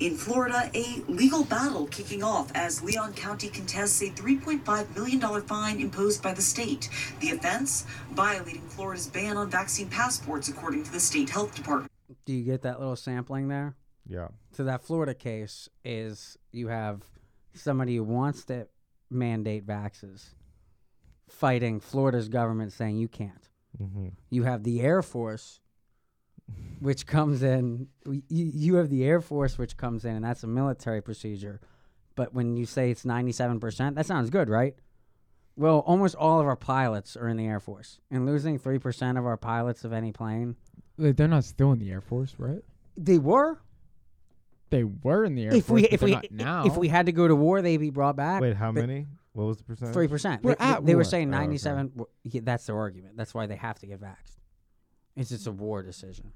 Speaker 10: In Florida, a legal battle kicking off as Leon County contests a $3.5 million fine imposed by the state. The offense? Violating Florida's ban on vaccine passports, according to the state health department.
Speaker 1: Do you get that little sampling there?
Speaker 2: yeah,
Speaker 1: So that Florida case is you have somebody who wants to mandate vaxes fighting Florida's government saying you can't.
Speaker 2: hmm
Speaker 1: You have the Air Force, which comes in. You, you have the Air Force, which comes in, and that's a military procedure. But when you say it's 97%, that sounds good, right? Well, almost all of our pilots are in the Air Force, and losing 3% of our pilots of any plane.
Speaker 6: Like, they're not still in the Air Force, right?
Speaker 1: They were.
Speaker 6: They were in the Air
Speaker 1: If
Speaker 6: Force.
Speaker 1: we
Speaker 6: but
Speaker 1: if
Speaker 6: they're
Speaker 1: we
Speaker 6: not now,
Speaker 1: if we had to go to war, they'd be brought back.
Speaker 2: Wait, how
Speaker 1: They-
Speaker 2: many? What was the percentage?
Speaker 1: Three percent.
Speaker 3: We're
Speaker 1: They,
Speaker 3: at
Speaker 1: they were
Speaker 3: war.
Speaker 1: saying
Speaker 2: Oh, okay.
Speaker 1: ninety-seven. w- yeah, that's their argument. That's why they have to get vaxxed. It's just a war decision.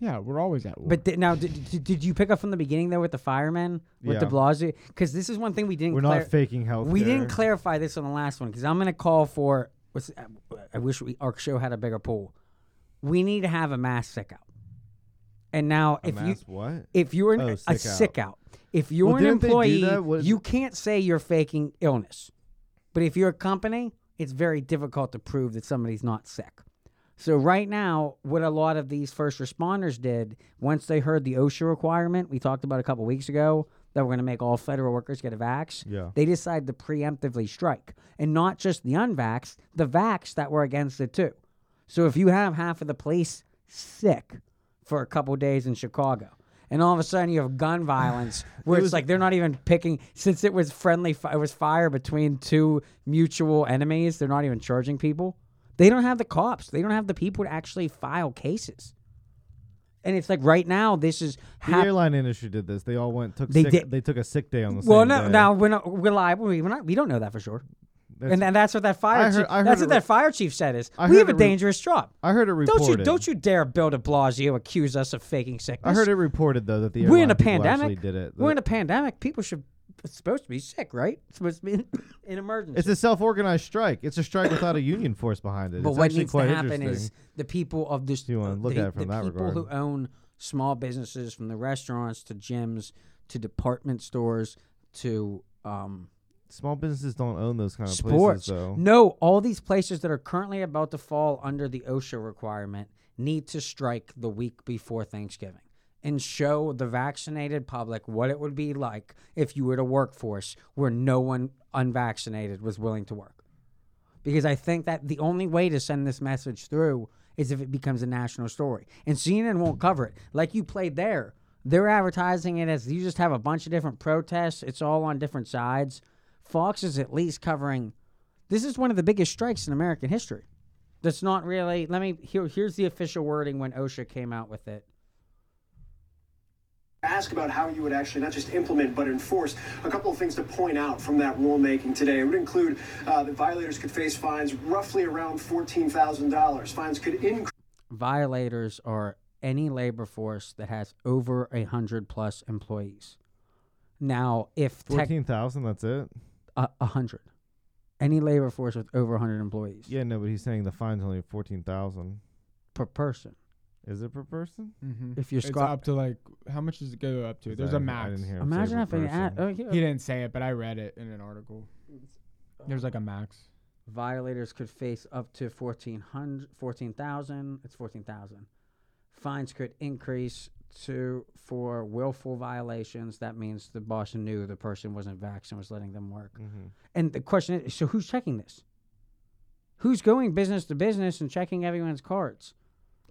Speaker 6: Yeah, we're always at war.
Speaker 1: But di- now, did, did, did you pick up from the beginning there with the firemen with the
Speaker 2: Yeah.
Speaker 1: Blasio? Because this is one thing we didn't.
Speaker 2: We're
Speaker 1: clar-
Speaker 2: not faking health.
Speaker 1: We didn't clarify this on the last one because I'm going to call for. what's- uh, I- I wish we, our show had a bigger pool. We need to have a mass sick out. And now,
Speaker 2: A
Speaker 1: if you
Speaker 2: mass what?
Speaker 1: if you're an,
Speaker 2: Oh,
Speaker 1: a
Speaker 2: sick out.
Speaker 1: sick out, if you're
Speaker 2: Well,
Speaker 1: an
Speaker 2: didn't they do
Speaker 1: employee,
Speaker 2: that? What-
Speaker 1: you can't say you're faking illness. But if you're a company, it's very difficult to prove that somebody's not sick. So right now, what a lot of these first responders did once they heard the OSHA requirement we talked about a couple weeks ago that we're going to make all federal workers get a vax,
Speaker 2: Yeah.
Speaker 1: they decided to preemptively strike, and not just the unvaxxed, the vaxxed that were against it too. So if you have half of the police sick for a couple days in Chicago. And all of a sudden, you have gun violence, where it's like they're not even picking. Since it was friendly, fi- it was fire between two mutual enemies. They're not even charging people. They don't have the cops. They don't have the people to actually file cases. And it's like right now, this is
Speaker 2: The
Speaker 1: happening.
Speaker 2: airline industry did this. They all went took
Speaker 1: They
Speaker 2: sick,
Speaker 1: did.
Speaker 2: they took a sick day on the
Speaker 1: Well,
Speaker 2: same
Speaker 1: no,
Speaker 2: day.
Speaker 1: now we're not reliable. We're not. We don't know that for sure.
Speaker 2: That's-
Speaker 1: and, and that's what that fire.
Speaker 2: I heard-
Speaker 1: chief,
Speaker 2: I heard
Speaker 1: that's
Speaker 2: it
Speaker 1: what
Speaker 2: re-
Speaker 1: that fire chief said is
Speaker 2: I
Speaker 1: we
Speaker 2: heard
Speaker 1: have a
Speaker 2: it re-
Speaker 1: dangerous job.
Speaker 2: I heard it
Speaker 1: Don't you
Speaker 2: reported.
Speaker 1: don't you dare Bill De Blasio accuse us of faking sickness.
Speaker 2: I heard it reported though that the
Speaker 1: we're in
Speaker 2: airline
Speaker 1: a
Speaker 2: people actually
Speaker 1: pandemic.
Speaker 2: Did it.
Speaker 1: We're in a pandemic. People should it's supposed to be sick, right? It's supposed to be an, an emergency.
Speaker 2: It's a self-organized strike. It's a strike without a union force behind it.
Speaker 1: but
Speaker 2: it's
Speaker 1: what
Speaker 2: actually
Speaker 1: needs to
Speaker 2: quite
Speaker 1: happen
Speaker 2: interesting.
Speaker 1: is the people of this uh,
Speaker 2: You wanna look
Speaker 1: the,
Speaker 2: at it from
Speaker 1: the
Speaker 2: that
Speaker 1: people
Speaker 2: regard.
Speaker 1: who own small businesses from the restaurants to gyms to department stores to um,
Speaker 2: small businesses don't own those kind of
Speaker 1: sports.
Speaker 2: uh, places though.
Speaker 1: No, all these places that are currently about to fall under the OSHA requirement need to strike the week before Thanksgiving and show the vaccinated public what it would be like if you were to workforce where no one unvaccinated was willing to work. Because I think that the only way to send this message through is if it becomes a national story. And CNN won't cover it. Like you played there, they're advertising it as you just have a bunch of different protests, it's all on different sides. Fox is at least covering. This is one of the biggest strikes in American history. That's not really. Let me. Here, here's the official wording when OSHA came out with it.
Speaker 12: ask about how you would actually not just implement but enforce a couple of things to point out from that rulemaking today. It would include uh, that violators could face fines roughly around $14,000. Fines could increase.
Speaker 1: Violators are any labor force that has over a hundred plus employees. Now, if tech,
Speaker 2: Fourteen thousand. That's it.
Speaker 1: a a hundred, any labor force with over a hundred employees
Speaker 2: Yeah, no, but he's saying the fine's only fourteen thousand.
Speaker 1: per person.
Speaker 2: Is it per person?
Speaker 6: Mhm.
Speaker 1: If you're
Speaker 6: it's
Speaker 1: Scott,
Speaker 6: up to like how much does it go up to? There's
Speaker 2: I
Speaker 6: a
Speaker 2: didn't- I
Speaker 6: max.
Speaker 2: didn't hear him say
Speaker 1: imagine
Speaker 2: per
Speaker 1: if an ad,
Speaker 2: person.
Speaker 1: oh, yeah.
Speaker 6: He didn't say it, but I read it in an article. There's like a max.
Speaker 1: Violators could face up to 1400 14,000. It's 14,000. Fines could increase to for willful violations. That means the boss knew the person wasn't vaccinated and was letting them work.
Speaker 2: Mm-hmm.
Speaker 1: And the question is so who's checking this? Who's going business to business and checking everyone's cards?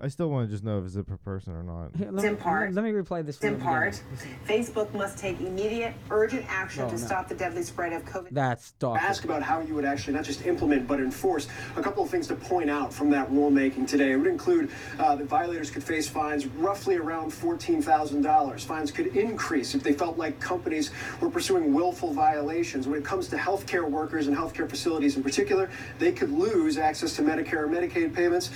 Speaker 2: I still want to just know if it's a per person or not.
Speaker 1: Here, let,
Speaker 13: in
Speaker 1: me,
Speaker 13: part-
Speaker 1: let me replay this. from
Speaker 13: In
Speaker 1: the
Speaker 13: part,
Speaker 1: beginning. This is-
Speaker 13: Facebook must take immediate, urgent action
Speaker 1: No,
Speaker 13: to
Speaker 1: no.
Speaker 13: stop the deadly spread of COVID.
Speaker 1: That's doctor.
Speaker 12: Ask about how you would actually not just implement but enforce a couple of things to point out from that rulemaking today. It would include uh, that violators could face fines roughly around $14,000. Fines could increase if they felt like companies were pursuing willful violations. When it comes to healthcare workers and healthcare facilities in particular, they could lose access to Medicare or Medicaid payments,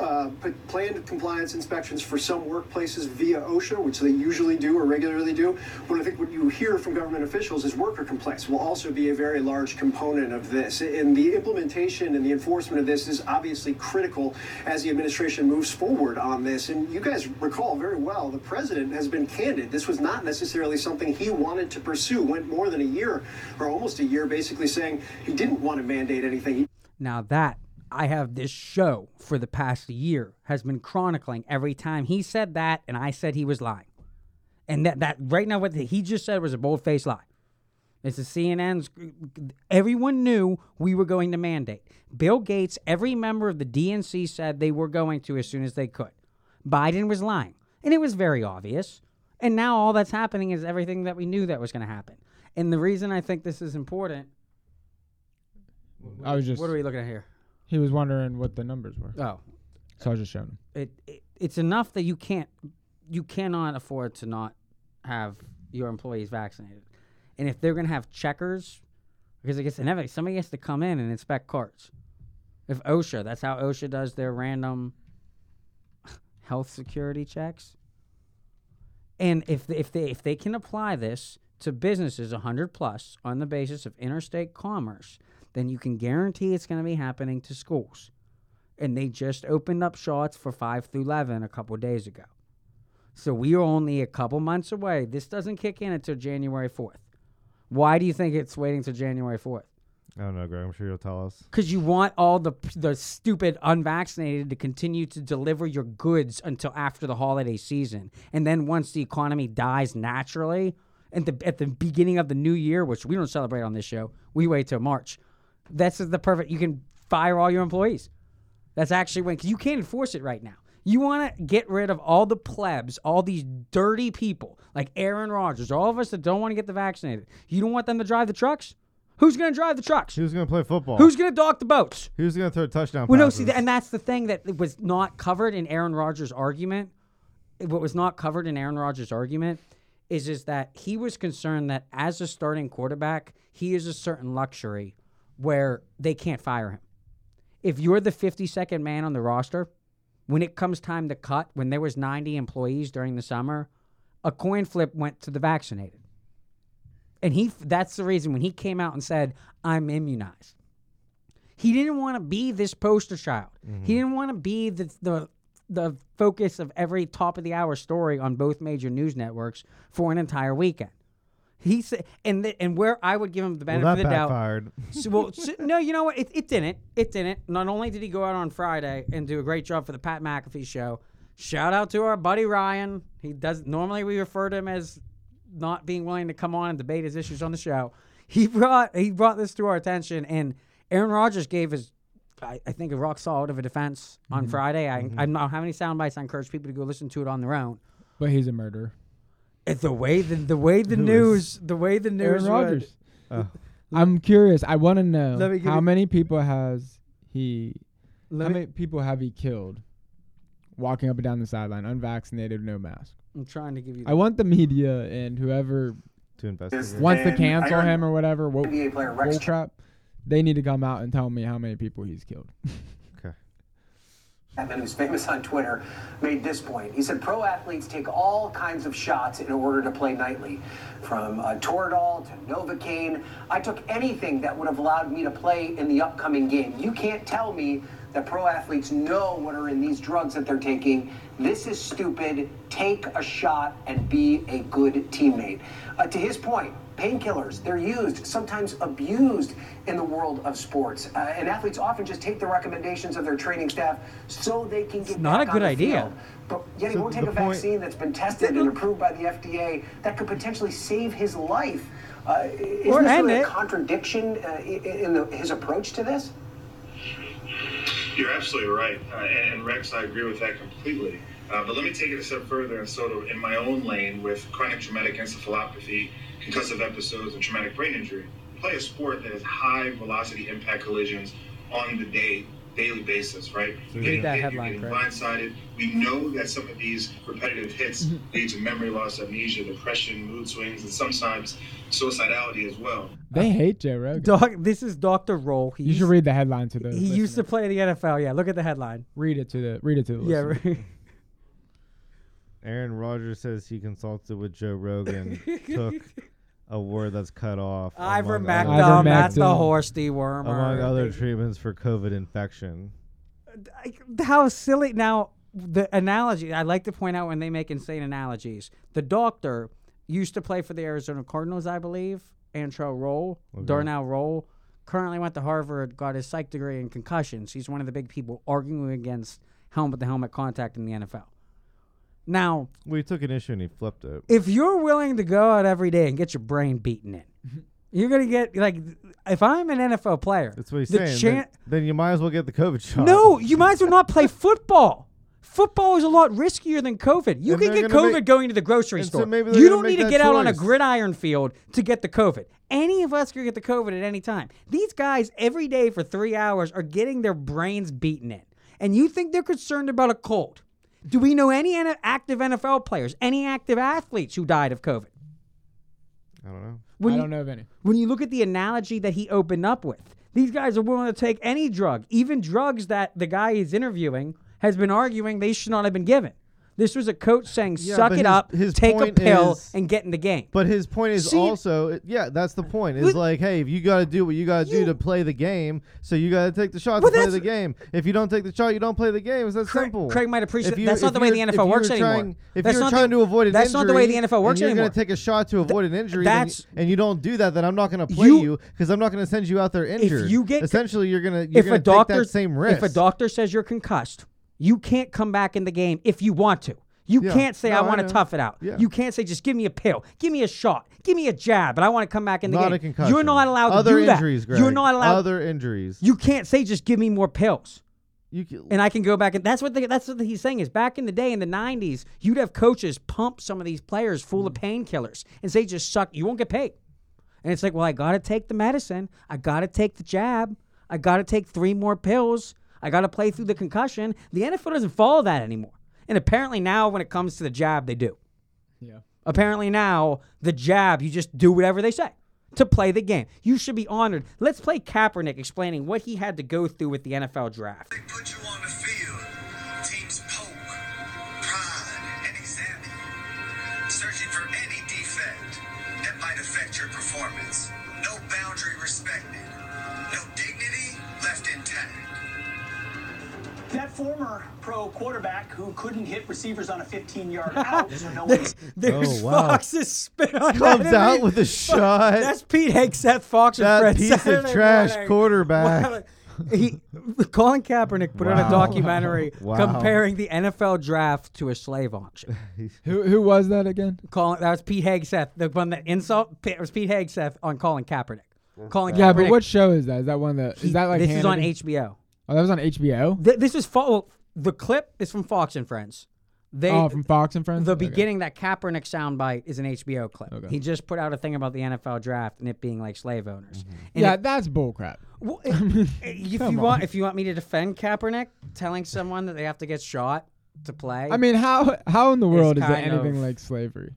Speaker 12: uh, p- planned compliance inspections for some workplaces via OSHA, which they usually do or regularly do. But I think what you hear from government officials is worker complaints will also be a very large component of this. And the implementation and the enforcement of this is obviously critical as the administration moves forward on this. And you guys recall very well the president has been candid. This was not necessarily something he wanted to pursue, went more than a year or almost a year basically saying he didn't want to mandate anything. He
Speaker 1: Now that I have this show for the past year has been chronicling every time he said that and I said he was lying. And that, that right now what he just said was a bold faced lie. It's the CNN's. Everyone knew we were going to mandate. Bill Gates, every member of the DNC said they were going to as soon as they could. Biden was lying, and it was very obvious. And now all that's happening is everything that we knew that was going to happen. And the reason I think this is important.
Speaker 6: I was just
Speaker 1: What are we looking at here?
Speaker 6: he was wondering what the numbers were,
Speaker 1: Oh,
Speaker 6: so I was just showing him.
Speaker 1: it, it it's enough that you can't you cannot afford to not have your employees vaccinated and if they're going to have checkers because it gets inevitable. Somebody has to come in and inspect carts. If OSHA, that's how OSHA does their random health security checks. And if they, if they if they can apply this to businesses 100 plus on the basis of interstate commerce, then you can guarantee it's going to be happening to schools. And they just opened up shots for 5 through 11 a couple days ago. So we are only a couple months away. This doesn't kick in until January 4th. Why do you think it's waiting till January 4th?
Speaker 2: I don't know, Greg. I'm sure you'll tell us.
Speaker 1: Because you want all the the stupid unvaccinated to continue to deliver your goods until after the holiday season, and then once the economy dies naturally, and the, at the beginning of the new year, which we don't celebrate on this show, we wait till March. That's the perfect. You can fire all your employees. That's actually when because you can't enforce it right now. You want to get rid of all the plebs, all these dirty people like Aaron Rodgers, all of us that don't want to get the vaccinated. You don't want them to drive the trucks. Who's going to drive the trucks?
Speaker 2: Who's going to play football?
Speaker 1: Who's going to dock the boats?
Speaker 2: Who's going to throw touchdown?
Speaker 1: Well, no,
Speaker 2: passes?
Speaker 1: see, th- and that's the thing that was not covered in Aaron Rodgers' argument. What was not covered in Aaron Rodgers' argument is is that he was concerned that as a starting quarterback, he is a certain luxury where they can't fire him. If you're the 52nd man on the roster, when it comes time to cut, when there was 90 employees during the summer, a coin flip went to the vaccinated. And he that's the reason when he came out and said, "I'm immunized." He didn't want to be this poster child.
Speaker 2: Mm-hmm.
Speaker 1: He didn't want to be the, the the focus of every top of the hour story on both major news networks for an entire weekend. He said, and th- and where I would give him the
Speaker 2: Well,
Speaker 1: benefit
Speaker 2: that
Speaker 1: of the doubt.
Speaker 2: backfired.
Speaker 1: So, well, so- no, you know what? It, it didn't. It didn't. Not only did he go out on Friday and do a great job for the Pat McAfee show, shout out to our buddy Ryan. He does normally we refer to him as not being willing to come on and debate his issues on the show. He brought he brought this to our attention, and Aaron Rodgers gave his. I, I think a rock solid of a defense on
Speaker 6: Mhm.
Speaker 1: Friday. I,
Speaker 6: Mhm.
Speaker 1: I don't have any sound bites. I encourage people to go listen to it on their own.
Speaker 6: But he's a murderer.
Speaker 1: It's the way the the way the news the way the
Speaker 6: Aaron
Speaker 1: news would-
Speaker 6: Rodgers. I'm curious. I want to
Speaker 1: Let me
Speaker 6: know
Speaker 1: give
Speaker 6: how
Speaker 1: you-
Speaker 6: many people has he?
Speaker 1: Let
Speaker 6: how
Speaker 1: me-
Speaker 6: many people have he killed? Walking up and down the sideline, unvaccinated, no mask.
Speaker 1: I'm trying to give you.
Speaker 6: I want the media and whoever
Speaker 2: to investigate.
Speaker 6: wants to
Speaker 2: And
Speaker 6: cancel
Speaker 2: I-
Speaker 6: him or whatever. What,
Speaker 2: NBA player Rex Ch-
Speaker 6: crap! They need to come out and tell me how many people he's killed.
Speaker 12: Chapman, who's famous on Twitter, made this point. He said pro athletes take all kinds of shots in order to play nightly, from uh, Toradol to Novocaine. I took anything that would have allowed me to play in the upcoming game. You can't tell me that pro athletes know what are in these drugs that they're taking. This is stupid. Take a shot and be a good teammate. Uh, to his point, painkillers, they're used, sometimes abused in the world of sports. Uh, and athletes often just take the recommendations of their training staff so they can get
Speaker 1: not
Speaker 12: back
Speaker 1: a good
Speaker 12: on the
Speaker 1: idea.
Speaker 12: field. But yet he
Speaker 1: So
Speaker 12: won't take
Speaker 1: the
Speaker 12: a
Speaker 1: point-
Speaker 12: vaccine that's been tested and approved by the FDA that could potentially save his life. Uh, is
Speaker 1: Or
Speaker 12: this
Speaker 1: end
Speaker 12: really a
Speaker 1: it.
Speaker 12: contradiction uh, i- i- in the, his approach to this?
Speaker 10: You're absolutely right. Uh, and, and Rex, I agree with that completely. Uh, but let me take it a step further and sort of in my own lane with chronic traumatic encephalopathy, concussive episodes, and traumatic brain injury. Play a sport that has high velocity impact collisions on the day, daily basis, right?
Speaker 1: So
Speaker 10: Getting
Speaker 1: read that
Speaker 10: hit, you're
Speaker 1: headline,
Speaker 10: getting blindsided. We know that some of these repetitive hits
Speaker 1: Mm-hmm.
Speaker 10: lead to memory loss, amnesia, depression, mood swings, and sometimes suicidality as well.
Speaker 6: They hate Joe Rogan.
Speaker 1: Doc, this is Doctor Roll. He
Speaker 6: you should read the headline to the.
Speaker 1: He used to play in the NFL. Yeah, look at the headline.
Speaker 6: Read it to the. Read it to the.
Speaker 1: Yeah,
Speaker 6: listener.
Speaker 1: right.
Speaker 2: Aaron Rodgers says he consulted with Joe Rogan, took a word that's cut off. among
Speaker 1: Ivermectin,
Speaker 2: other-
Speaker 1: that's the Ivermectin. horse dewormer.
Speaker 2: Among other treatments for COVID infection.
Speaker 1: How silly! Now the analogy I like to point out when they make insane analogies. The doctor used to play for the Arizona Cardinals, I believe. Antrell Roll,
Speaker 6: Okay.
Speaker 1: Darnell Roll, currently went to Harvard, got his psych degree in concussions. He's one of the big people arguing against helmet to helmet contact in the NFL. Now,
Speaker 2: We took an issue and he flipped it.
Speaker 1: if you're willing to go out every day and get your brain beaten in, you're gonna get like if I'm an NFL player,
Speaker 2: That's what he's
Speaker 1: the
Speaker 2: saying.
Speaker 1: chan-
Speaker 2: then, then you might as well get the COVID shot.
Speaker 1: no, you might as well not play football. Football is a lot riskier than COVID. You
Speaker 2: And
Speaker 1: can
Speaker 2: they're
Speaker 1: get
Speaker 2: gonna
Speaker 1: COVID
Speaker 2: make-
Speaker 1: going to the grocery
Speaker 2: and so
Speaker 1: store.
Speaker 2: maybe they're
Speaker 1: you
Speaker 2: gonna
Speaker 1: don't
Speaker 2: make
Speaker 1: need to
Speaker 2: that
Speaker 1: get out on a
Speaker 2: choice.
Speaker 1: gridiron field to get the COVID. Any of us could get the COVID at any time. These guys every day for three hours are getting their brains beaten in. And you think they're concerned about a cold? Do we know any N- active NFL players, any active athletes who died of COVID?
Speaker 2: I don't know.
Speaker 1: When
Speaker 6: I
Speaker 1: you-
Speaker 6: don't know of any.
Speaker 1: When you look at the analogy that he opened up with, these guys are willing to take any drug, even drugs that the guy he's interviewing has been arguing they should not have been given. This was a coach saying,
Speaker 2: Yeah,
Speaker 1: "Suck it
Speaker 2: but his-
Speaker 1: up,
Speaker 2: his
Speaker 1: take a
Speaker 2: point
Speaker 1: pill,
Speaker 2: is-
Speaker 1: and get in the game."
Speaker 2: But his point is
Speaker 1: See-
Speaker 2: also, it- yeah, that's the point. It's
Speaker 1: Well-
Speaker 2: like, hey, if you got to do what you got to do to play the game, so you got to take the shot
Speaker 1: Well,
Speaker 2: to play
Speaker 1: that's-
Speaker 2: the game. If you don't take the shot, you don't play the game. It's that simple.
Speaker 1: Craig might appreciate-
Speaker 2: If you-
Speaker 1: that's not
Speaker 2: if
Speaker 1: the way the
Speaker 2: you're- if
Speaker 1: NFL
Speaker 2: you
Speaker 1: works
Speaker 2: were
Speaker 1: anymore.
Speaker 2: Trying, if
Speaker 1: That's
Speaker 2: you're
Speaker 1: not the-
Speaker 2: trying to avoid an
Speaker 1: that's not the way the
Speaker 2: injury
Speaker 1: NFL works
Speaker 2: and you're
Speaker 1: anymore.
Speaker 2: going to take a shot to avoid an injury, then
Speaker 1: that's-
Speaker 2: you- and you don't do that, then I'm not going to play
Speaker 1: You-
Speaker 2: you because I'm not going to send you out there injured.
Speaker 1: you get-
Speaker 2: essentially, you're going to you're
Speaker 1: if
Speaker 2: going
Speaker 1: a
Speaker 2: to take
Speaker 1: doctor
Speaker 2: that same risk.
Speaker 1: if a doctor says you're concussed, you can't come back in the game if you want to. You
Speaker 2: Yeah.
Speaker 1: can't say
Speaker 2: No,
Speaker 1: I
Speaker 2: I
Speaker 1: want to
Speaker 2: know.
Speaker 1: tough it out.
Speaker 2: Yeah.
Speaker 1: You can't say just give me a pill, give me a shot, give me a jab, but I want to come back in the
Speaker 2: not
Speaker 1: game.
Speaker 2: a concussion.
Speaker 1: You're not allowed
Speaker 2: Other
Speaker 1: to do
Speaker 2: injuries,
Speaker 1: that. You're
Speaker 2: Greg.
Speaker 1: not allowed.
Speaker 2: Other injuries.
Speaker 1: you can't say just give me more pills.
Speaker 2: You
Speaker 1: and I can go back and that's what the, that's what he's saying is back in the day in the 90s you'd have coaches pump some of these players full of painkillers and say just suck you won't get paid and it's like well I got to take the medicine I got to take the jab I got to take three more pills I got to play through the concussion the NFL doesn't follow that anymore and apparently now when it comes to the jab they do
Speaker 6: Yeah.
Speaker 1: Apparently now the jab, you just do whatever they say to play the game. You should be honored. Let's play Kaepernick explaining what he had to go through with the NFL draft.
Speaker 14: Teams poke, prod, Oh, and examine, searching for any defect that might affect your performance. No boundary respected, no dignity left intact.
Speaker 15: That former pro quarterback who couldn't hit receivers on a 15 yard out, so no one
Speaker 1: There's, there's
Speaker 2: Oh, wow.
Speaker 1: Fox's spit on
Speaker 2: Comes
Speaker 1: that
Speaker 2: out
Speaker 1: image.
Speaker 2: with a shot.
Speaker 1: That's Pete Hanks, Seth Fox, and
Speaker 2: That
Speaker 1: Fred
Speaker 2: piece of
Speaker 1: Saturday
Speaker 2: trash
Speaker 1: morning.
Speaker 2: quarterback.
Speaker 1: Wow. He, Colin Kaepernick put out a
Speaker 2: Wow.
Speaker 1: documentary
Speaker 2: Wow.
Speaker 1: comparing the NFL draft to a slave auction.
Speaker 6: Who who was that again?
Speaker 1: Colin, that was Pete Hegseth, the one that insult. It was Pete Hegseth on Colin Kaepernick. Colin
Speaker 6: Yeah,
Speaker 1: Kaepernick.
Speaker 6: but what show is that? Is that one of the?
Speaker 1: he-
Speaker 6: is that like
Speaker 1: this is on
Speaker 6: Hannity?
Speaker 1: HBO?
Speaker 6: Oh, that was on HBO.
Speaker 1: Th- this is fo- well, the clip is from Fox and Friends. They
Speaker 6: oh, from Fox and Friends.
Speaker 1: the
Speaker 6: Okay.
Speaker 1: beginning that Kaepernick soundbite is an HBO clip. He just put out a thing about the NFL draft and it being like slave owners. And
Speaker 6: Mm-hmm. Yeah,
Speaker 1: it-
Speaker 6: that's bullcrap.
Speaker 1: well, it- if you
Speaker 6: come
Speaker 1: want,
Speaker 6: on.
Speaker 1: if you want me to defend Kaepernick telling someone that they have to get shot to play,
Speaker 6: I mean, how how in the
Speaker 1: It's
Speaker 6: world is that
Speaker 1: kind
Speaker 6: anything
Speaker 1: of-
Speaker 6: like slavery?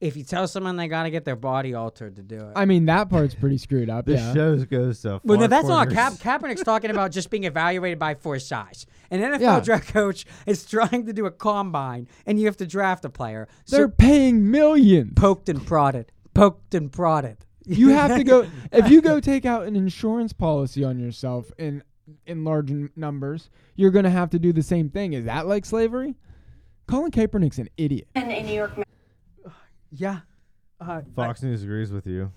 Speaker 1: if you tell someone they got to get their body altered to do it,
Speaker 6: I mean, that part's pretty screwed up.
Speaker 2: This
Speaker 6: yeah.
Speaker 2: shows goes to.
Speaker 1: Well, no,
Speaker 2: far
Speaker 1: that's
Speaker 2: corners.
Speaker 1: not Ka- Kaepernick's talking about just being evaluated by for size. An NFL
Speaker 6: Yeah.
Speaker 1: draft coach is trying to do a combine, and you have to draft a player.
Speaker 6: They're
Speaker 1: So
Speaker 6: paying millions.
Speaker 1: poked and prodded, poked and prodded.
Speaker 6: You have to go if you go take out an insurance policy on yourself in in large n- numbers. You're gonna have to do the same thing. Is that like slavery? Colin Kaepernick's an idiot.
Speaker 13: And a New York
Speaker 1: yeah, uh,
Speaker 2: Fox News agrees with you.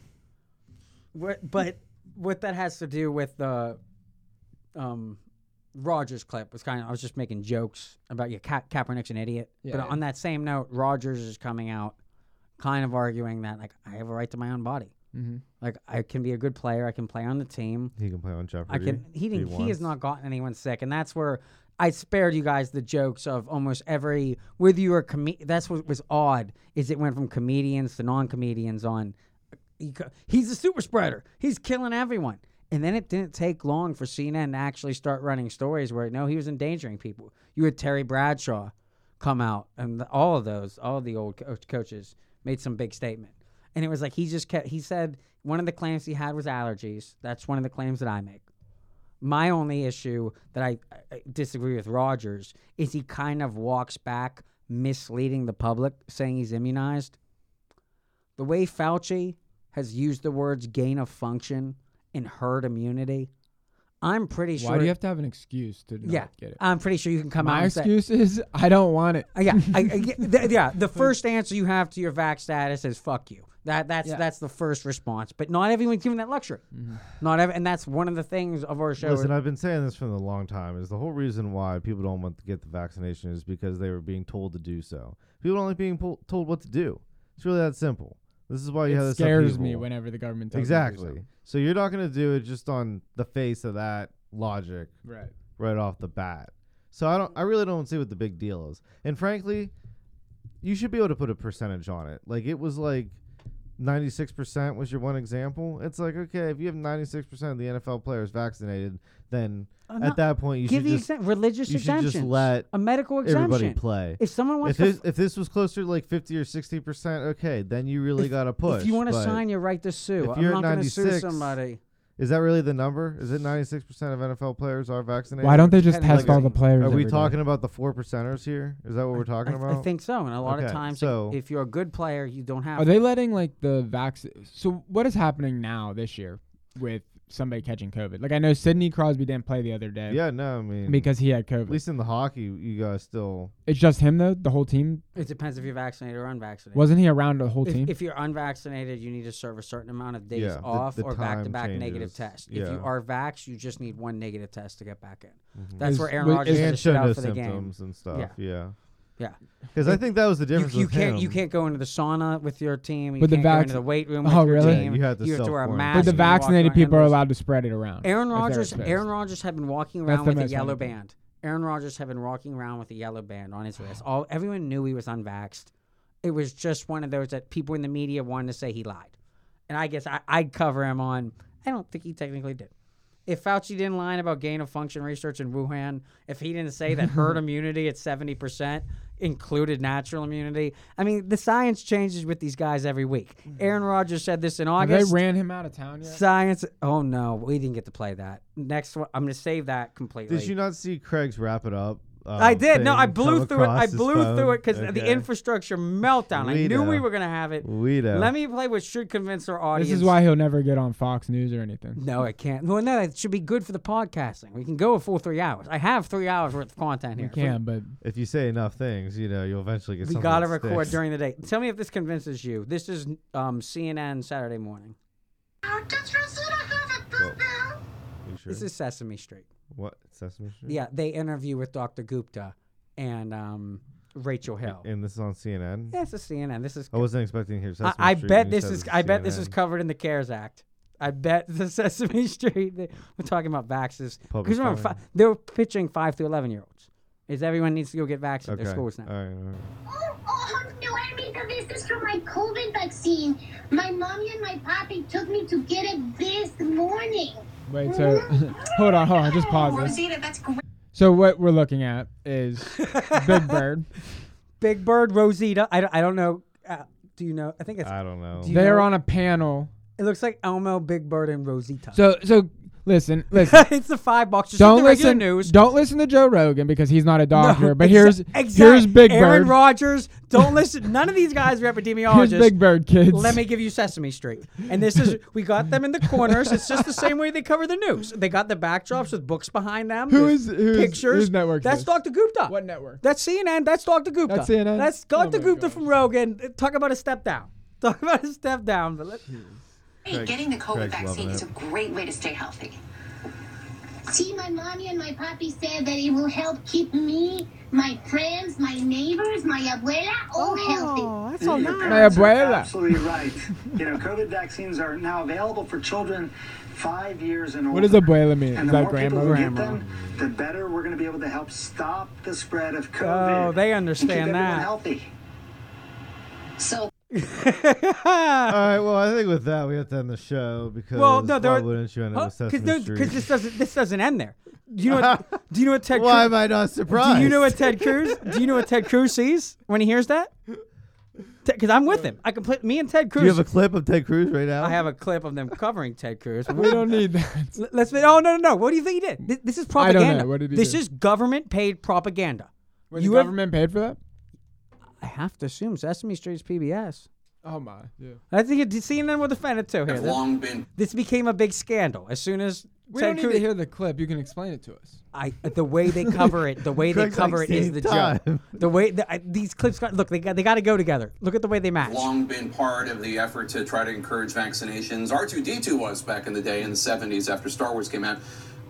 Speaker 1: what, but what that has to do with the um, Rogers clip was kind of I was just making jokes about yeah, Ka- Kaepernick's an idiot.
Speaker 6: Yeah,
Speaker 1: but
Speaker 6: yeah.
Speaker 1: on that same note, Rogers is coming out, kind of arguing that like I have a right to my own body.
Speaker 6: Mm-hmm.
Speaker 1: Like I can be a good player. I can play on the team.
Speaker 2: He can play on Jeopardy.
Speaker 1: I can. He
Speaker 2: if
Speaker 1: didn't. He, has
Speaker 2: wants.
Speaker 1: not gotten anyone sick, and that's where I spared you guys the jokes of almost every. Whether you were com- that's what was odd is it went from comedians to non-comedians on. he co- He's a super spreader. He's killing everyone. And then it didn't take long for CNN to actually start running stories where no, he was endangering people. You had Terry Bradshaw come out, and the- all of those, all of the old co- coaches made some big statement. And it was like he just kept. He said one of the claims he had was allergies. That's one of the claims that I make. My only issue that I, I disagree with Rogers is he kind of walks back, misleading the public, saying he's immunized. The way Fauci has used the words gain of function and herd immunity, I'm pretty
Speaker 6: Why
Speaker 1: sure.
Speaker 6: do you have to have an excuse to not
Speaker 1: yeah, Uh,
Speaker 6: get it?
Speaker 1: I'm pretty sure you can come out.
Speaker 6: My
Speaker 1: and say-
Speaker 6: excuse is I don't want it.
Speaker 1: Uh, yeah, I, I- yeah, th- yeah. The first answer you have to your vax status is "fuck you." That that's
Speaker 6: Yeah. Mm-hmm.
Speaker 1: that's the first response. But not everyone's given that luxury. Not every, and that's one of the things of our show.
Speaker 2: Listen, I've been saying this for a long time. Is the whole reason why people don't want to get the vaccination is because they were being told to do so. People don't like being po- told what to do. It's really that simple. This is why you
Speaker 6: It
Speaker 2: have this
Speaker 6: scares me
Speaker 2: upheaval.
Speaker 6: whenever the government tells me to do
Speaker 2: exactly.
Speaker 6: something.
Speaker 2: So you're not going to do it just on the face of that logic,
Speaker 6: Right.
Speaker 2: Right off the bat. So I don't. I really don't see what the big deal is. And frankly, you should be able to put a percentage on it. Like it was like Ninety-six percent was your one example. It's like okay, if you have ninety-six percent of the NFL players vaccinated, then
Speaker 1: I'm
Speaker 2: at
Speaker 1: not-
Speaker 2: that point you
Speaker 1: give
Speaker 2: should
Speaker 1: the
Speaker 2: just,
Speaker 1: exemp- religious
Speaker 2: you should just
Speaker 1: exemptions.
Speaker 2: let
Speaker 1: A medical
Speaker 2: everybody
Speaker 1: exemption.
Speaker 2: play.
Speaker 1: If someone wants
Speaker 2: if
Speaker 1: to
Speaker 2: this, if this was closer to like fifty or sixty percent, okay, then you really
Speaker 1: If-
Speaker 2: got to push.
Speaker 1: If you want to
Speaker 2: but
Speaker 1: sign your right to sue,
Speaker 2: if
Speaker 1: I'm
Speaker 2: you're
Speaker 1: not
Speaker 2: at
Speaker 1: going to sue
Speaker 2: 96,
Speaker 1: somebody.
Speaker 2: Is that really the number? Is it ninety-six percent of NFL players are vaccinated?
Speaker 6: Why don't they just test all the players
Speaker 2: Are
Speaker 6: every
Speaker 2: we
Speaker 6: day?
Speaker 2: talking about the four percenters here? Is that what we're talking
Speaker 1: I,
Speaker 2: about?
Speaker 1: I think so. And a lot of
Speaker 2: Okay,
Speaker 1: times,
Speaker 2: so
Speaker 1: if you're a good player, you don't have.
Speaker 6: Are they letting like the vaccine? So what is happening now this year with somebody catching COVID? Like I know Sidney Crosby didn't play the other day.
Speaker 2: Yeah, no, I mean
Speaker 6: because he had COVID.
Speaker 2: At least in the hockey, you guys still.
Speaker 6: It's just him though. The whole team.
Speaker 1: It depends if you're vaccinated or unvaccinated.
Speaker 6: Wasn't he around the whole
Speaker 1: if,
Speaker 6: team?
Speaker 1: If you're unvaccinated, you need to serve a certain amount of days
Speaker 2: Yeah, the-
Speaker 1: off
Speaker 2: the
Speaker 1: or
Speaker 2: time
Speaker 1: back-to-back negative
Speaker 2: changes.
Speaker 1: tests. If
Speaker 2: Yeah.
Speaker 1: you are vaxxed, you just need one negative test to get back in. That's
Speaker 2: Is-
Speaker 1: where Aaron
Speaker 2: with-
Speaker 1: Rodgers
Speaker 2: and
Speaker 1: is
Speaker 2: show
Speaker 1: shut
Speaker 2: no
Speaker 1: out for the game.
Speaker 2: symptoms and stuff, yeah.
Speaker 1: Yeah.
Speaker 2: 'Cause I
Speaker 1: If-
Speaker 2: think that was the
Speaker 1: you-
Speaker 2: difference
Speaker 1: You,
Speaker 2: with
Speaker 1: can't you
Speaker 2: him.
Speaker 1: can't go into the sauna with your team. You
Speaker 6: But the
Speaker 1: can't go
Speaker 6: vac-
Speaker 1: into the weight room with
Speaker 6: Oh,
Speaker 1: your
Speaker 6: really?
Speaker 1: team.
Speaker 6: You had
Speaker 1: have
Speaker 6: to
Speaker 1: to wear a
Speaker 6: self-quarantine.
Speaker 1: mask.
Speaker 6: But the
Speaker 1: when you walk
Speaker 6: vaccinated
Speaker 1: around
Speaker 6: people are
Speaker 1: indoors.
Speaker 6: allowed to spread it around
Speaker 1: Aaron
Speaker 6: if they're
Speaker 1: Rodgers.
Speaker 6: exposed.
Speaker 1: Aaron Rodgers had been walking
Speaker 6: That's
Speaker 1: around
Speaker 6: the
Speaker 1: with a
Speaker 6: mask
Speaker 1: yellow
Speaker 6: mandate.
Speaker 1: band. Aaron Rodgers had been walking around with a yellow band on his wrist. All everyone knew he was unvaxxed. It was just one of those that people in the media wanted to say he lied. And I guess I, I'd cover him on I don't think he technically did. If Fauci didn't lie about gain of function research in Wuhan, if he didn't say that herd immunity at seventy percent included natural immunity, I mean the science changes with these guys every week. Aaron Rodgers said this in
Speaker 6: Have Mm-hmm. they
Speaker 1: August.
Speaker 6: ran him out of town yet?
Speaker 1: Science. Oh no, we didn't get to play that. Next one, I'm gonna save that completely.
Speaker 2: Did you not see Craig's wrap it up? um,
Speaker 1: I did. No,
Speaker 2: thing
Speaker 1: I blew
Speaker 2: come
Speaker 1: through it.
Speaker 2: across
Speaker 1: I
Speaker 2: his
Speaker 1: blew through
Speaker 2: phone?
Speaker 1: it because the
Speaker 2: Okay.
Speaker 1: infrastructure meltdown. I
Speaker 2: We
Speaker 1: knew we
Speaker 2: know.
Speaker 1: were gonna have it.
Speaker 2: We know.
Speaker 1: Let me play what should convince our audience.
Speaker 6: This is why he'll never get on Fox News or anything.
Speaker 1: No, it can't. Well, no, it should be good for the podcasting. We can go a full three hours. I have three hours worth of content here.
Speaker 6: but
Speaker 2: if you say enough things, you know you'll eventually get.
Speaker 1: We
Speaker 2: something
Speaker 1: got to
Speaker 2: that
Speaker 1: record
Speaker 2: sticks.
Speaker 1: during the day. Tell me if this convinces you. This is um, CNN Saturday morning.
Speaker 2: You sure?
Speaker 1: This is Sesame Street.
Speaker 2: what Sesame Street?
Speaker 1: Yeah, they interview with Dr. Gupta and um, Rachel Hill.
Speaker 2: And this is on CNN.
Speaker 1: Yeah, it's a CNN. This is.
Speaker 2: I wasn't expecting to hear
Speaker 1: I,
Speaker 2: Sesame
Speaker 1: I
Speaker 2: Street
Speaker 1: bet
Speaker 2: when you
Speaker 1: this
Speaker 2: said
Speaker 1: is.
Speaker 2: it's
Speaker 1: I bet this is
Speaker 2: CNN.
Speaker 1: covered in the CARES Act. I bet the Sesame Street. They, we're talking about vaxes
Speaker 2: Public
Speaker 1: because remember fi-
Speaker 2: comment.
Speaker 1: they were pitching five to eleven year olds. Is everyone needs to go get vaccinated? at
Speaker 2: Okay.
Speaker 1: Their schools now.
Speaker 2: All right, all right.
Speaker 16: Oh, no, I made the business from my COVID vaccine. My mommy and my papi took me to get it this morning.
Speaker 6: Wait, so hold on,
Speaker 1: Oh,
Speaker 6: hold on, just pause this.
Speaker 16: Rosita, that's great.
Speaker 6: So what we're looking at is Big Bird.
Speaker 1: Big Bird, Rosita. I, don't- I don't know. Uh, do you know? I think it's.
Speaker 2: I don't know.
Speaker 1: Do you
Speaker 6: They're
Speaker 1: know-
Speaker 6: on a panel.
Speaker 1: It looks like Elmo, Big Bird, and Rosita.
Speaker 6: So so listen, listen.
Speaker 1: it's the five bucks. Just
Speaker 6: don't
Speaker 1: like the regular
Speaker 6: listen.
Speaker 1: News.
Speaker 6: Don't listen to Joe Rogan because he's not a doctor. but
Speaker 1: exa-
Speaker 6: here's
Speaker 1: exact-
Speaker 6: here's Big
Speaker 1: Aaron
Speaker 6: Bird.
Speaker 1: Rodgers. Don't listen. None of these guys are epidemiologists.
Speaker 6: Here's Big Bird kids.
Speaker 1: Let me give you Sesame Street. And this is we got them in the corners. It's just the same way they cover the news. They got the backdrops with books behind them.
Speaker 6: Who
Speaker 1: there's
Speaker 6: is- who is-
Speaker 1: pictures?
Speaker 6: whose network
Speaker 1: That's
Speaker 6: is this?
Speaker 1: Dr. Gupta.
Speaker 6: What network?
Speaker 1: That's CNN. That's Dr. Gupta.
Speaker 6: That's CNN?
Speaker 1: That's
Speaker 6: Oh
Speaker 1: Dr.
Speaker 6: my
Speaker 1: Gupta from Rogan. Talk about a step down. Talk about a step down. But let,
Speaker 16: Hey, Getting the COVID
Speaker 2: Craig's
Speaker 16: vaccine
Speaker 2: loving it.
Speaker 16: is a great way to stay healthy.
Speaker 17: See, my mommy and my papi said that it will help keep me, my friends, my neighbors, my abuela all healthy.
Speaker 1: That's all
Speaker 18: Your
Speaker 1: nice.
Speaker 18: parents are
Speaker 6: abuela.
Speaker 18: Absolutely right. You know, COVID vaccines are now available for children five years and older.
Speaker 6: What does abuela mean?
Speaker 18: And
Speaker 6: Is
Speaker 18: the
Speaker 6: that
Speaker 18: more people
Speaker 6: grandma?
Speaker 18: who get
Speaker 6: Grandma.
Speaker 18: them, the better we're going to be able to help stop the spread of COVID.
Speaker 1: Oh, they
Speaker 18: and
Speaker 1: understand
Speaker 18: keep everyone
Speaker 1: that.
Speaker 18: healthy.
Speaker 16: So
Speaker 2: All right. Well, I think with that we have to end the show because
Speaker 1: Well, no, there
Speaker 2: why
Speaker 1: are-
Speaker 2: wouldn't you end it with Sesame Street?
Speaker 1: because this doesn't this doesn't end there. Do you know? What, do you know what Ted?
Speaker 2: Why
Speaker 1: Cruz,
Speaker 2: am I not
Speaker 1: Do you know what
Speaker 2: surprised?
Speaker 1: Ted Cruz? Do you know what Ted Cruz sees when he hears that? Because I'm with him. I can play, me and Ted
Speaker 2: Do
Speaker 1: Cruz.
Speaker 2: you have a clip of Ted Cruz right now?
Speaker 1: I have a clip of them covering Ted Cruz.
Speaker 6: We don't need that.
Speaker 1: L- Let's. Oh no, no, no. What do you think he did? This, this is
Speaker 6: I don't know.
Speaker 1: propaganda.
Speaker 6: What did he
Speaker 1: this
Speaker 6: do?
Speaker 1: is government-paid propaganda.
Speaker 6: Was
Speaker 1: You
Speaker 6: the
Speaker 1: have-
Speaker 6: government paid for that?
Speaker 1: I have to assume Sesame Street's PBS.
Speaker 6: Oh my. Yeah.
Speaker 1: I think it, CNN will defend it too here.
Speaker 6: Have long been-
Speaker 1: This became a big scandal as soon as
Speaker 6: We
Speaker 1: Ted
Speaker 6: don't need
Speaker 1: Cruz.
Speaker 6: to hear the clip. You can explain it to us.
Speaker 1: I the way they cover it, the way they
Speaker 6: Craig's
Speaker 1: cover
Speaker 6: like,
Speaker 1: it is
Speaker 6: "Same
Speaker 1: the joke.
Speaker 6: time."
Speaker 1: The way the, I, these clips got look, they got they got to go together. Look at the way they match.
Speaker 19: long been part of the effort to try to encourage vaccinations. R2D2 was back in the day in the 70s after Star Wars came out.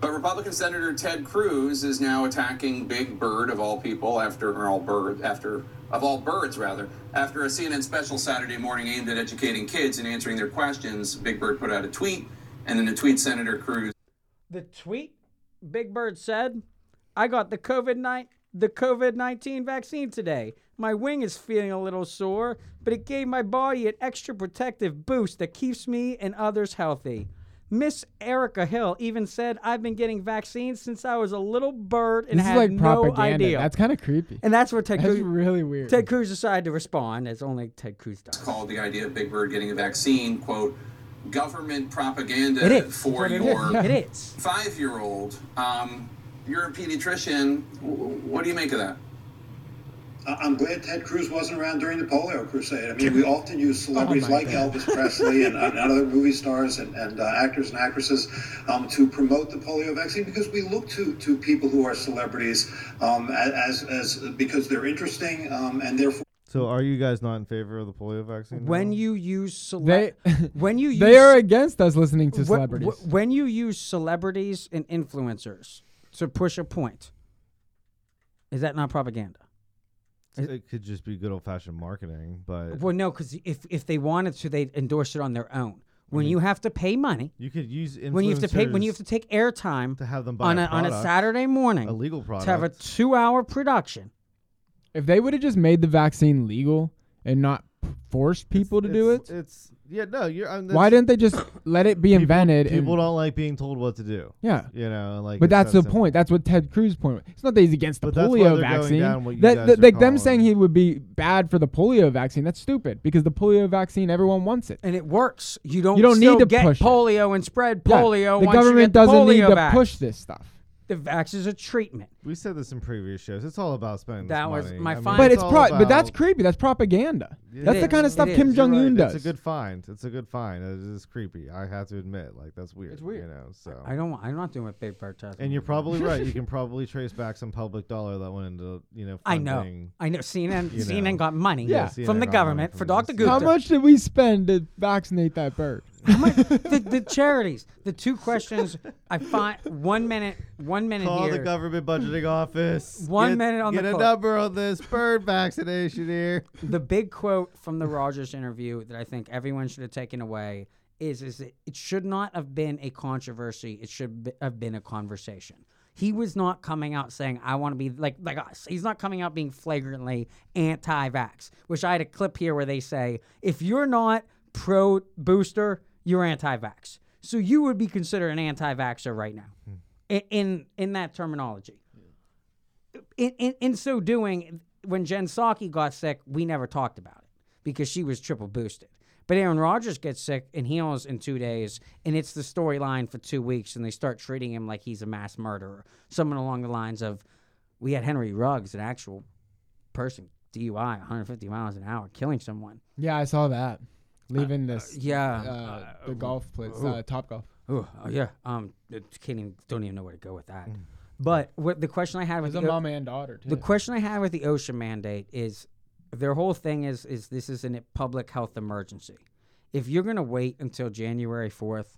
Speaker 19: But Republican Senator Ted Cruz is now attacking Big Bird of all people after or all bird after of all birds rather after a CNN special Saturday morning aimed at educating kids and answering their questions. Big Bird put out a tweet and in the tweet Senator Cruz
Speaker 1: The tweet Big Bird said, "I got the COVID night. the COVID 19 vaccine today. My wing is feeling a little sore, but it gave my body an extra protective boost that keeps me and others healthy. Miss Erica Hill even said, I've been getting vaccines since I was a little bird and
Speaker 6: This is
Speaker 1: had
Speaker 6: like
Speaker 1: no
Speaker 6: propaganda.
Speaker 1: idea.
Speaker 6: That's kind of creepy.
Speaker 1: and that's where Ted
Speaker 6: That's
Speaker 1: Cruz
Speaker 6: really weird.
Speaker 1: Ted Cruz decided to respond, as only Ted Cruz does.
Speaker 19: called the idea of Big Bird getting a vaccine, quote, government
Speaker 1: It
Speaker 19: propaganda
Speaker 1: is.
Speaker 19: for
Speaker 1: That's what it
Speaker 19: your
Speaker 1: is. It is.
Speaker 19: five year old. Um, you're a pediatrician. W- What do you make of that?
Speaker 5: I- I'm glad Ted Cruz wasn't around during the polio crusade. I mean, we often use celebrities
Speaker 19: Oh my
Speaker 5: like
Speaker 19: God.
Speaker 5: Elvis Presley and, and other movie stars and, and uh, actors and actresses um, to promote the polio vaccine because we look to, to people who are celebrities um, a- as, as because they're interesting um, and therefore.
Speaker 2: So are you guys not in favor of the polio vaccine?
Speaker 1: When
Speaker 2: now?
Speaker 1: you use cele- when you use
Speaker 6: they are against us listening to
Speaker 1: Wh- wh-
Speaker 6: celebrities.
Speaker 1: when you use celebrities and influencers to push a point, is that not propaganda?
Speaker 2: it could just be good old fashioned marketing, but
Speaker 1: Well, no, because if if they wanted to, they'd endorse it on their own. When
Speaker 6: Mm-hmm.
Speaker 2: Mhm.
Speaker 1: you have to pay money,
Speaker 2: you could use
Speaker 1: when you have to pay when you
Speaker 2: influencers
Speaker 1: have to take airtime
Speaker 2: to have them buy
Speaker 1: on
Speaker 2: a
Speaker 1: a, on a
Speaker 2: product,
Speaker 1: Saturday morning,
Speaker 2: a legal
Speaker 1: to have a
Speaker 2: product.
Speaker 1: two hour production.
Speaker 6: if they would have just made the vaccine legal and not p- forced people to do it,
Speaker 2: it's yeah, no, you're. I mean, that's-
Speaker 6: why didn't they just let it be invented? and-
Speaker 2: People don't like being told what to do.
Speaker 6: Yeah.
Speaker 2: you know, like.
Speaker 6: but
Speaker 2: it's
Speaker 6: that's
Speaker 2: that
Speaker 6: the
Speaker 2: simple.
Speaker 6: point. That's what Ted Cruz's point. was. It's not that he's against the
Speaker 2: But that's why
Speaker 6: polio
Speaker 2: they're going
Speaker 6: vaccine.
Speaker 2: down what you
Speaker 6: That-
Speaker 2: guys
Speaker 6: that-
Speaker 2: are
Speaker 6: like them
Speaker 2: calling.
Speaker 6: saying he would be bad for the polio vaccine. That's stupid because the polio vaccine everyone wants it.
Speaker 1: And it works. You don't.
Speaker 6: You don't
Speaker 1: still
Speaker 6: need to
Speaker 1: get
Speaker 6: push it.
Speaker 1: polio and spread
Speaker 6: Yeah,
Speaker 1: polio.
Speaker 6: the
Speaker 1: once you
Speaker 6: government
Speaker 1: get the
Speaker 6: doesn't need
Speaker 1: polio
Speaker 6: to
Speaker 1: vax.
Speaker 6: push this stuff.
Speaker 1: The vax is a treatment.
Speaker 2: We said this in previous shows. It's all about spending.
Speaker 1: That
Speaker 2: this
Speaker 1: was
Speaker 2: money.
Speaker 1: my
Speaker 2: I mean,
Speaker 1: final-
Speaker 6: But it's
Speaker 2: all
Speaker 6: pro- but
Speaker 2: about-
Speaker 6: that's creepy. That's propaganda.
Speaker 2: Yeah,
Speaker 6: that's
Speaker 2: it
Speaker 6: the
Speaker 2: is.
Speaker 6: kind of
Speaker 2: It
Speaker 6: stuff
Speaker 2: is.
Speaker 6: Kim
Speaker 2: You're
Speaker 6: Jong Un
Speaker 2: right.
Speaker 6: does.
Speaker 2: It's a good find. It's a good find. It is creepy. I have to admit, like that's weird. It's weird, you know. So
Speaker 1: I don't. want- I'm not doing a big part test.
Speaker 2: And you're probably right. You can probably trace back some public dollar that went into you know.
Speaker 1: I know.
Speaker 2: funding,
Speaker 1: I know. CNN.
Speaker 2: you know.
Speaker 1: CNN got money
Speaker 2: Yeah,
Speaker 1: from the
Speaker 2: CNN got money
Speaker 1: government for
Speaker 2: from
Speaker 1: Dr. Gupta.
Speaker 6: How much did we spend to vaccinate that bird?
Speaker 1: the, the charities. The two questions I find one minute, one minute
Speaker 2: Call
Speaker 1: here.
Speaker 2: the government budgeting office.
Speaker 1: One
Speaker 2: Get-
Speaker 1: minute on
Speaker 2: get
Speaker 1: the
Speaker 2: a
Speaker 1: clock.
Speaker 2: number on this bird vaccination here.
Speaker 1: the big quote from the Rogers interview that I think everyone should have taken away is is that it should not have been a controversy. It should be, have been a conversation. He was not coming out saying I want to be like like us. He's not coming out being flagrantly anti-vax. Which I had a clip here where they say if you're not pro booster, you're anti-vax. So you would be considered an anti-vaxer right now, in in, in that terminology in, in, in so doing, when Jen Psaki got sick, we never talked about it because she was triple boosted. But Aaron Rodgers gets sick and heals in two days, and it's the storyline for two weeks, and they start treating him like he's a mass murderer. Someone along the lines of, we had Henry Ruggs, an actual person, DUI, 150 miles an hour, killing someone.
Speaker 6: Yeah, I saw that. Leaving this.
Speaker 1: yeah,
Speaker 6: Uh, the
Speaker 1: uh,
Speaker 6: golf place,
Speaker 1: ooh.
Speaker 6: uh, Top Golf.
Speaker 1: Oh, oh, yeah. Um, I can't even, don't even know where to go with that. But what the question I had with
Speaker 6: There's a
Speaker 1: the-
Speaker 6: mama and daughter,
Speaker 1: The
Speaker 6: too.
Speaker 1: question I had with the OSHA mandate is, their whole thing is is this is a public health emergency. If you're gonna wait until January fourth,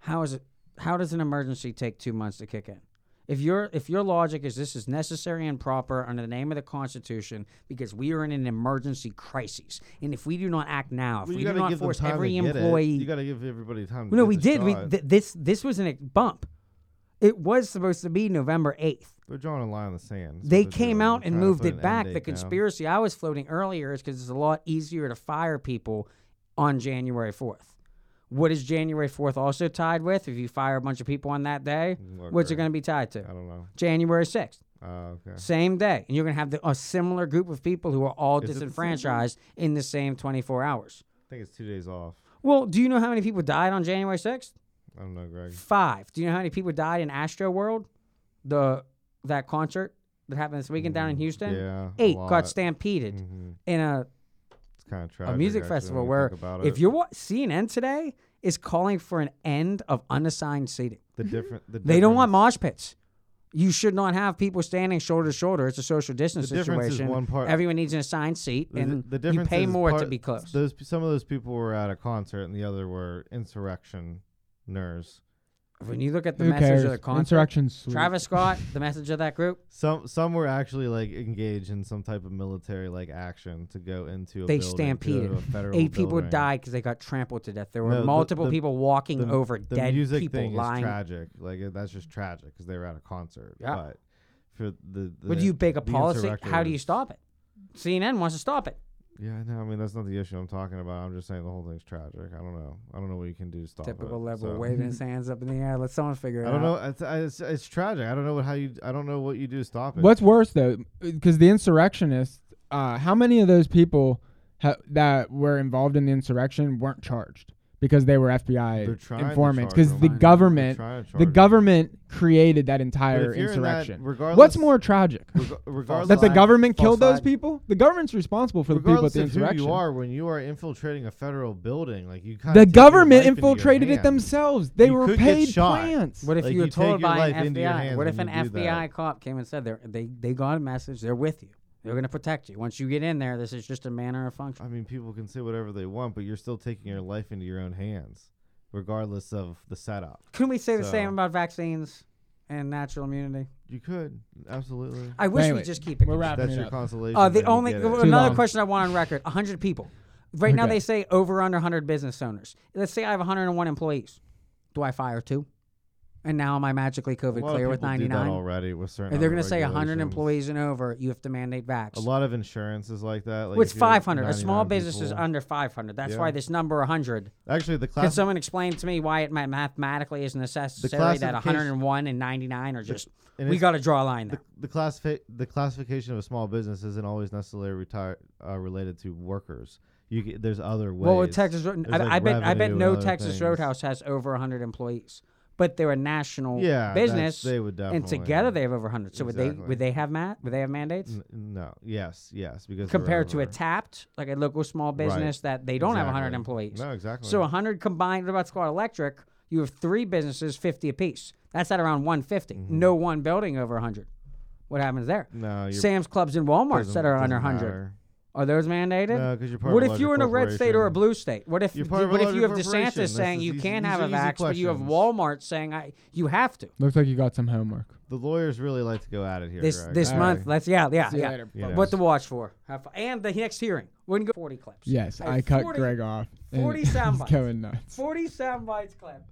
Speaker 1: how is it? How does an emergency take two months to kick in? If your if your logic is this is necessary and proper under the name of the Constitution because we are in an emergency crisis and if we do not act now, if
Speaker 2: Well,
Speaker 1: we
Speaker 2: you
Speaker 1: do
Speaker 2: gotta
Speaker 1: not
Speaker 2: give them
Speaker 1: force
Speaker 2: time to
Speaker 1: every
Speaker 2: get it.
Speaker 1: employee
Speaker 2: You gotta give everybody time. To
Speaker 1: no,
Speaker 2: get
Speaker 1: we
Speaker 2: the
Speaker 1: did. We
Speaker 2: shot.
Speaker 1: th- this this was an, a bump. It was supposed to be November eighth.
Speaker 2: They're drawing a line in the sand. That's
Speaker 1: They
Speaker 2: what they're
Speaker 1: came
Speaker 2: doing.
Speaker 1: out
Speaker 2: They're
Speaker 1: and
Speaker 2: trying to
Speaker 1: moved
Speaker 2: put an
Speaker 1: it
Speaker 2: end
Speaker 1: back.
Speaker 2: date
Speaker 1: The
Speaker 2: now.
Speaker 1: conspiracy I was floating earlier is because it's a lot easier to fire people on January fourth. What is January fourth also tied with? If you fire a bunch of people on that day, what's it
Speaker 2: Worker.
Speaker 1: going to be tied to? I
Speaker 2: don't know.
Speaker 1: January sixth.
Speaker 2: Oh, okay.
Speaker 1: Same day, and you're going to have the, a similar group of people who are all
Speaker 2: Is it the same day?
Speaker 1: disenfranchised in the same 24 hours.
Speaker 2: I think it's two days off.
Speaker 1: Well, do you know how many people died on January 6th?
Speaker 2: I don't know, Greg.
Speaker 1: Five. Do you know how many people died in Astro World? The that concert that happened this weekend down in Houston.
Speaker 2: Mm, yeah, a
Speaker 1: Eight got
Speaker 2: lot. Mm-hmm.
Speaker 1: stampeded in a
Speaker 2: It's kind of tragic.
Speaker 1: a music
Speaker 2: actually,
Speaker 1: festival
Speaker 2: when you
Speaker 1: where
Speaker 2: think about
Speaker 1: if
Speaker 2: it.
Speaker 1: you're what CNN today is calling for an end of unassigned seating.
Speaker 2: the different, the
Speaker 1: They don't
Speaker 2: difference-
Speaker 1: want mosh pits. You should not have people standing shoulder to shoulder. It's a social distance
Speaker 2: The difference is
Speaker 1: situation.
Speaker 2: one part-
Speaker 1: Everyone needs an assigned seat,
Speaker 2: The,
Speaker 1: and
Speaker 2: the
Speaker 1: you
Speaker 2: difference
Speaker 1: pay
Speaker 2: is
Speaker 1: more to
Speaker 2: part-
Speaker 1: be close.
Speaker 2: Those some of those people were at a concert, and the other were insurrectioners.
Speaker 1: When you look at the
Speaker 6: Who
Speaker 1: message of
Speaker 6: cares?
Speaker 1: the concert,
Speaker 6: Insurrection's sweet.
Speaker 1: Travis Scott, the message of that group,
Speaker 2: Some some were actually like engaged in some type of military like action to go into. A
Speaker 1: they
Speaker 2: building, to
Speaker 1: stampeded.
Speaker 2: go to a federal
Speaker 1: Eight people
Speaker 2: building.
Speaker 1: died because they got trampled to death. There were
Speaker 2: No, the-
Speaker 1: multiple
Speaker 2: the-
Speaker 1: people walking
Speaker 2: the-
Speaker 1: over
Speaker 2: the
Speaker 1: dead
Speaker 2: music
Speaker 1: people
Speaker 2: thing
Speaker 1: lying.
Speaker 2: Is tragic, like uh, that's just tragic because they were at a concert.
Speaker 1: Yeah.
Speaker 2: But for the. the
Speaker 1: Would you bake a
Speaker 2: the
Speaker 1: policy? How do you
Speaker 2: insurrectionists.
Speaker 1: stop it? CNN wants to stop it.
Speaker 2: Yeah, I know. I mean, that's not the issue I'm talking about. I'm just saying the whole thing's tragic. I don't know. I don't know what you can do to stop
Speaker 1: Typical
Speaker 2: it.
Speaker 1: liberal
Speaker 2: so-
Speaker 1: waving his hands up in the air. Let someone figure it
Speaker 2: I don't know.
Speaker 1: out.
Speaker 2: It's, it's, it's tragic. I don't know what, how you. I don't know what you do to stop it.
Speaker 3: What's worse though, because the insurrectionists, uh, how many of those people ha- that were involved in the insurrection weren't charged because they were
Speaker 2: They're
Speaker 3: FBI
Speaker 2: trying to
Speaker 3: informants?
Speaker 2: charge
Speaker 3: Because the
Speaker 2: them.
Speaker 3: government,
Speaker 2: They're trying to
Speaker 3: the
Speaker 2: charge
Speaker 3: government created that
Speaker 2: But
Speaker 3: entire
Speaker 2: if you're in that-
Speaker 3: insurrection. What's
Speaker 2: regardless-
Speaker 3: more tragic?
Speaker 2: reg- regardless-
Speaker 3: that the government
Speaker 2: False
Speaker 3: killed those
Speaker 2: flag.
Speaker 3: people? The government's responsible for the people at
Speaker 2: Regardless
Speaker 3: the
Speaker 2: of who
Speaker 3: insurrection.
Speaker 2: you are, when you are infiltrating a federal building, like you. kinda
Speaker 3: The
Speaker 2: take your
Speaker 3: government
Speaker 2: life into your
Speaker 3: infiltrated it
Speaker 2: hands.
Speaker 3: themselves. They
Speaker 2: You
Speaker 3: were
Speaker 2: could get
Speaker 3: paid
Speaker 2: shot.
Speaker 3: plants.
Speaker 1: What if
Speaker 2: Like,
Speaker 1: you were
Speaker 2: take
Speaker 1: told
Speaker 2: your
Speaker 1: by
Speaker 2: life
Speaker 1: an
Speaker 2: into your
Speaker 1: FBI?
Speaker 2: hands
Speaker 1: What if an
Speaker 2: when you do that.
Speaker 1: FBI cop came and said they're- they they got a message? They're with you. They're going to protect you. Once you get in there, this is just a manner of function.
Speaker 2: I mean, people can say whatever they want, but you're still taking your life into your own hands, regardless of the setup.
Speaker 1: Couldn't we say the
Speaker 2: So,
Speaker 1: same about vaccines and natural immunity?
Speaker 2: You could absolutely.
Speaker 1: I wish
Speaker 2: Anyway,
Speaker 1: we just keep it.
Speaker 2: we're
Speaker 1: consistent.
Speaker 2: wrapping That's it your up. consolation
Speaker 1: Uh, the
Speaker 2: that you
Speaker 1: only
Speaker 2: get it. Too
Speaker 1: another
Speaker 2: long.
Speaker 1: question I want on record: hundred people. Right now
Speaker 2: Okay.
Speaker 1: they say over under hundred business owners. Let's say I have 101 employees. Do I fire two? And now am I magically
Speaker 2: A
Speaker 1: COVID
Speaker 2: lot of
Speaker 1: clear with
Speaker 2: people do that
Speaker 1: 99?
Speaker 2: already with certain
Speaker 1: And they're
Speaker 2: other
Speaker 1: going to say 100
Speaker 2: regulations.
Speaker 1: employees and over, you have to mandate vax.
Speaker 2: A lot of insurance is like that. Like
Speaker 1: Which
Speaker 2: if you're
Speaker 1: 500? A small
Speaker 2: 99
Speaker 1: business is
Speaker 2: people-
Speaker 1: under 500. That's
Speaker 2: Yeah.
Speaker 1: why this number 100.
Speaker 2: Actually, the
Speaker 1: Can
Speaker 2: class
Speaker 1: someone explain to me why it ma- mathematically is necessary that
Speaker 2: classification-
Speaker 1: 101 and 99 are just
Speaker 2: and
Speaker 1: we
Speaker 2: it's-
Speaker 1: got to draw a line there?
Speaker 2: the classifi- the classification of a small business isn't always necessarily retire- uh, related to workers. You c- there's other ways.
Speaker 1: Well, with Texas, Road-
Speaker 2: There's,
Speaker 1: I,
Speaker 2: like,
Speaker 1: I bet I bet
Speaker 2: revenue
Speaker 1: no
Speaker 2: and other
Speaker 1: Texas
Speaker 2: things.
Speaker 1: Roadhouse has over 100 employees, but they're a national
Speaker 2: Yeah, that's-
Speaker 1: business.
Speaker 2: they would
Speaker 1: and
Speaker 2: definitely-
Speaker 1: together they have over 100. So would they
Speaker 2: Exactly.
Speaker 1: would they have mat? Would they have mandates?
Speaker 2: N- no. Yes. Yes. Because they're
Speaker 1: compared to a
Speaker 2: over.
Speaker 1: tapped, like a local small business that they don't have 100
Speaker 2: Exactly.
Speaker 1: employees.
Speaker 2: No, exactly.
Speaker 1: So 100 combined, what about Squad Electric? You have three businesses, 50 apiece. That's at around 150. No one building over 100. What happens there?
Speaker 2: Mm-hmm. No, you're-
Speaker 1: Sam's Clubs and Walmarts
Speaker 2: doesn't-
Speaker 1: that are under
Speaker 2: doesn't
Speaker 1: 100.
Speaker 2: matter.
Speaker 1: Are those mandated?
Speaker 2: No, 'cause you're part
Speaker 1: What
Speaker 2: of a
Speaker 1: if you're in
Speaker 2: larger
Speaker 1: a red state or a
Speaker 2: corporation.
Speaker 1: blue state? What if
Speaker 2: You're part of a
Speaker 1: what if
Speaker 2: larger
Speaker 1: you have
Speaker 2: corporation.
Speaker 1: DeSantis
Speaker 2: This
Speaker 1: saying
Speaker 2: is
Speaker 1: you
Speaker 2: easy-
Speaker 1: can't
Speaker 2: these
Speaker 1: have
Speaker 2: are
Speaker 1: a
Speaker 2: easy
Speaker 1: vax, but you have
Speaker 2: questions.
Speaker 1: Walmart saying I you have to.
Speaker 3: Looks like you got some homework.
Speaker 2: The lawyers really like to go at it here.
Speaker 1: This
Speaker 2: Greg.
Speaker 1: this
Speaker 2: All
Speaker 1: month,
Speaker 2: right.
Speaker 1: let's yeah yeah
Speaker 3: See you
Speaker 1: yeah.
Speaker 3: later,
Speaker 2: Yeah.
Speaker 1: What to watch for? Have fun. And the next hearing, we're gonna go 40 clips.
Speaker 3: Yes,
Speaker 1: have
Speaker 3: I cut
Speaker 1: 40
Speaker 3: Greg off. and
Speaker 1: Forty
Speaker 3: he's
Speaker 1: sound bites.
Speaker 3: going nuts.
Speaker 1: Forty sound bites clip.